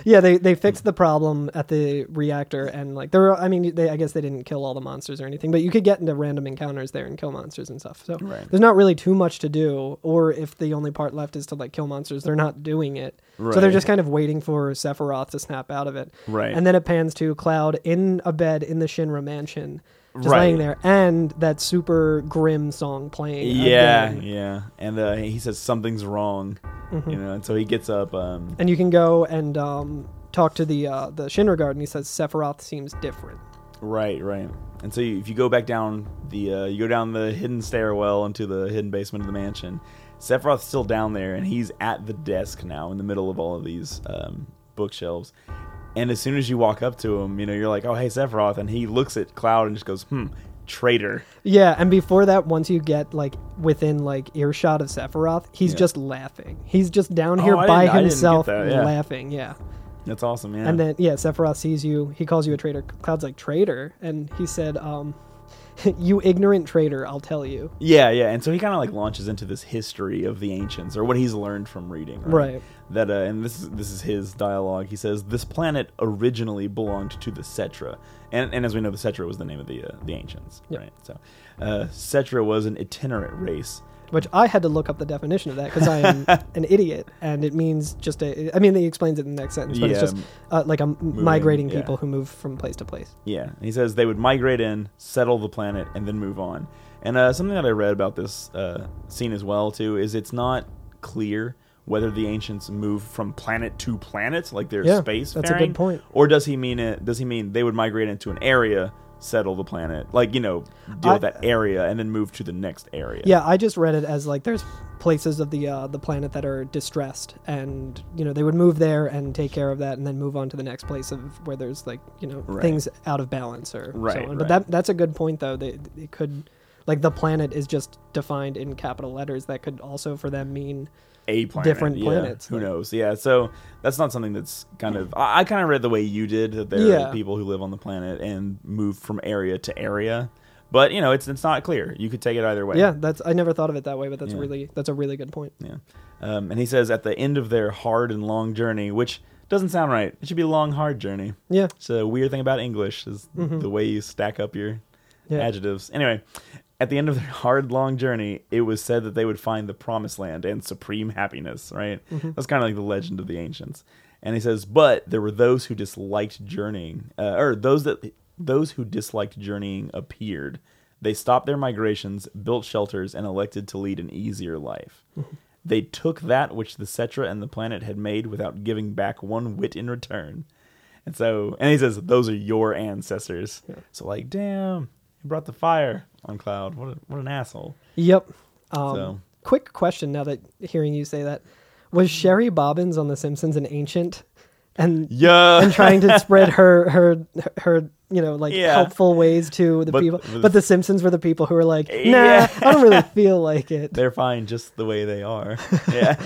Speaker 2: yeah they they fixed the problem at the reactor and like there were i mean they i guess they didn't kill all the monsters or anything but you could get into random encounters there and kill monsters and stuff so
Speaker 1: Right.
Speaker 2: there's not really too much to do or if the only part left is to like kill monsters they're not doing it so they're
Speaker 1: Right.
Speaker 2: just kind of waiting for sephiroth to snap out of it
Speaker 1: Right.
Speaker 2: and then it pans to cloud in a bed in the shinra mansion just
Speaker 1: Right.
Speaker 2: laying there and that super grim song playing
Speaker 1: yeah,
Speaker 2: again.
Speaker 1: yeah. And uh, he says something's wrong,
Speaker 2: Mm-hmm.
Speaker 1: you know. And so he gets up. Um,
Speaker 2: and you can go and um, talk to the uh, the shinra guard and he says sephiroth seems different
Speaker 1: Right, right. And so you, if you go back down the, uh, you go down the hidden stairwell into the hidden basement of the mansion. Sephiroth's still down there, and he's at the desk now, in the middle of all of these um, bookshelves. And as soon as you walk up to him, you know you're like, "Oh, hey, Sephiroth," and he looks at Cloud and just goes, "Hmm, traitor."
Speaker 2: Yeah, and before that, once you get like within like earshot of Sephiroth, he's
Speaker 1: Yeah. Oh,
Speaker 2: just laughing. He's just down here
Speaker 1: I
Speaker 2: by
Speaker 1: didn't- I didn't get
Speaker 2: himself
Speaker 1: that, yeah.
Speaker 2: laughing. Yeah.
Speaker 1: That's awesome, man.
Speaker 2: And then yeah, Sephiroth sees you. He calls you a traitor. Cloud's like traitor, and he said, um, "You ignorant traitor! I'll tell you."
Speaker 1: Yeah, yeah, and so he kind of like launches into this history of the ancients or what he's learned from reading, right?
Speaker 2: Right.
Speaker 1: That uh, and this is this is his dialogue. He says this planet originally belonged to the Cetra, and and as we know, the Cetra was the name of the uh, the ancients,
Speaker 2: Yep.
Speaker 1: right? So, uh, Cetra was an itinerant race.
Speaker 2: Which I had to look up the definition of that because I am an idiot, and it means just a. I mean, he explains it in the next sentence, but
Speaker 1: Yeah,
Speaker 2: it's
Speaker 1: m-
Speaker 2: just uh, like a m- migrating
Speaker 1: yeah.
Speaker 2: people who move from place to place.
Speaker 1: Yeah, and he says they would migrate in, settle the planet, and then move on. And uh, something that I read about this uh, scene as well too is it's not clear whether the ancients move from planet to planet, like their
Speaker 2: Yeah,
Speaker 1: space.
Speaker 2: that's a good
Speaker 1: faring,
Speaker 2: point.
Speaker 1: Or does he mean it? Does he mean they would migrate into an area, settle the planet, like you know, deal
Speaker 2: I-
Speaker 1: with that area, and then move to the next area?
Speaker 2: Yeah, I just read it as like there's places of the uh, the planet that are distressed, and you know they would move there and take care of that, and then move on to the next place of where there's like you know
Speaker 1: Right.
Speaker 2: things out of balance or
Speaker 1: Right,
Speaker 2: So on.
Speaker 1: right.
Speaker 2: But that that's a good point though. They it could like the planet is just defined in capital letters. That could also for them mean
Speaker 1: a planet,
Speaker 2: different
Speaker 1: yeah,
Speaker 2: planets,
Speaker 1: Who
Speaker 2: like-
Speaker 1: knows? Yeah, so that's not something that's kind of. I, I kind of read the way you did that there
Speaker 2: Yeah.
Speaker 1: are people who live on the planet and move from area to area, but you know it's it's not clear. You could take it either way.
Speaker 2: yeah. That's I never thought of it that way, but that's
Speaker 1: Yeah.
Speaker 2: really that's a really good point.
Speaker 1: yeah. Um, and he says at the end of their hard and long journey, which doesn't sound right. It should be a long hard journey.
Speaker 2: Yeah,
Speaker 1: It's a weird thing about English is the way you stack up your
Speaker 2: Yeah.
Speaker 1: adjectives. Anyway, at the end of their hard, long journey, it was said that they would find the promised land and supreme happiness, right? That's kind of like the legend of the ancients. And he says, but there were those who disliked journeying, uh, or those that those who disliked journeying appeared. They stopped their migrations, built shelters, and elected to lead an easier life. They took that which the Cetra and the planet had made without giving back one whit in return. And so, and he says, "Those are your ancestors." So, like, damn, he brought the fire on Cloud. What, a, what an asshole!
Speaker 2: Yep. Um,
Speaker 1: So-
Speaker 2: Quick question now that hearing you say that. Was Sherry Bobbins on The Simpsons an ancient? And
Speaker 1: Yeah,
Speaker 2: and trying to spread her her her you know like
Speaker 1: Yeah.
Speaker 2: helpful ways to the
Speaker 1: But-
Speaker 2: people
Speaker 1: but the-
Speaker 2: but the simpsons were the people who were like nah
Speaker 1: Eh, Yeah.
Speaker 2: i don't really feel like it
Speaker 1: they're fine just the way they are. Yeah,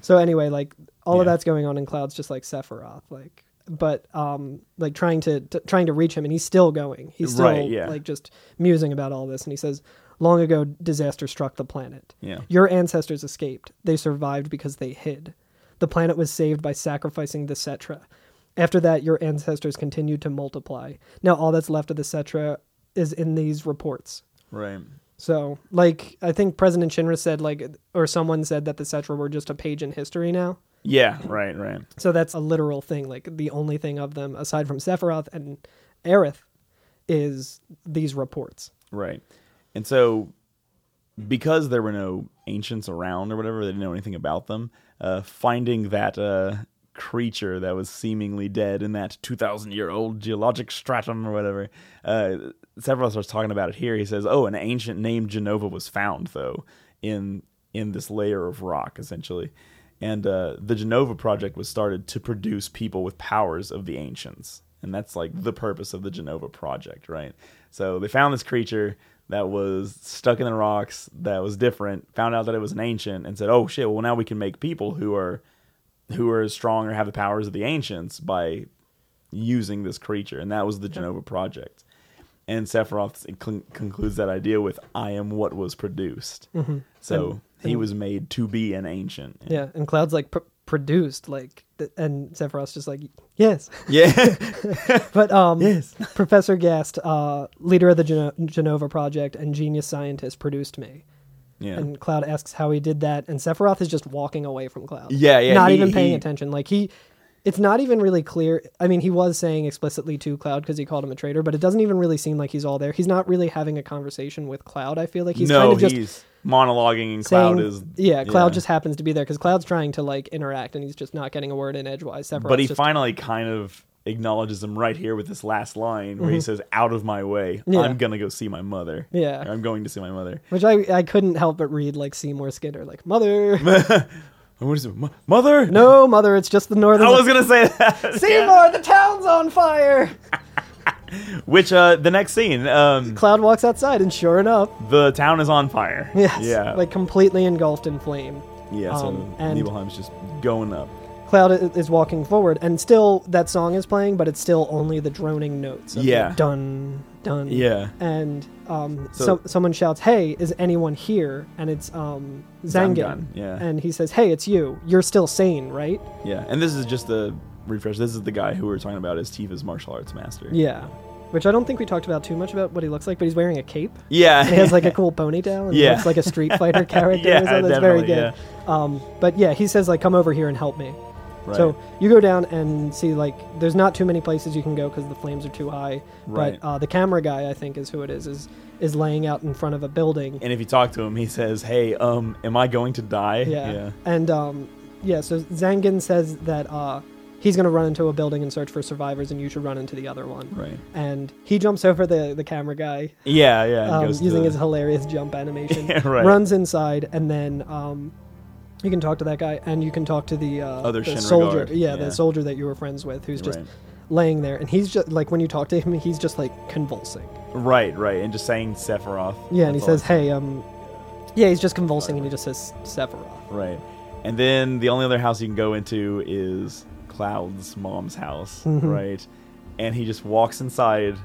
Speaker 2: so anyway like all of
Speaker 1: Yeah.
Speaker 2: that's going on in clouds just like sephiroth like but um like trying to, t- trying to reach him and he's still going he's still
Speaker 1: Right, yeah.
Speaker 2: like just musing about all this and he says long ago disaster struck the planet
Speaker 1: Yeah.
Speaker 2: your ancestors escaped they survived because they hid the planet was saved by sacrificing the cetra after that your ancestors continued to multiply now all that's left of the cetra is in these reports
Speaker 1: right.
Speaker 2: so, like, I think President Shinra said, like, or someone said that the Cetra were just a page in history now.
Speaker 1: Yeah, right, right.
Speaker 2: So that's a literal thing. Like, the only thing of them, aside from Sephiroth and Aerith, is these reports.
Speaker 1: Right. And so, because there were no ancients around or whatever, they didn't know anything about them, uh, finding that uh, creature that was seemingly dead in that 2,000 year old geologic stratum or whatever, uh, Sephiroth starts talking about it here. He says, Oh, an ancient named Genova was found, though, in, in this layer of rock, essentially. And uh, the Genova Project was started to produce people with powers of the ancients and that's like the purpose of the Genova project, right? So they found this creature that was stuck in the rocks, that was different, found out that it was an ancient, and said, "Oh shit! Well, now we can make people who are who are strong or have the powers of the ancients by using this creature." And that was the Genova project. And Sephiroth con- concludes that idea with, "I am what was produced." So he was made to be an ancient.
Speaker 2: Mm-hmm. Yeah. And Cloud's like pr- produced, like, th- and Sephiroth's just like, yes.
Speaker 1: Yeah.
Speaker 2: But, um,
Speaker 1: Yes.
Speaker 2: Professor Gast, uh, leader of the Geno- Genova Project and genius scientist, produced me.
Speaker 1: yeah.
Speaker 2: And Cloud asks how he did that, and Sephiroth is just walking away from Cloud.
Speaker 1: Yeah, yeah,
Speaker 2: Not
Speaker 1: he-
Speaker 2: even paying
Speaker 1: he-
Speaker 2: attention. Like he, it's not even really clear. I mean, he was saying explicitly to Cloud because he called him a traitor, but it doesn't even really seem like he's all there. He's not really having a conversation with Cloud. I feel like he's
Speaker 1: no,
Speaker 2: kind of just
Speaker 1: he's monologuing, and
Speaker 2: saying,
Speaker 1: Cloud is
Speaker 2: yeah. Cloud
Speaker 1: yeah.
Speaker 2: just happens to be there because Cloud's trying to like interact, and he's just not getting a word in edgewise. Sephiroth's
Speaker 1: but he
Speaker 2: just,
Speaker 1: finally kind of acknowledges him right here with this last line where he says, "Out of my way!
Speaker 2: Mm-hmm. Yeah.
Speaker 1: I'm gonna go see my mother.
Speaker 2: Yeah.
Speaker 1: Or, I'm going to see my mother.
Speaker 2: Which I, I couldn't help but read like Seymour Skinner, like mother,
Speaker 1: And What is it, Mo- mother?
Speaker 2: no mother, it's just the northern.
Speaker 1: I was gonna say that.
Speaker 2: Seymour, the town's on fire.
Speaker 1: Which uh, the next scene, um,
Speaker 2: Cloud walks outside, and sure enough,
Speaker 1: the town is on fire.
Speaker 2: yes,
Speaker 1: Yeah.
Speaker 2: like completely engulfed in flame.
Speaker 1: yeah. So
Speaker 2: um, and-
Speaker 1: Nibelheim's just going up.
Speaker 2: Cloud i- is walking forward, and still that song is playing, but it's still only the droning notes. Of the
Speaker 1: Yeah.
Speaker 2: dun dun.
Speaker 1: Yeah.
Speaker 2: And um,
Speaker 1: So-
Speaker 2: so, someone shouts, "Hey, is anyone here?" And it's um, Zangan.
Speaker 1: Zangan, yeah.
Speaker 2: And he says, "Hey, it's you. You're still sane, right?"
Speaker 1: Yeah. And this is just the refresh. This is the guy who we are talking about as Tifa's martial arts master.
Speaker 2: Yeah. Which I don't think we talked about too much about what he looks like, but he's wearing a cape.
Speaker 1: Yeah.
Speaker 2: And he has like a cool ponytail and he
Speaker 1: Yeah.
Speaker 2: looks like a Street Fighter character
Speaker 1: Yeah,
Speaker 2: or something. That's very
Speaker 1: definitely,
Speaker 2: good. Um, but yeah, he says like, "Come over here and help me."
Speaker 1: Right.
Speaker 2: So you go down and see like there's not too many places you can go because the flames are too high.
Speaker 1: Right.
Speaker 2: But uh, the camera guy, I think, is who it is, is is laying out in front of a building.
Speaker 1: and if you talk to him, he says, "Hey, um, am I going to die?"
Speaker 2: Yeah. And um, yeah, so Zangan says that uh, he's going to run into a building and search for survivors, and you should run into the other one.
Speaker 1: Right.
Speaker 2: And he jumps over the the camera guy
Speaker 1: Yeah. Yeah. and
Speaker 2: um,
Speaker 1: goes to
Speaker 2: using
Speaker 1: the-
Speaker 2: his hilarious jump animation.
Speaker 1: Yeah, right.
Speaker 2: Runs inside, and then um, you can talk to that guy, and you can talk to the uh,
Speaker 1: Other
Speaker 2: the
Speaker 1: Shin
Speaker 2: soldier.
Speaker 1: Regard, yeah.
Speaker 2: Yeah, the soldier that you were friends with, who's just
Speaker 1: Right.
Speaker 2: laying there, and he's just like when you talk to him, he's just like convulsing.
Speaker 1: right, right, and just saying Sephiroth.
Speaker 2: Yeah, and he
Speaker 1: That's all I
Speaker 2: says, "Hey, um, yeah," he's just convulsing, and he just says Sephiroth.
Speaker 1: Right. And then the only other house you can go into is Cloud's mom's house, right? And he just walks inside,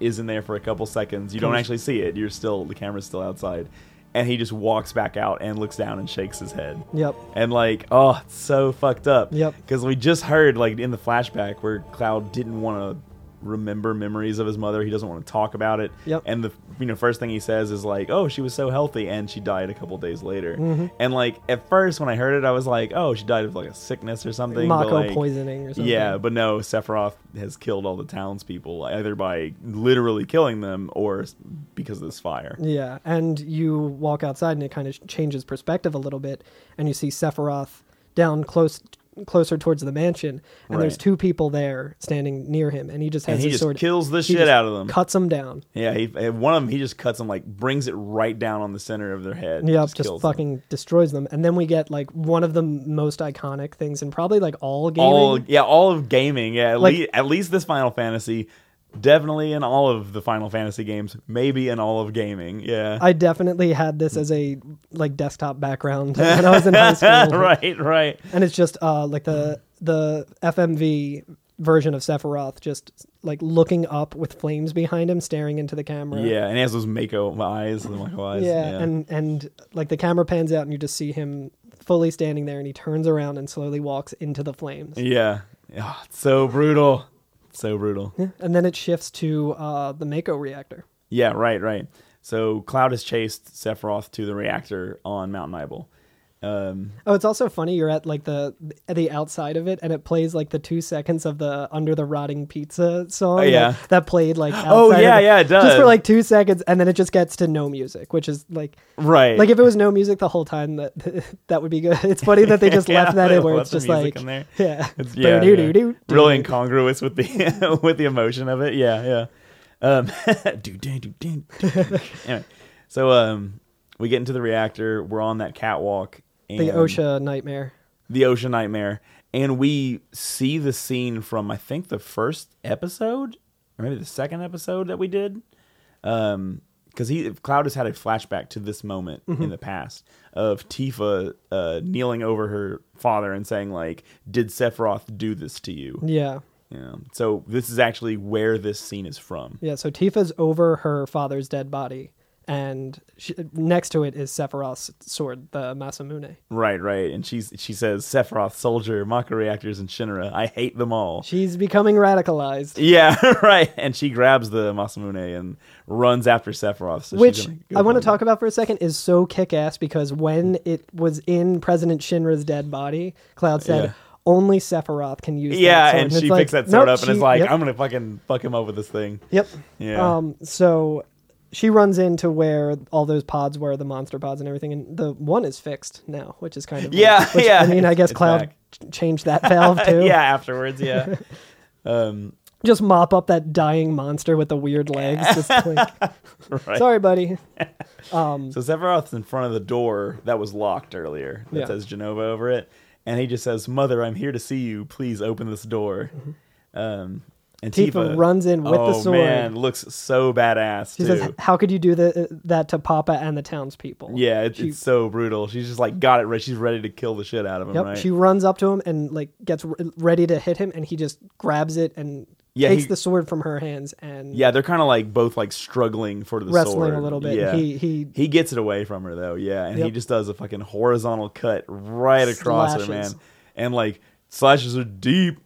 Speaker 1: is in there for a couple seconds. You don't
Speaker 2: Comes-
Speaker 1: actually see it. You're still the camera's still outside. And he just walks back out and looks down and shakes his head.
Speaker 2: Yep.
Speaker 1: And like, oh, it's so fucked up.
Speaker 2: Yep.
Speaker 1: Because we just heard like in the flashback where Cloud didn't want to remember memories of his mother. He doesn't want to talk about it.
Speaker 2: Yep.
Speaker 1: And the you know first thing he says is like, oh, she was so healthy, and she died a couple days later.
Speaker 2: Mm-hmm.
Speaker 1: And like at first when I heard it, I was like, oh, she died of like a sickness or something. but,
Speaker 2: Mako
Speaker 1: like,
Speaker 2: poisoning or something.
Speaker 1: Yeah, but no, Sephiroth has killed all the townspeople either by literally killing them or s- because of this fire.
Speaker 2: Yeah, and you walk outside, and it kind of changes perspective a little bit, and you see Sephiroth down close, closer towards the mansion, and there's
Speaker 1: Right.
Speaker 2: two people there standing near him, and he just has
Speaker 1: And he
Speaker 2: his
Speaker 1: just
Speaker 2: sword.
Speaker 1: kills the
Speaker 2: he
Speaker 1: shit
Speaker 2: just
Speaker 1: out of them.
Speaker 2: cuts them down.
Speaker 1: Yeah, he, and one of them he just cuts them like brings it right down on the center of their head.
Speaker 2: Yep, just,
Speaker 1: kills them.
Speaker 2: fucking destroys them, and then we get like one of the m- most iconic things, and probably like all gaming.
Speaker 1: all yeah, all of gaming. Yeah, at,
Speaker 2: Like-
Speaker 1: lea- at least this Final Fantasy, definitely in all of the Final Fantasy games, maybe in all of gaming. Yeah,
Speaker 2: I definitely had this as a like desktop background when I was in high school.
Speaker 1: right, right.
Speaker 2: and it's just uh, like the the FMV version of Sephiroth, just like looking up with flames behind him, staring into the camera.
Speaker 1: Yeah, and he has those Mako eyes, the Mako eyes.
Speaker 2: yeah, and and like the camera pans out, and you just see him fully standing there, and he turns around and slowly walks into the flames.
Speaker 1: yeah, Ah, it's so brutal, so brutal.
Speaker 2: And then it shifts to uh, the Mako reactor.
Speaker 1: Yeah, right, right. So Cloud has chased Sephiroth to the reactor on Mount Nibel. Um,
Speaker 2: Oh, it's also funny. You're at like the at the outside of it, and it plays like the two seconds of the "Under the Rotting Pizza" song.
Speaker 1: Oh, yeah.
Speaker 2: that, that played like. Outside
Speaker 1: Oh,
Speaker 2: of
Speaker 1: yeah,
Speaker 2: the-
Speaker 1: yeah, it
Speaker 2: Just
Speaker 1: does.
Speaker 2: for like two seconds, and then it just gets to no music, which is like
Speaker 1: right,
Speaker 2: Like if it was no music the whole time, that that would be good. It's funny that they just
Speaker 1: Yeah,
Speaker 2: left that
Speaker 1: they
Speaker 2: in where
Speaker 1: left
Speaker 2: it's
Speaker 1: the
Speaker 2: just
Speaker 1: music
Speaker 2: like
Speaker 1: in there.
Speaker 2: yeah,
Speaker 1: It's, yeah, yeah.
Speaker 2: Doo-doo-doo-doo.
Speaker 1: really incongruous with the with the emotion of it. Yeah, yeah. Um, do, do, do, do, do. anyway, so um, we get into the reactor. We're on that catwalk. And
Speaker 2: the OSHA nightmare.
Speaker 1: The ocean nightmare, and we see the scene from I think the first episode, or maybe the second episode that we did. Um, because he Cloud has had a flashback to this moment
Speaker 2: Mm-hmm.
Speaker 1: in the past of Tifa uh, kneeling over her father and saying like, "Did Sephiroth do this to you?"
Speaker 2: Yeah,
Speaker 1: Yeah. So this is actually where this scene is from.
Speaker 2: yeah. So Tifa's over her father's dead body, and she, next to it is Sephiroth's sword, the Masamune.
Speaker 1: Right, right. And she's she says Sephiroth, Soldier, Maka Reactors, and Shinra. I hate them all.
Speaker 2: She's becoming radicalized.
Speaker 1: Yeah, right. And she grabs the Masamune and runs after Sephiroth. So she's
Speaker 2: Which
Speaker 1: gonna go
Speaker 2: I want to
Speaker 1: for
Speaker 2: talk about for a second is so kick ass because when it was in President Shinra's dead body, Cloud said,
Speaker 1: Yeah.
Speaker 2: "Only Sephiroth can use."
Speaker 1: it. Yeah,
Speaker 2: that sword."
Speaker 1: and
Speaker 2: it's
Speaker 1: she
Speaker 2: like,
Speaker 1: picks that sword
Speaker 2: nope,
Speaker 1: up and is
Speaker 2: she-
Speaker 1: like,
Speaker 2: yep.
Speaker 1: I'm gonna fucking fuck him up with this thing.
Speaker 2: Yep.
Speaker 1: Yeah.
Speaker 2: Um, so she runs into where all those pods were, the monster pods and everything, and the one is fixed now, which is kind of weird.
Speaker 1: Yeah,
Speaker 2: Which,
Speaker 1: yeah,
Speaker 2: I mean, I
Speaker 1: it's-
Speaker 2: guess
Speaker 1: it's
Speaker 2: Cloud
Speaker 1: back.
Speaker 2: ch- changed that valve too.
Speaker 1: yeah, afterwards, yeah.
Speaker 2: Just mop up that dying monster with the weird legs. Just like,
Speaker 1: Right.
Speaker 2: sorry, buddy.
Speaker 1: So Sephiroth's in front of the door that was locked earlier that
Speaker 2: Yeah.
Speaker 1: says Genova over it, and he just says, "Mother, I'm here to see you. Please open this door." Um, and
Speaker 2: Mm-hmm. Tifa
Speaker 1: Tifa,
Speaker 2: runs in with the
Speaker 1: oh,
Speaker 2: sword.
Speaker 1: Man, looks so badass
Speaker 2: She
Speaker 1: too.
Speaker 2: says, "How could you do the, that to Papa and the townspeople?"
Speaker 1: yeah, it,
Speaker 2: she,
Speaker 1: it's so brutal. She's just like got it right. She's ready to kill the shit out of him.
Speaker 2: yep.
Speaker 1: right?
Speaker 2: She runs up to him and like gets r- ready to hit him, and he just grabs it and
Speaker 1: Yeah,
Speaker 2: takes
Speaker 1: he-
Speaker 2: the sword from her hands and
Speaker 1: yeah, they're kind of like both like struggling for the
Speaker 2: wrestling
Speaker 1: sword.
Speaker 2: a little bit.
Speaker 1: Yeah.
Speaker 2: He he
Speaker 1: He gets it away from her though, yeah, and he
Speaker 2: Yep.
Speaker 1: just does a fucking horizontal cut right across her, man,
Speaker 2: Slashes.
Speaker 1: and like slashes her deep,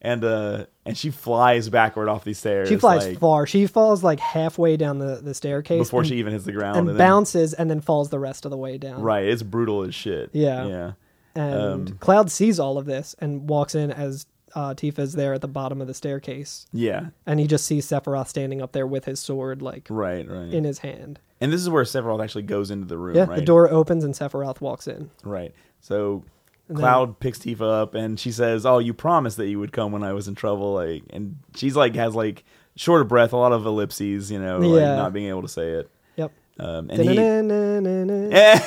Speaker 1: and uh, and she flies backward off these stairs.
Speaker 2: she flies
Speaker 1: like,
Speaker 2: far. She falls like halfway down the, the staircase
Speaker 1: before
Speaker 2: and,
Speaker 1: she even hits the ground,
Speaker 2: and
Speaker 1: then-
Speaker 2: bounces and then falls the rest of the way down.
Speaker 1: Right, Um, it's brutal as shit.
Speaker 2: Yeah.
Speaker 1: yeah,
Speaker 2: And Cloud sees all of this and walks in as uh, Tifa's there at the bottom of the staircase,
Speaker 1: yeah.
Speaker 2: and he just sees Sephiroth standing up there with his sword like
Speaker 1: Right, right.
Speaker 2: in his hand.
Speaker 1: and this is where Sephiroth actually goes into the room.
Speaker 2: Yeah,
Speaker 1: right?
Speaker 2: the door opens and Sephiroth walks in.
Speaker 1: Right. So
Speaker 2: And then-
Speaker 1: Cloud picks Tifa up and she says, "Oh, you promised that you would come when I was in trouble." Like, and she's like has like short of breath, a lot of ellipses, you know, like
Speaker 2: Yeah.
Speaker 1: not being able to say it.
Speaker 2: Yep.
Speaker 1: Um, and he
Speaker 2: Da-na-na-na-na.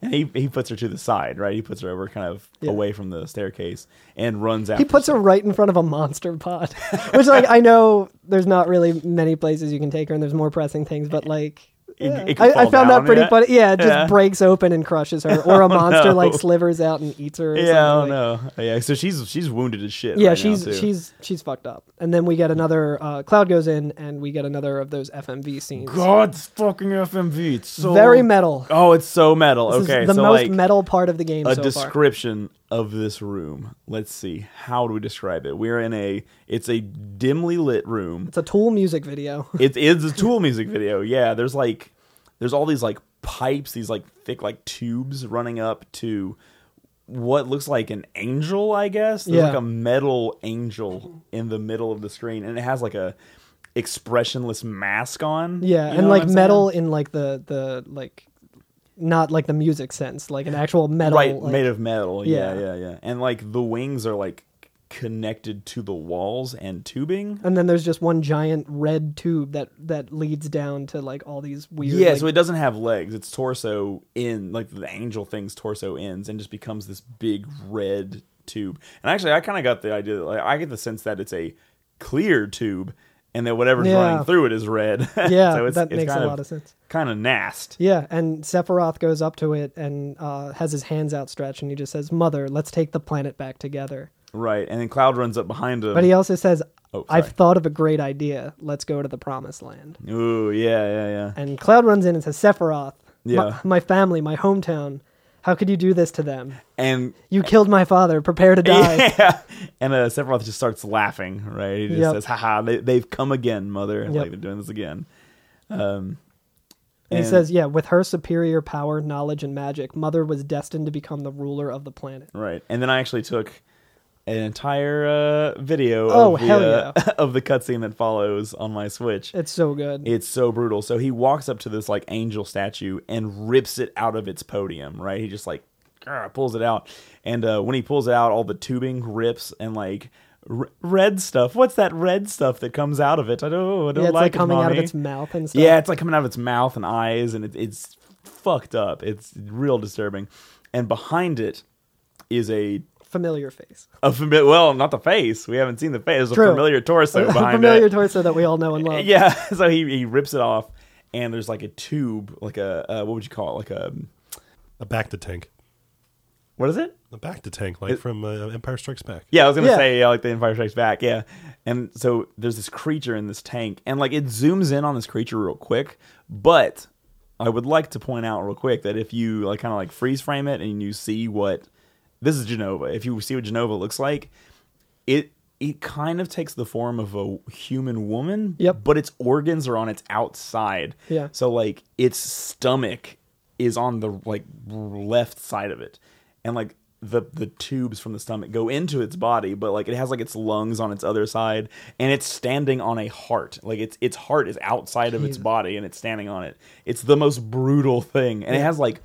Speaker 1: and he, he puts her to the side, right? He puts her over, kind of
Speaker 2: Yeah.
Speaker 1: away from the staircase, and runs after.
Speaker 2: He puts her right in front of a monster pod, which like I know there's not really many places you can take her, and there's more pressing things, but like.
Speaker 1: It-
Speaker 2: yeah.
Speaker 1: it could
Speaker 2: I, I
Speaker 1: fall
Speaker 2: found
Speaker 1: down,
Speaker 2: that pretty
Speaker 1: yeah.
Speaker 2: funny. Yeah, it just
Speaker 1: Yeah. Oh,
Speaker 2: breaks open and crushes her, or a monster
Speaker 1: no.
Speaker 2: like slivers out and eats her. Or
Speaker 1: Yeah, I
Speaker 2: something
Speaker 1: don't
Speaker 2: like-
Speaker 1: know. Yeah, so she's she's wounded as shit.
Speaker 2: Yeah,
Speaker 1: right now,
Speaker 2: she's
Speaker 1: too.
Speaker 2: she's she's fucked up. And then we get another uh, cloud goes in, and we get another of those FMV scenes.
Speaker 1: God's fucking FMV. It's so
Speaker 2: Very metal.
Speaker 1: Oh, it's so metal.
Speaker 2: This
Speaker 1: okay,
Speaker 2: is the
Speaker 1: so
Speaker 2: most
Speaker 1: like
Speaker 2: metal part of the game
Speaker 1: a
Speaker 2: so far.
Speaker 1: description of this room. Let's see. How do we describe it? We're in a it's a dimly lit room.
Speaker 2: It's a Tool music video.
Speaker 1: It is a Tool music video. Yeah, there's like there's all these like pipes, these like thick like tubes running up to what looks like an angel, I guess. There's
Speaker 2: Yeah.
Speaker 1: like a metal angel in the middle of the screen and it has like a expressionless mask on.
Speaker 2: Yeah,
Speaker 1: You know
Speaker 2: and
Speaker 1: what
Speaker 2: like
Speaker 1: I'm saying?
Speaker 2: metal in like the the like not like the music sense, like an actual metal.
Speaker 1: right
Speaker 2: like-
Speaker 1: made of metal yeah, yeah
Speaker 2: Yeah.
Speaker 1: yeah and like the wings are like connected to the walls and tubing
Speaker 2: and then there's just one giant red tube that that leads down to like all these weird.
Speaker 1: yeah
Speaker 2: like-
Speaker 1: so it doesn't have legs it's torso in like the angel thing's torso ends and just becomes this big red tube and actually i kind of got the idea that like, i get the sense that it's a clear tube and that whatever's
Speaker 2: Yeah.
Speaker 1: running through it is red
Speaker 2: yeah,
Speaker 1: so it's,
Speaker 2: that
Speaker 1: it's
Speaker 2: makes
Speaker 1: kind
Speaker 2: a lot of sense.
Speaker 1: kind of nasty
Speaker 2: Yeah, and Sephiroth goes up to it and uh, has his hands outstretched, and he just says, "Mother, let's take the planet back together."
Speaker 1: right and then cloud runs up behind him
Speaker 2: But he also says,
Speaker 1: Oh,
Speaker 2: "I've
Speaker 1: sorry.
Speaker 2: thought of a great idea. Let's go to the promised land."
Speaker 1: ooh yeah yeah yeah
Speaker 2: And Cloud runs in and says, "Sephiroth,
Speaker 1: Yeah.
Speaker 2: my, my family, my hometown, how could you do this to them?"
Speaker 1: and
Speaker 2: You killed my father. Prepare to die.
Speaker 1: Yeah. And uh, Sephiroth just starts laughing, right? He just
Speaker 2: Yep.
Speaker 1: says, haha, they, they've come again, mother. Like,
Speaker 2: Yep.
Speaker 1: they're doing this again.
Speaker 2: and
Speaker 1: And-
Speaker 2: he says, Yeah, with her superior power, knowledge, and magic, Mother was destined to become the ruler of the planet.
Speaker 1: Right. And then I actually took an entire uh, video
Speaker 2: Oh,
Speaker 1: of, the,
Speaker 2: hell
Speaker 1: uh, of the cutscene that follows on my Switch.
Speaker 2: It's so good.
Speaker 1: It's so brutal. So he walks up to this like angel statue and rips it out of its podium, right? He just like grr, pulls it out. And uh, when he pulls it out, all the tubing rips and like r- red stuff. What's that red stuff that comes out of it? I don't, I don't
Speaker 2: yeah, it's like,
Speaker 1: it,
Speaker 2: coming out of
Speaker 1: mommy.
Speaker 2: its mouth and stuff.
Speaker 1: Yeah, it's like coming out of its mouth and eyes, and it, it's fucked up. It's real disturbing. And behind it is a
Speaker 2: Familiar face.
Speaker 1: a familiar. Well, not the face. We haven't seen the face. There's a
Speaker 2: True.
Speaker 1: familiar torso
Speaker 2: A
Speaker 1: behind
Speaker 2: familiar
Speaker 1: it.
Speaker 2: torso that we all know and love.
Speaker 1: yeah. So he he rips it off, and there's like a tube, like a uh, what would you call it? Like a
Speaker 3: A back to tank.
Speaker 1: what is it?
Speaker 3: A back to tank, like
Speaker 1: It-
Speaker 3: from uh, Empire Strikes Back.
Speaker 1: Yeah, I was gonna
Speaker 2: Yeah.
Speaker 1: say yeah, like the Empire Strikes Back, yeah. And so there's this creature in this tank, and like it zooms in on this creature real quick. But I would like to point out real quick that if you like kind of like freeze frame it and you see what this is Genova, if you see what Genova looks like, it it kind of takes the form of a human woman.
Speaker 2: Yep.
Speaker 1: But its organs are on its outside.
Speaker 2: Yeah.
Speaker 1: So like its stomach is on the like left side of it, and like the the tubes from the stomach go into its body, but like it has like its lungs on its other side, and it's standing on a heart. Like its its heart is outside of its body, and it's standing on it. It's the most brutal thing, and it has like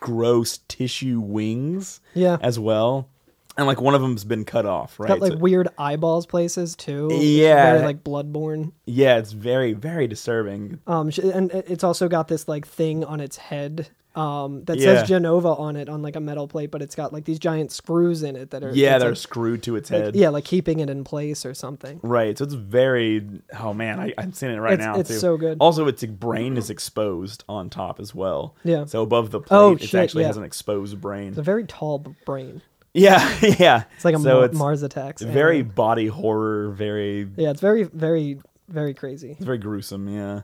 Speaker 1: gross tissue wings.
Speaker 2: Yeah.
Speaker 1: As well. and like one of them's been cut off, right?
Speaker 2: Got like
Speaker 1: So-
Speaker 2: weird eyeballs places too. It's
Speaker 1: Yeah.
Speaker 2: very, like bloodborne.
Speaker 1: yeah, it's very very disturbing.
Speaker 2: Um, sh- and it- it's also got this like thing on its head. Um, that
Speaker 1: Yeah.
Speaker 2: says Genova on it on like a metal plate, but it's got like these giant screws in it that are
Speaker 1: Yeah,
Speaker 2: that's,
Speaker 1: they're
Speaker 2: like,
Speaker 1: screwed to its
Speaker 2: like,
Speaker 1: head.
Speaker 2: yeah, like keeping it in place or something.
Speaker 1: Right, so it's very. Oh man, I, I'm seeing it right
Speaker 2: It's-
Speaker 1: now.
Speaker 2: it's
Speaker 1: too.
Speaker 2: so good.
Speaker 1: Also, its brain is exposed on top as well.
Speaker 2: Yeah.
Speaker 1: So above the plate,
Speaker 2: Oh,
Speaker 1: it
Speaker 2: shit,
Speaker 1: actually
Speaker 2: yeah.
Speaker 1: has an exposed brain.
Speaker 2: It's a very tall b- brain.
Speaker 1: Yeah, yeah.
Speaker 2: It's like a
Speaker 1: so
Speaker 2: Mar-
Speaker 1: it's
Speaker 2: Mars attacks. and-
Speaker 1: very body horror, very
Speaker 2: yeah, it's very very very crazy.
Speaker 1: It's very gruesome, yeah.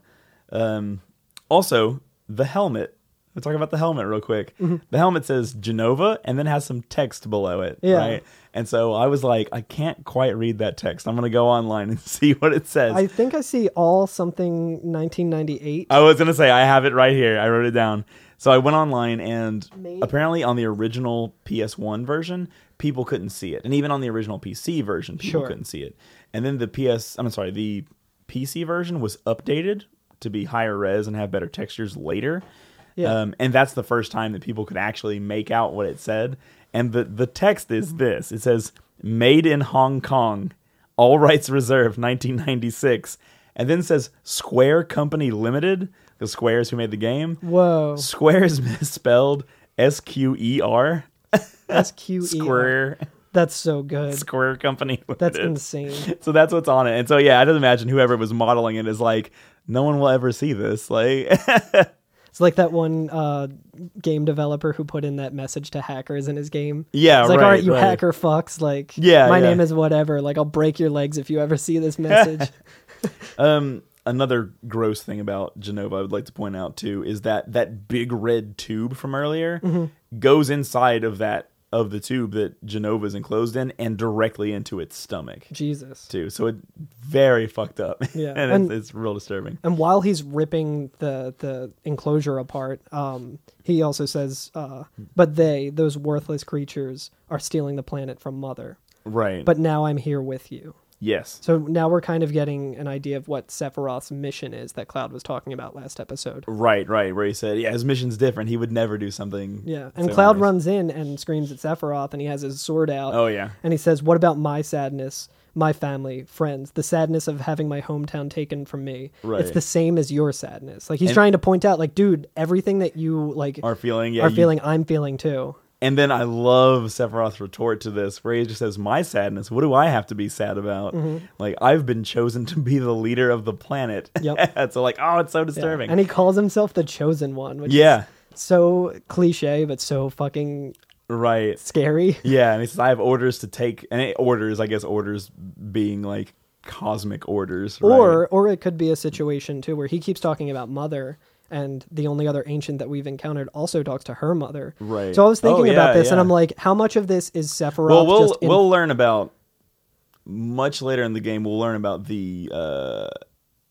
Speaker 1: Um, also, the helmet. Let's talk about the helmet real quick.
Speaker 2: Mm-hmm.
Speaker 1: The helmet says Genova and then has some text below it.
Speaker 2: Yeah.
Speaker 1: Right. And so I was like, I can't quite read that text. I'm going to go online and see what it says.
Speaker 2: I
Speaker 1: I,
Speaker 2: think I see all something 1998.
Speaker 1: was going to say, I have it right here. I wrote it down. So I went online and
Speaker 2: Maybe.
Speaker 1: apparently on the original PS1 version, people couldn't see it. And even on the original PC version, people
Speaker 2: Sure.
Speaker 1: couldn't see it. And then the PS, I'm sorry, the PC version was updated to be higher res and have better textures later.
Speaker 2: Yeah.
Speaker 1: Um, and that's the first time that people could actually make out what it said. And the, the text
Speaker 2: Mm-hmm.
Speaker 1: is this it says, Made in Hong Kong, all rights reserved 1996. And then says, Square Company Limited, the squares who made the game.
Speaker 2: Whoa,
Speaker 1: Square is misspelled S Q E R.
Speaker 2: E that's QE.
Speaker 1: Square
Speaker 2: That's so good.
Speaker 1: Square Company.
Speaker 2: That's
Speaker 1: Limited.
Speaker 2: insane.
Speaker 1: So that's what's on it. And so yeah, I just imagine whoever was modeling it is like, no one will ever see this. Like
Speaker 2: It's like that one uh, game developer who put in that message to hackers in his game.
Speaker 1: Yeah,
Speaker 2: it's like,
Speaker 1: right,
Speaker 2: all right, you
Speaker 1: right.
Speaker 2: hacker fucks. Like,
Speaker 1: Yeah,
Speaker 2: my
Speaker 1: yeah.
Speaker 2: name is whatever. Like, I'll break your legs if you ever see this message.
Speaker 1: Um another gross thing about Genova I would like to point out too is that that big red tube from earlier
Speaker 2: Mm-hmm.
Speaker 1: goes inside of that of the tube that Genova's enclosed in and directly into its stomach
Speaker 2: Jesus.
Speaker 1: too. So it very fucked up.
Speaker 2: Yeah,
Speaker 1: and,
Speaker 2: and-
Speaker 1: it's, it's real disturbing.
Speaker 2: And while he's ripping the the enclosure apart, um, he also says, uh, "But they, those worthless creatures, are stealing the planet from Mother.
Speaker 1: Right.
Speaker 2: But now I'm here with you."
Speaker 1: yes.
Speaker 2: So now we're kind of getting an idea of what Sephiroth's mission is that Cloud was talking about last episode.
Speaker 1: Right, right, where he said, "Yeah, his mission's different. He would never do something."
Speaker 2: Yeah, and
Speaker 1: so
Speaker 2: Cloud
Speaker 1: nice."
Speaker 2: runs in and screams at Sephiroth, and he has his sword out.
Speaker 1: Oh, yeah.
Speaker 2: and he says, "What about my sadness, my family, friends? The sadness of having my hometown taken from me. It's
Speaker 1: Right.
Speaker 2: the same as your sadness." Like he's trying to point out, like, dude, everything that you like
Speaker 1: Are feeling, yeah,
Speaker 2: are
Speaker 1: you-
Speaker 2: feeling, I'm feeling too.
Speaker 1: And then I love Sephiroth's retort to this, where he just says, "My sadness. What do I have to be sad about?
Speaker 2: Mm-hmm.
Speaker 1: Like I've been chosen to be the leader of the planet."
Speaker 2: Yep.
Speaker 1: And so like, oh, it's so
Speaker 2: Yeah.
Speaker 1: disturbing.
Speaker 2: And he calls himself the chosen one, which
Speaker 1: Yeah.
Speaker 2: is so cliche but so fucking
Speaker 1: right.
Speaker 2: scary.
Speaker 1: Yeah, and he says, "I have orders to take." And it orders, I guess, orders being like cosmic orders, right?
Speaker 2: Or or it could be a situation too where he keeps talking about mother and the only other ancient that we've encountered also talks to her mother.
Speaker 1: Right.
Speaker 2: So I was thinking
Speaker 1: Oh,
Speaker 2: about
Speaker 1: yeah,
Speaker 2: this and
Speaker 1: yeah.
Speaker 2: I'm like, how much of this is Sephiroth
Speaker 1: well, we'll
Speaker 2: just in-
Speaker 1: we'll learn about much later in the game. We'll learn about the uh,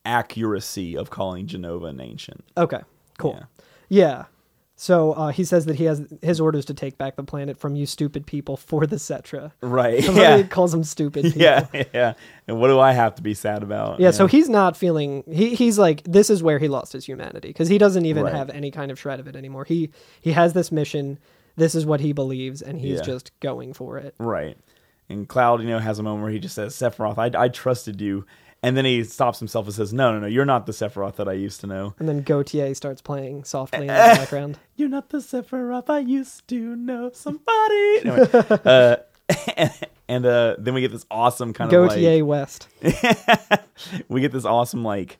Speaker 1: accuracy of calling Genova an ancient.
Speaker 2: Okay. Cool.
Speaker 1: Yeah.
Speaker 2: Yeah. So uh, he says that he has his orders to take back the planet from you stupid people for the Cetra.
Speaker 1: Right.
Speaker 2: Somebody
Speaker 1: Yeah.
Speaker 2: calls them stupid people.
Speaker 1: Yeah. Yeah. And what do I have to be sad about?
Speaker 2: Yeah, so he's not feeling he he's like this is where he lost his humanity because he doesn't even
Speaker 1: Right.
Speaker 2: have any kind of shred of it anymore. He he has this mission, this is what he believes and he's
Speaker 1: Yeah.
Speaker 2: just going for it.
Speaker 1: Right. And Cloud, you know, has a moment where he just says, Sephiroth, I, I trusted you. And then he stops himself and says, No, no, no, you're not the Sephiroth that I used to know.
Speaker 2: And then Gautier starts playing softly in the background.
Speaker 1: You're not the Sephiroth I used to know somebody. Anyway, uh, and uh, then we get this awesome kind of like,
Speaker 2: Gautier West.
Speaker 1: we get this awesome like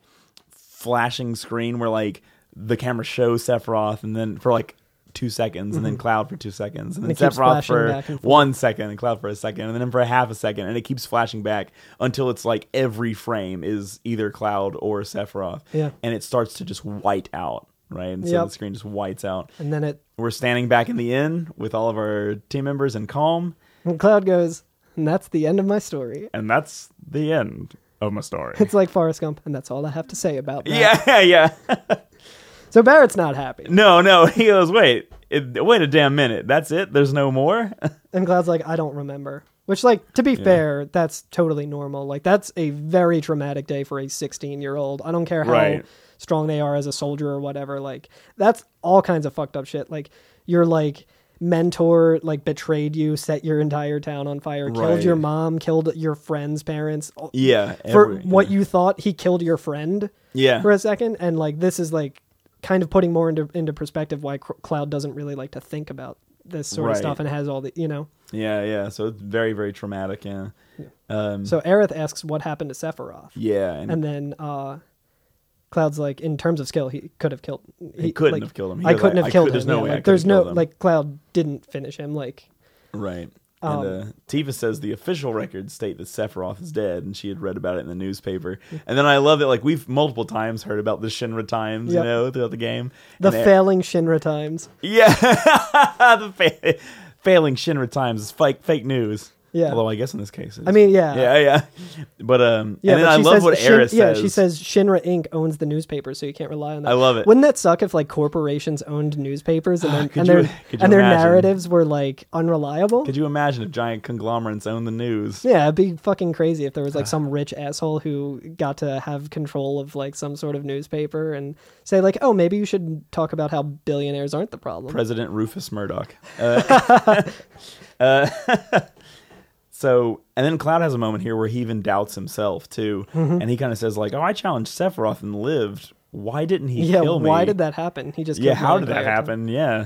Speaker 1: flashing screen where like the camera shows Sephiroth and then for like two seconds and then Cloud for two seconds and then
Speaker 2: Mm-hmm. it
Speaker 1: Sephiroth
Speaker 2: keeps flashing
Speaker 1: for
Speaker 2: back and forth.
Speaker 1: one second and Cloud for a second and then for a half a second and it keeps flashing back until it's like every frame is either Cloud or Sephiroth.
Speaker 2: Yeah.
Speaker 1: And it starts to just white out, right? And so
Speaker 2: Yep.
Speaker 1: the screen just whites out.
Speaker 2: And then it
Speaker 1: We're standing back in the inn with all of our team members and calm
Speaker 2: and Cloud goes, and that's the end of my story.
Speaker 1: and that's the end of my story.
Speaker 2: It's like Forrest Gump, and that's all I have to say about that.
Speaker 1: yeah, yeah.
Speaker 2: So Barrett's not happy.
Speaker 1: No, no. He goes, wait, it, wait a damn minute. That's it. There's no more.
Speaker 2: And Cloud's like, I don't remember. Which, like, to be fair, that's totally normal. Like, that's a very traumatic day for a 16 year old. I don't care how
Speaker 1: Right.
Speaker 2: strong they are as a soldier or whatever. Like, that's all kinds of fucked up shit. Like, you're like mentor like betrayed you, set your entire town on fire, killed
Speaker 1: Right.
Speaker 2: your mom, killed your friend's parents. all-
Speaker 1: Yeah.
Speaker 2: For
Speaker 1: every-
Speaker 2: what you thought he killed your friend
Speaker 1: Yeah.
Speaker 2: for a second, and like this is like kind of putting more into into perspective why Cr- Cloud doesn't really like to think about this sort
Speaker 1: Right.
Speaker 2: of stuff and has all the you know.
Speaker 1: Yeah, yeah. So it's very, very traumatic. Yeah. Um, Mm-hmm.
Speaker 2: So Aerith asks what happened to Sephiroth,
Speaker 1: yeah. And,
Speaker 2: and then uh, Cloud's like, in terms of skill, he could have killed. He,
Speaker 1: couldn't
Speaker 2: like,
Speaker 1: have killed him. He
Speaker 2: I
Speaker 1: goes,
Speaker 2: couldn't
Speaker 1: "I-
Speaker 2: have
Speaker 1: I
Speaker 2: killed
Speaker 1: could- there's
Speaker 2: him.
Speaker 1: no
Speaker 2: yeah,
Speaker 1: way I
Speaker 2: like, there's
Speaker 1: could've
Speaker 2: no
Speaker 1: killed him.
Speaker 2: like Cloud didn't finish him. Like
Speaker 1: right.
Speaker 2: um,
Speaker 1: And uh, Tifa says the official records state that Sephiroth is dead, and she had read about it in the newspaper. And then I love that, like, we've multiple times heard about the Shinra times,
Speaker 2: Yep.
Speaker 1: you know, throughout the game.
Speaker 2: the
Speaker 1: And they-
Speaker 2: failing Shinra times.
Speaker 1: Yeah. the fa- failing Shinra times is fake fake news.
Speaker 2: Yeah.
Speaker 1: Although I guess in this case, it's,
Speaker 2: I mean, yeah.
Speaker 1: yeah, yeah. But um,
Speaker 2: Yeah,
Speaker 1: and then
Speaker 2: but
Speaker 1: I
Speaker 2: she
Speaker 1: love
Speaker 2: says
Speaker 1: what
Speaker 2: Shin-
Speaker 1: Aerith
Speaker 2: Yeah,
Speaker 1: says.
Speaker 2: she says Shinra Inc. owns the newspaper, so you can't rely on that.
Speaker 1: I love it. Ah,
Speaker 2: Wouldn't that suck if like corporations owned newspapers and, then,
Speaker 1: Could
Speaker 2: and
Speaker 1: you-
Speaker 2: their
Speaker 1: could you
Speaker 2: and their
Speaker 1: imagine?
Speaker 2: narratives were like unreliable?
Speaker 1: Could you imagine if giant conglomerates own the news?
Speaker 2: yeah, it'd be fucking crazy if
Speaker 1: Ah.
Speaker 2: there was like some rich asshole who got to have control of like some sort of newspaper and say like, oh, maybe you should talk about how billionaires aren't the problem.
Speaker 1: President Rufus Murdoch. Uh, uh, so, and then Cloud has a moment here where he even doubts himself too,
Speaker 2: Mm-hmm.
Speaker 1: and he kind of says like, "Oh, I challenged Sephiroth and lived. Why didn't he
Speaker 2: yeah,
Speaker 1: kill me?
Speaker 2: why did that happen? He just
Speaker 1: Yeah,
Speaker 2: killed my
Speaker 1: how did that
Speaker 2: entire town.
Speaker 1: happen? Um, Yeah,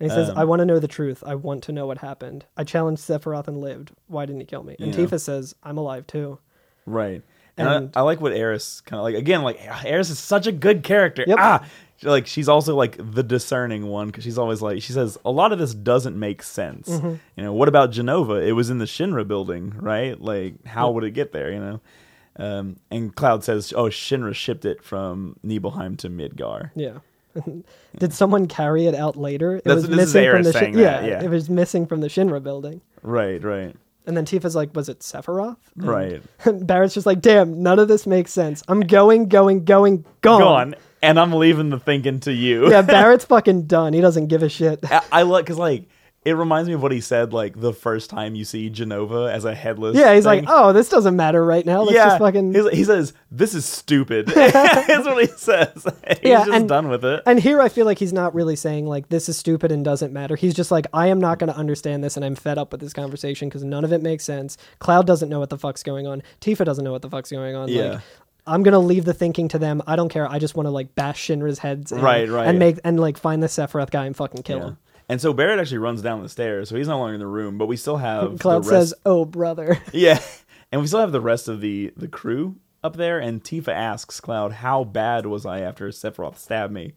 Speaker 2: And he says, I want to know the truth. I want to know what happened. I challenged Sephiroth and lived. Why didn't he kill me? And
Speaker 1: Yeah.
Speaker 2: Tifa says, I'm alive too.
Speaker 1: right. And,
Speaker 2: And-
Speaker 1: I, I like what Eris kind of like again like Eris is such a good character.
Speaker 2: Yep.
Speaker 1: Ah, She- like she's also like the discerning one because she's always like she says a lot of this doesn't make sense.
Speaker 2: Mm-hmm.
Speaker 1: You know what about Genova? It was in the Shinra building, right? Like how would it get there? You know. Um, and Cloud says, "Oh, Shinra shipped it from Nibelheim to Midgar."
Speaker 2: Yeah. Did someone carry it out later? It
Speaker 1: That's-
Speaker 2: was
Speaker 1: this is
Speaker 2: missing from
Speaker 1: Aerith
Speaker 2: the
Speaker 1: saying
Speaker 2: Shin-
Speaker 1: that, yeah.
Speaker 2: It was missing from the Shinra building.
Speaker 1: Right, right,
Speaker 2: And then Tifa's like, "Was it Sephiroth?" And
Speaker 1: right.
Speaker 2: Barrett's just like, "Damn, none of this makes sense. I'm going, going, going, gone."
Speaker 1: Gone, and I'm leaving the thinking to you.
Speaker 2: Oh. Yeah, Barrett's fucking done. He doesn't give a shit.
Speaker 1: I, I like because like it reminds me of what he said like the first time you see Genova as a headless.
Speaker 2: Yeah, he's
Speaker 1: thing.
Speaker 2: like, "Oh, this doesn't matter right now. Let's just fucking."
Speaker 1: He's- he says this is stupid. That's what he says. he's
Speaker 2: Yeah,
Speaker 1: just
Speaker 2: and-
Speaker 1: done with it.
Speaker 2: And here I feel like he's not really saying like this is stupid and doesn't matter. He's just like I am not going to understand this and I'm fed up with this conversation because none of it makes sense. Cloud doesn't know what the fuck's going on. Tifa doesn't know what the fuck's going on.
Speaker 1: Yeah.
Speaker 2: Like I'm going to leave the thinking to them. I don't care. I just want to like bash Shinra's heads in
Speaker 1: Right, right.
Speaker 2: and make and like find the Sephiroth guy and fucking kill
Speaker 1: Yeah.
Speaker 2: him.
Speaker 1: And so Barrett actually runs down the stairs, so he's no longer in the room. But we still have
Speaker 2: Cloud
Speaker 1: the rest,
Speaker 2: says, "Oh brother."
Speaker 1: "Yeah," and we still have the rest of the the crew up there. And Tifa asks Cloud, "How bad was I after Sephiroth stabbed me?"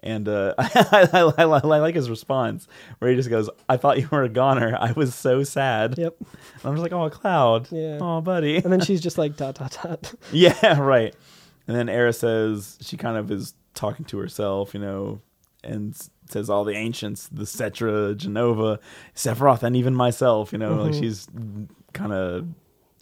Speaker 1: And uh, I, I, I, I like his response, where he just goes, "I thought you were a goner. I was so sad."
Speaker 2: yep.
Speaker 1: And I'm just like, "Oh, Cloud,
Speaker 2: Yeah.
Speaker 1: oh, buddy."
Speaker 2: And then she's just like dot dot dot.
Speaker 1: Yeah, right. And then Era says she kind of is talking to herself, you know, and s- says all the ancients, the Cetra, Genova, Sephiroth, and even myself, you know, like she's kind of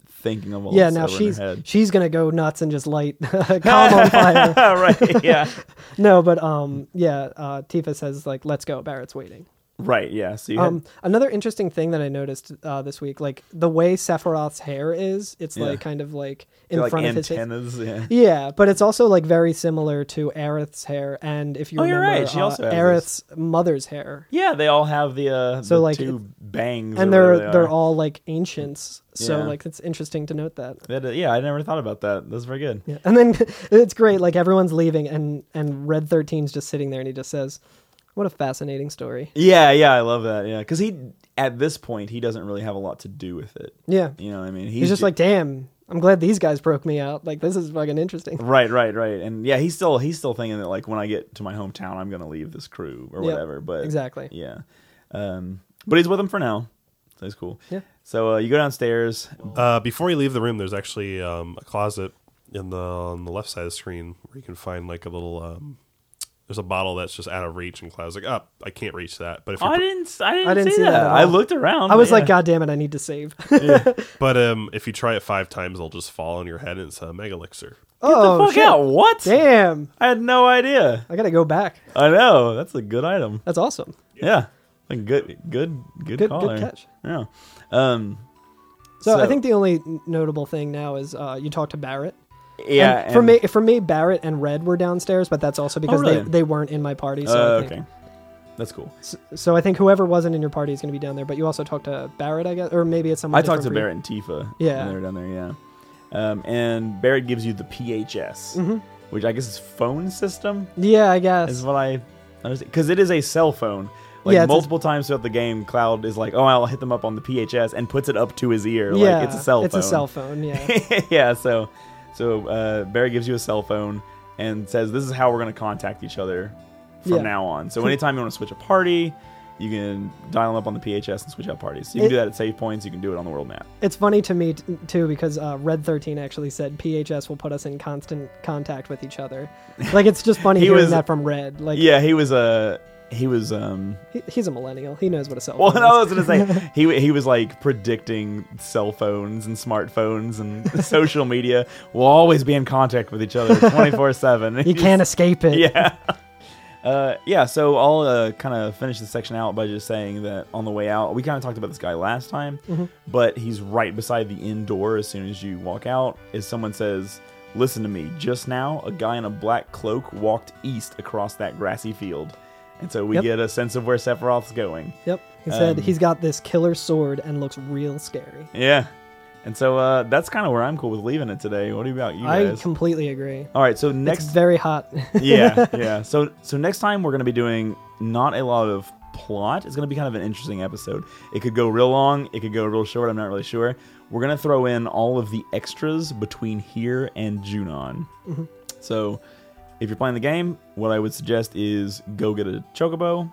Speaker 1: thinking of all
Speaker 2: Mm-hmm. yeah,
Speaker 1: this
Speaker 2: now
Speaker 1: over
Speaker 2: she's
Speaker 1: in her head.
Speaker 2: she's going to go nuts and just light a calm on fire.
Speaker 1: Yeah, right. Yeah.
Speaker 2: No, but um, yeah, uh, Tifa says like, "Let's go." Barrett's waiting.
Speaker 1: right. Yeah. So you
Speaker 2: Um, another interesting thing that I noticed uh, this week, like the way Sephiroth's hair is, it's
Speaker 1: Yeah.
Speaker 2: like kind of like in
Speaker 1: had, like
Speaker 2: front of his face.
Speaker 1: antennas. Yeah.
Speaker 2: Yeah, but it's also like very similar to Aerith's hair, and if you
Speaker 1: Oh, you're
Speaker 2: remember,
Speaker 1: right, she
Speaker 2: uh,
Speaker 1: also has
Speaker 2: Aerith's mother's hair,
Speaker 1: Yeah, they all have the uh,
Speaker 2: So,
Speaker 1: the
Speaker 2: like,
Speaker 1: two
Speaker 2: it's-
Speaker 1: bangs, or
Speaker 2: and they're
Speaker 1: whatever they
Speaker 2: they're
Speaker 1: are. uh,
Speaker 2: all like ancients. So
Speaker 1: Yeah.
Speaker 2: like it's interesting to note that.
Speaker 1: That- uh, yeah, I never thought about that. That's very good.
Speaker 2: Yeah. And then it's great, like everyone's leaving, and and Red 13's just sitting there, and he just says, "What a fascinating story."
Speaker 1: Yeah, yeah, I love that. Yeah, because he at this point he doesn't really have a lot to do with it.
Speaker 2: Yeah,
Speaker 1: You know what I mean?
Speaker 2: He's just
Speaker 1: ju-
Speaker 2: like, damn, I'm glad these guys broke me out. Like, this is fucking interesting.
Speaker 1: right, right, right, and yeah, he's still he's still thinking that like when I get to my hometown, I'm gonna leave this crew or
Speaker 2: Yep,
Speaker 1: whatever. But
Speaker 2: exactly.
Speaker 1: yeah. Um, but he's with them for now, so he's cool.
Speaker 2: Yeah.
Speaker 1: So uh, you go downstairs.
Speaker 3: Uh, before you leave the room, there's actually um, a closet in the on the left side of the screen where you can find like a little. Um, there's a bottle that's just out of reach, and Cloud's like, "Up, I can't reach that." But if you,
Speaker 1: didn't, I didn't,
Speaker 2: didn't see see that that. at
Speaker 1: I
Speaker 2: all.
Speaker 1: looked around.
Speaker 2: I was
Speaker 1: but
Speaker 2: like,
Speaker 1: yeah.
Speaker 2: God damn it, I need to save.
Speaker 3: but um, if you try it five times, it'll just fall on your head, and it's a mega elixir.
Speaker 2: oh,
Speaker 1: Fuck
Speaker 2: shit.
Speaker 1: out! What?
Speaker 2: Damn.
Speaker 1: I had no idea.
Speaker 2: I got to go back.
Speaker 1: I know that's a good item.
Speaker 2: That's awesome.
Speaker 1: Yeah, like good, good, good,
Speaker 2: Good-
Speaker 1: caller.
Speaker 2: good catch.
Speaker 1: Yeah. Um.
Speaker 2: So, I
Speaker 1: So-
Speaker 2: think the only n- notable thing now is uh, you talk to Barrett.
Speaker 1: Yeah.
Speaker 2: And for
Speaker 1: and- Oh,
Speaker 2: me, for me, Barrett and Red were downstairs, but that's also because
Speaker 1: really?
Speaker 2: they, they weren't in my party. So
Speaker 1: Uh,
Speaker 2: I think
Speaker 1: okay. That's cool.
Speaker 2: So I think whoever wasn't in your party is going to be down there. But you also talked to Barrett, I guess, or maybe it's someone.
Speaker 1: I talked
Speaker 2: different
Speaker 1: to
Speaker 2: for you.
Speaker 1: Barrett and Tifa.
Speaker 2: Yeah.
Speaker 1: when they were down there. Yeah, um, and Barrett gives you the PHS,
Speaker 2: Mm-hmm.
Speaker 1: which I guess is phone system.
Speaker 2: Yeah, I guess.
Speaker 1: Is what I understand because it is a cell phone. Like
Speaker 2: Yeah, it's a-
Speaker 1: multiple times throughout the game, Cloud is like, "Oh, I'll hit them up on the PHS," and puts it up to his ear.
Speaker 2: yeah,
Speaker 1: like it's a cell phone.
Speaker 2: It's a cell phone. Yeah.
Speaker 1: yeah, so so uh, Barry gives you a cell phone and says this is how we're gonna contact each other from
Speaker 2: Yeah.
Speaker 1: now on. So anytime you want to switch a party, you can dial them up on the PHS and switch out parties. So you can
Speaker 2: It-
Speaker 1: do that at save points. You can do it on the world map.
Speaker 2: it's funny to me t- too because uh, Red Thirteen actually said PHS will put us in constant contact with each other. Like it's just funny
Speaker 1: He
Speaker 2: hearing
Speaker 1: was-
Speaker 2: that from Red. Like
Speaker 1: Yeah, he was a uh, he was um.
Speaker 2: he, he's a millennial. He knows what a cell
Speaker 1: Well,
Speaker 2: phone
Speaker 1: no, I
Speaker 2: is.
Speaker 1: was gonna say he he was like predicting cell phones and smartphones and social media will always be in contact with each other twenty four seven.
Speaker 2: You can't escape it.
Speaker 1: yeah. Uh, yeah, so I'll uh, kind of finish this section out by just saying that on the way out, we kind of talked about this guy last time,
Speaker 2: Mm-hmm.
Speaker 1: but he's right beside the inn door as soon as you walk out. Is someone says, Listen to me, just now a guy in a black cloak walked east across that grassy field. And so we
Speaker 2: Yep.
Speaker 1: get a sense of where Sephiroth's going.
Speaker 2: Yep. He said
Speaker 1: Um,
Speaker 2: he's got this killer sword and looks real scary.
Speaker 1: Yeah. And so uh, that's kind of where I'm cool with leaving it today. What about you
Speaker 2: I
Speaker 1: guys?
Speaker 2: completely agree.
Speaker 1: All right, so
Speaker 2: It's
Speaker 1: next
Speaker 2: very hot.
Speaker 1: yeah, yeah. So so next time we're gonna be doing not a lot of plot. It's gonna be kind of an interesting episode. It could go real long. It could go real short. I'm not really sure. We're gonna throw in all of the extras between here and Junon. So if you're playing the game, what I would suggest is go get a chocobo.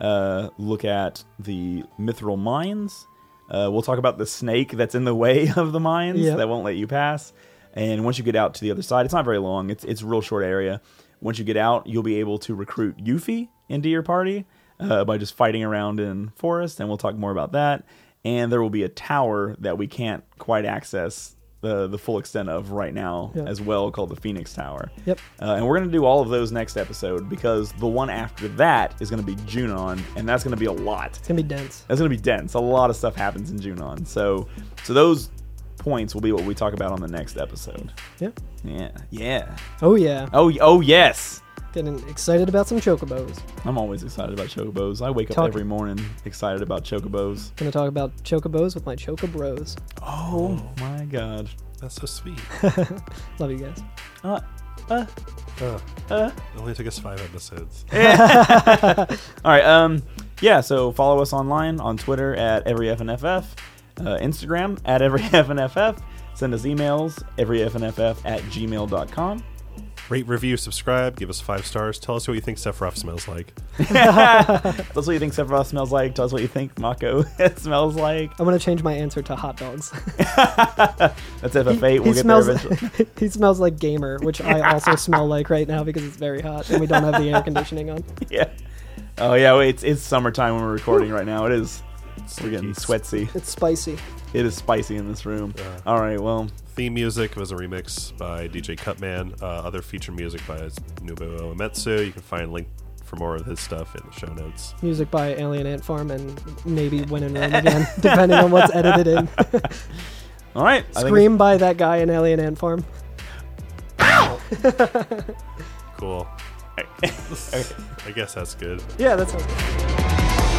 Speaker 1: Uh, look at the mithril mines. Uh, we'll talk about the snake that's in the way of the mines
Speaker 2: Yep.
Speaker 1: that won't let you pass. And once you get out to the other side, it's not very long. It's it's a real short area. Once you get out, you'll be able to recruit Yuffie into your party uh, by just fighting around in forest. And we'll talk more about that. And there will be a tower that we can't quite access the the full extent of right now
Speaker 2: Yeah.
Speaker 1: as well, called the Phoenix Tower.
Speaker 2: Yep.
Speaker 1: Uh, and we're going to do all of those next episode because the one after that is going to be Junon, and that's going to be a lot.
Speaker 2: It's gonna be dense.
Speaker 1: That's going to be dense. A lot of stuff happens in Junon. So, so those points will be what we talk about on the next episode.
Speaker 2: Yep.
Speaker 1: Yeah, yeah.
Speaker 2: Oh yeah.
Speaker 1: Oh, y- oh yes.
Speaker 2: Getting excited about some chocobos.
Speaker 1: I'm always excited about chocobos. I wake up
Speaker 2: Talk-
Speaker 1: every morning excited about chocobos.
Speaker 2: Gonna talk about chocobos with my chocobros.
Speaker 1: Oh my god.
Speaker 3: That's so sweet.
Speaker 2: Love you guys.
Speaker 1: Uh, uh.
Speaker 3: Uh, it only took us five episodes.
Speaker 1: All right. Um, yeah. So follow us online on Twitter at everyfnff, uh, Instagram at everyfnff. Send us emails everyfnff at gmail.com.
Speaker 3: Rate, review, subscribe, give us five stars. Tell us what you think Sephiroth smells like.
Speaker 1: Tell us what you think Sephiroth smells like. Tell us what you think Mako smells like.
Speaker 2: I'm gonna change my answer to hot dogs.
Speaker 1: That's FF8.
Speaker 2: he
Speaker 1: we'll get
Speaker 2: smells.
Speaker 1: there eventually.
Speaker 2: he smells like gamer, which I also smell like right now because it's very hot and we don't have the air conditioning on.
Speaker 1: yeah. Oh yeah. Wait, it's it's summertime when we're recording right now. It is. We're getting
Speaker 3: Stinky.
Speaker 1: sweatsy.
Speaker 2: It's spicy.
Speaker 1: It is spicy in this room. All right. Well.
Speaker 3: Theme music was a remix by DJ Cutman. Uh, other feature music by Nubo Ometsu. You can find a link for more of his stuff in the show notes.
Speaker 2: Music by Alien Ant Farm and maybe When in Rome again, depending on what's edited in.
Speaker 1: All right. I think it's-
Speaker 2: Scream by that guy in Alien Ant Farm.
Speaker 3: Cool. I guess that's good.
Speaker 2: Yeah, that sounds good.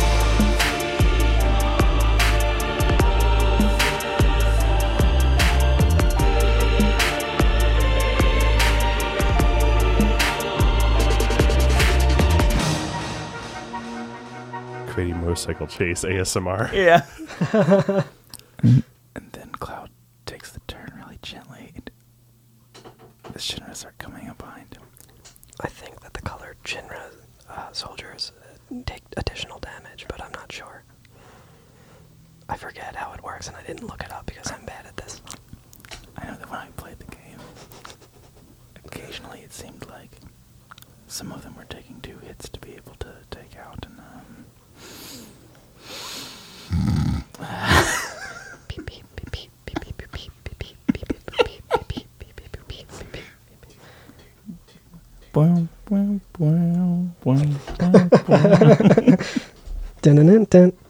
Speaker 3: Creating motorcycle chase ASMR.
Speaker 1: Yeah.
Speaker 4: And then Cloud takes the turn really gently. and The Shinras are coming up behind him.
Speaker 5: I think that the colored Shinra uh, soldiers uh, take additional damage, but I'm not sure. I forget how it works, and I didn't look it up because I'm bad at this.
Speaker 4: I know that when I played the game, occasionally it seemed like some of them were taking two hits to be able to take out, and um,
Speaker 5: Beep, beep, beep, beep, beep, beep, beep, beep, beep, beep, beep, beep, beep, beep, beep, beep, beep, beep, beep, beep, beep.
Speaker 4: boom, boom, boom, boom, boom.
Speaker 2: Dun-dun-dun-dun.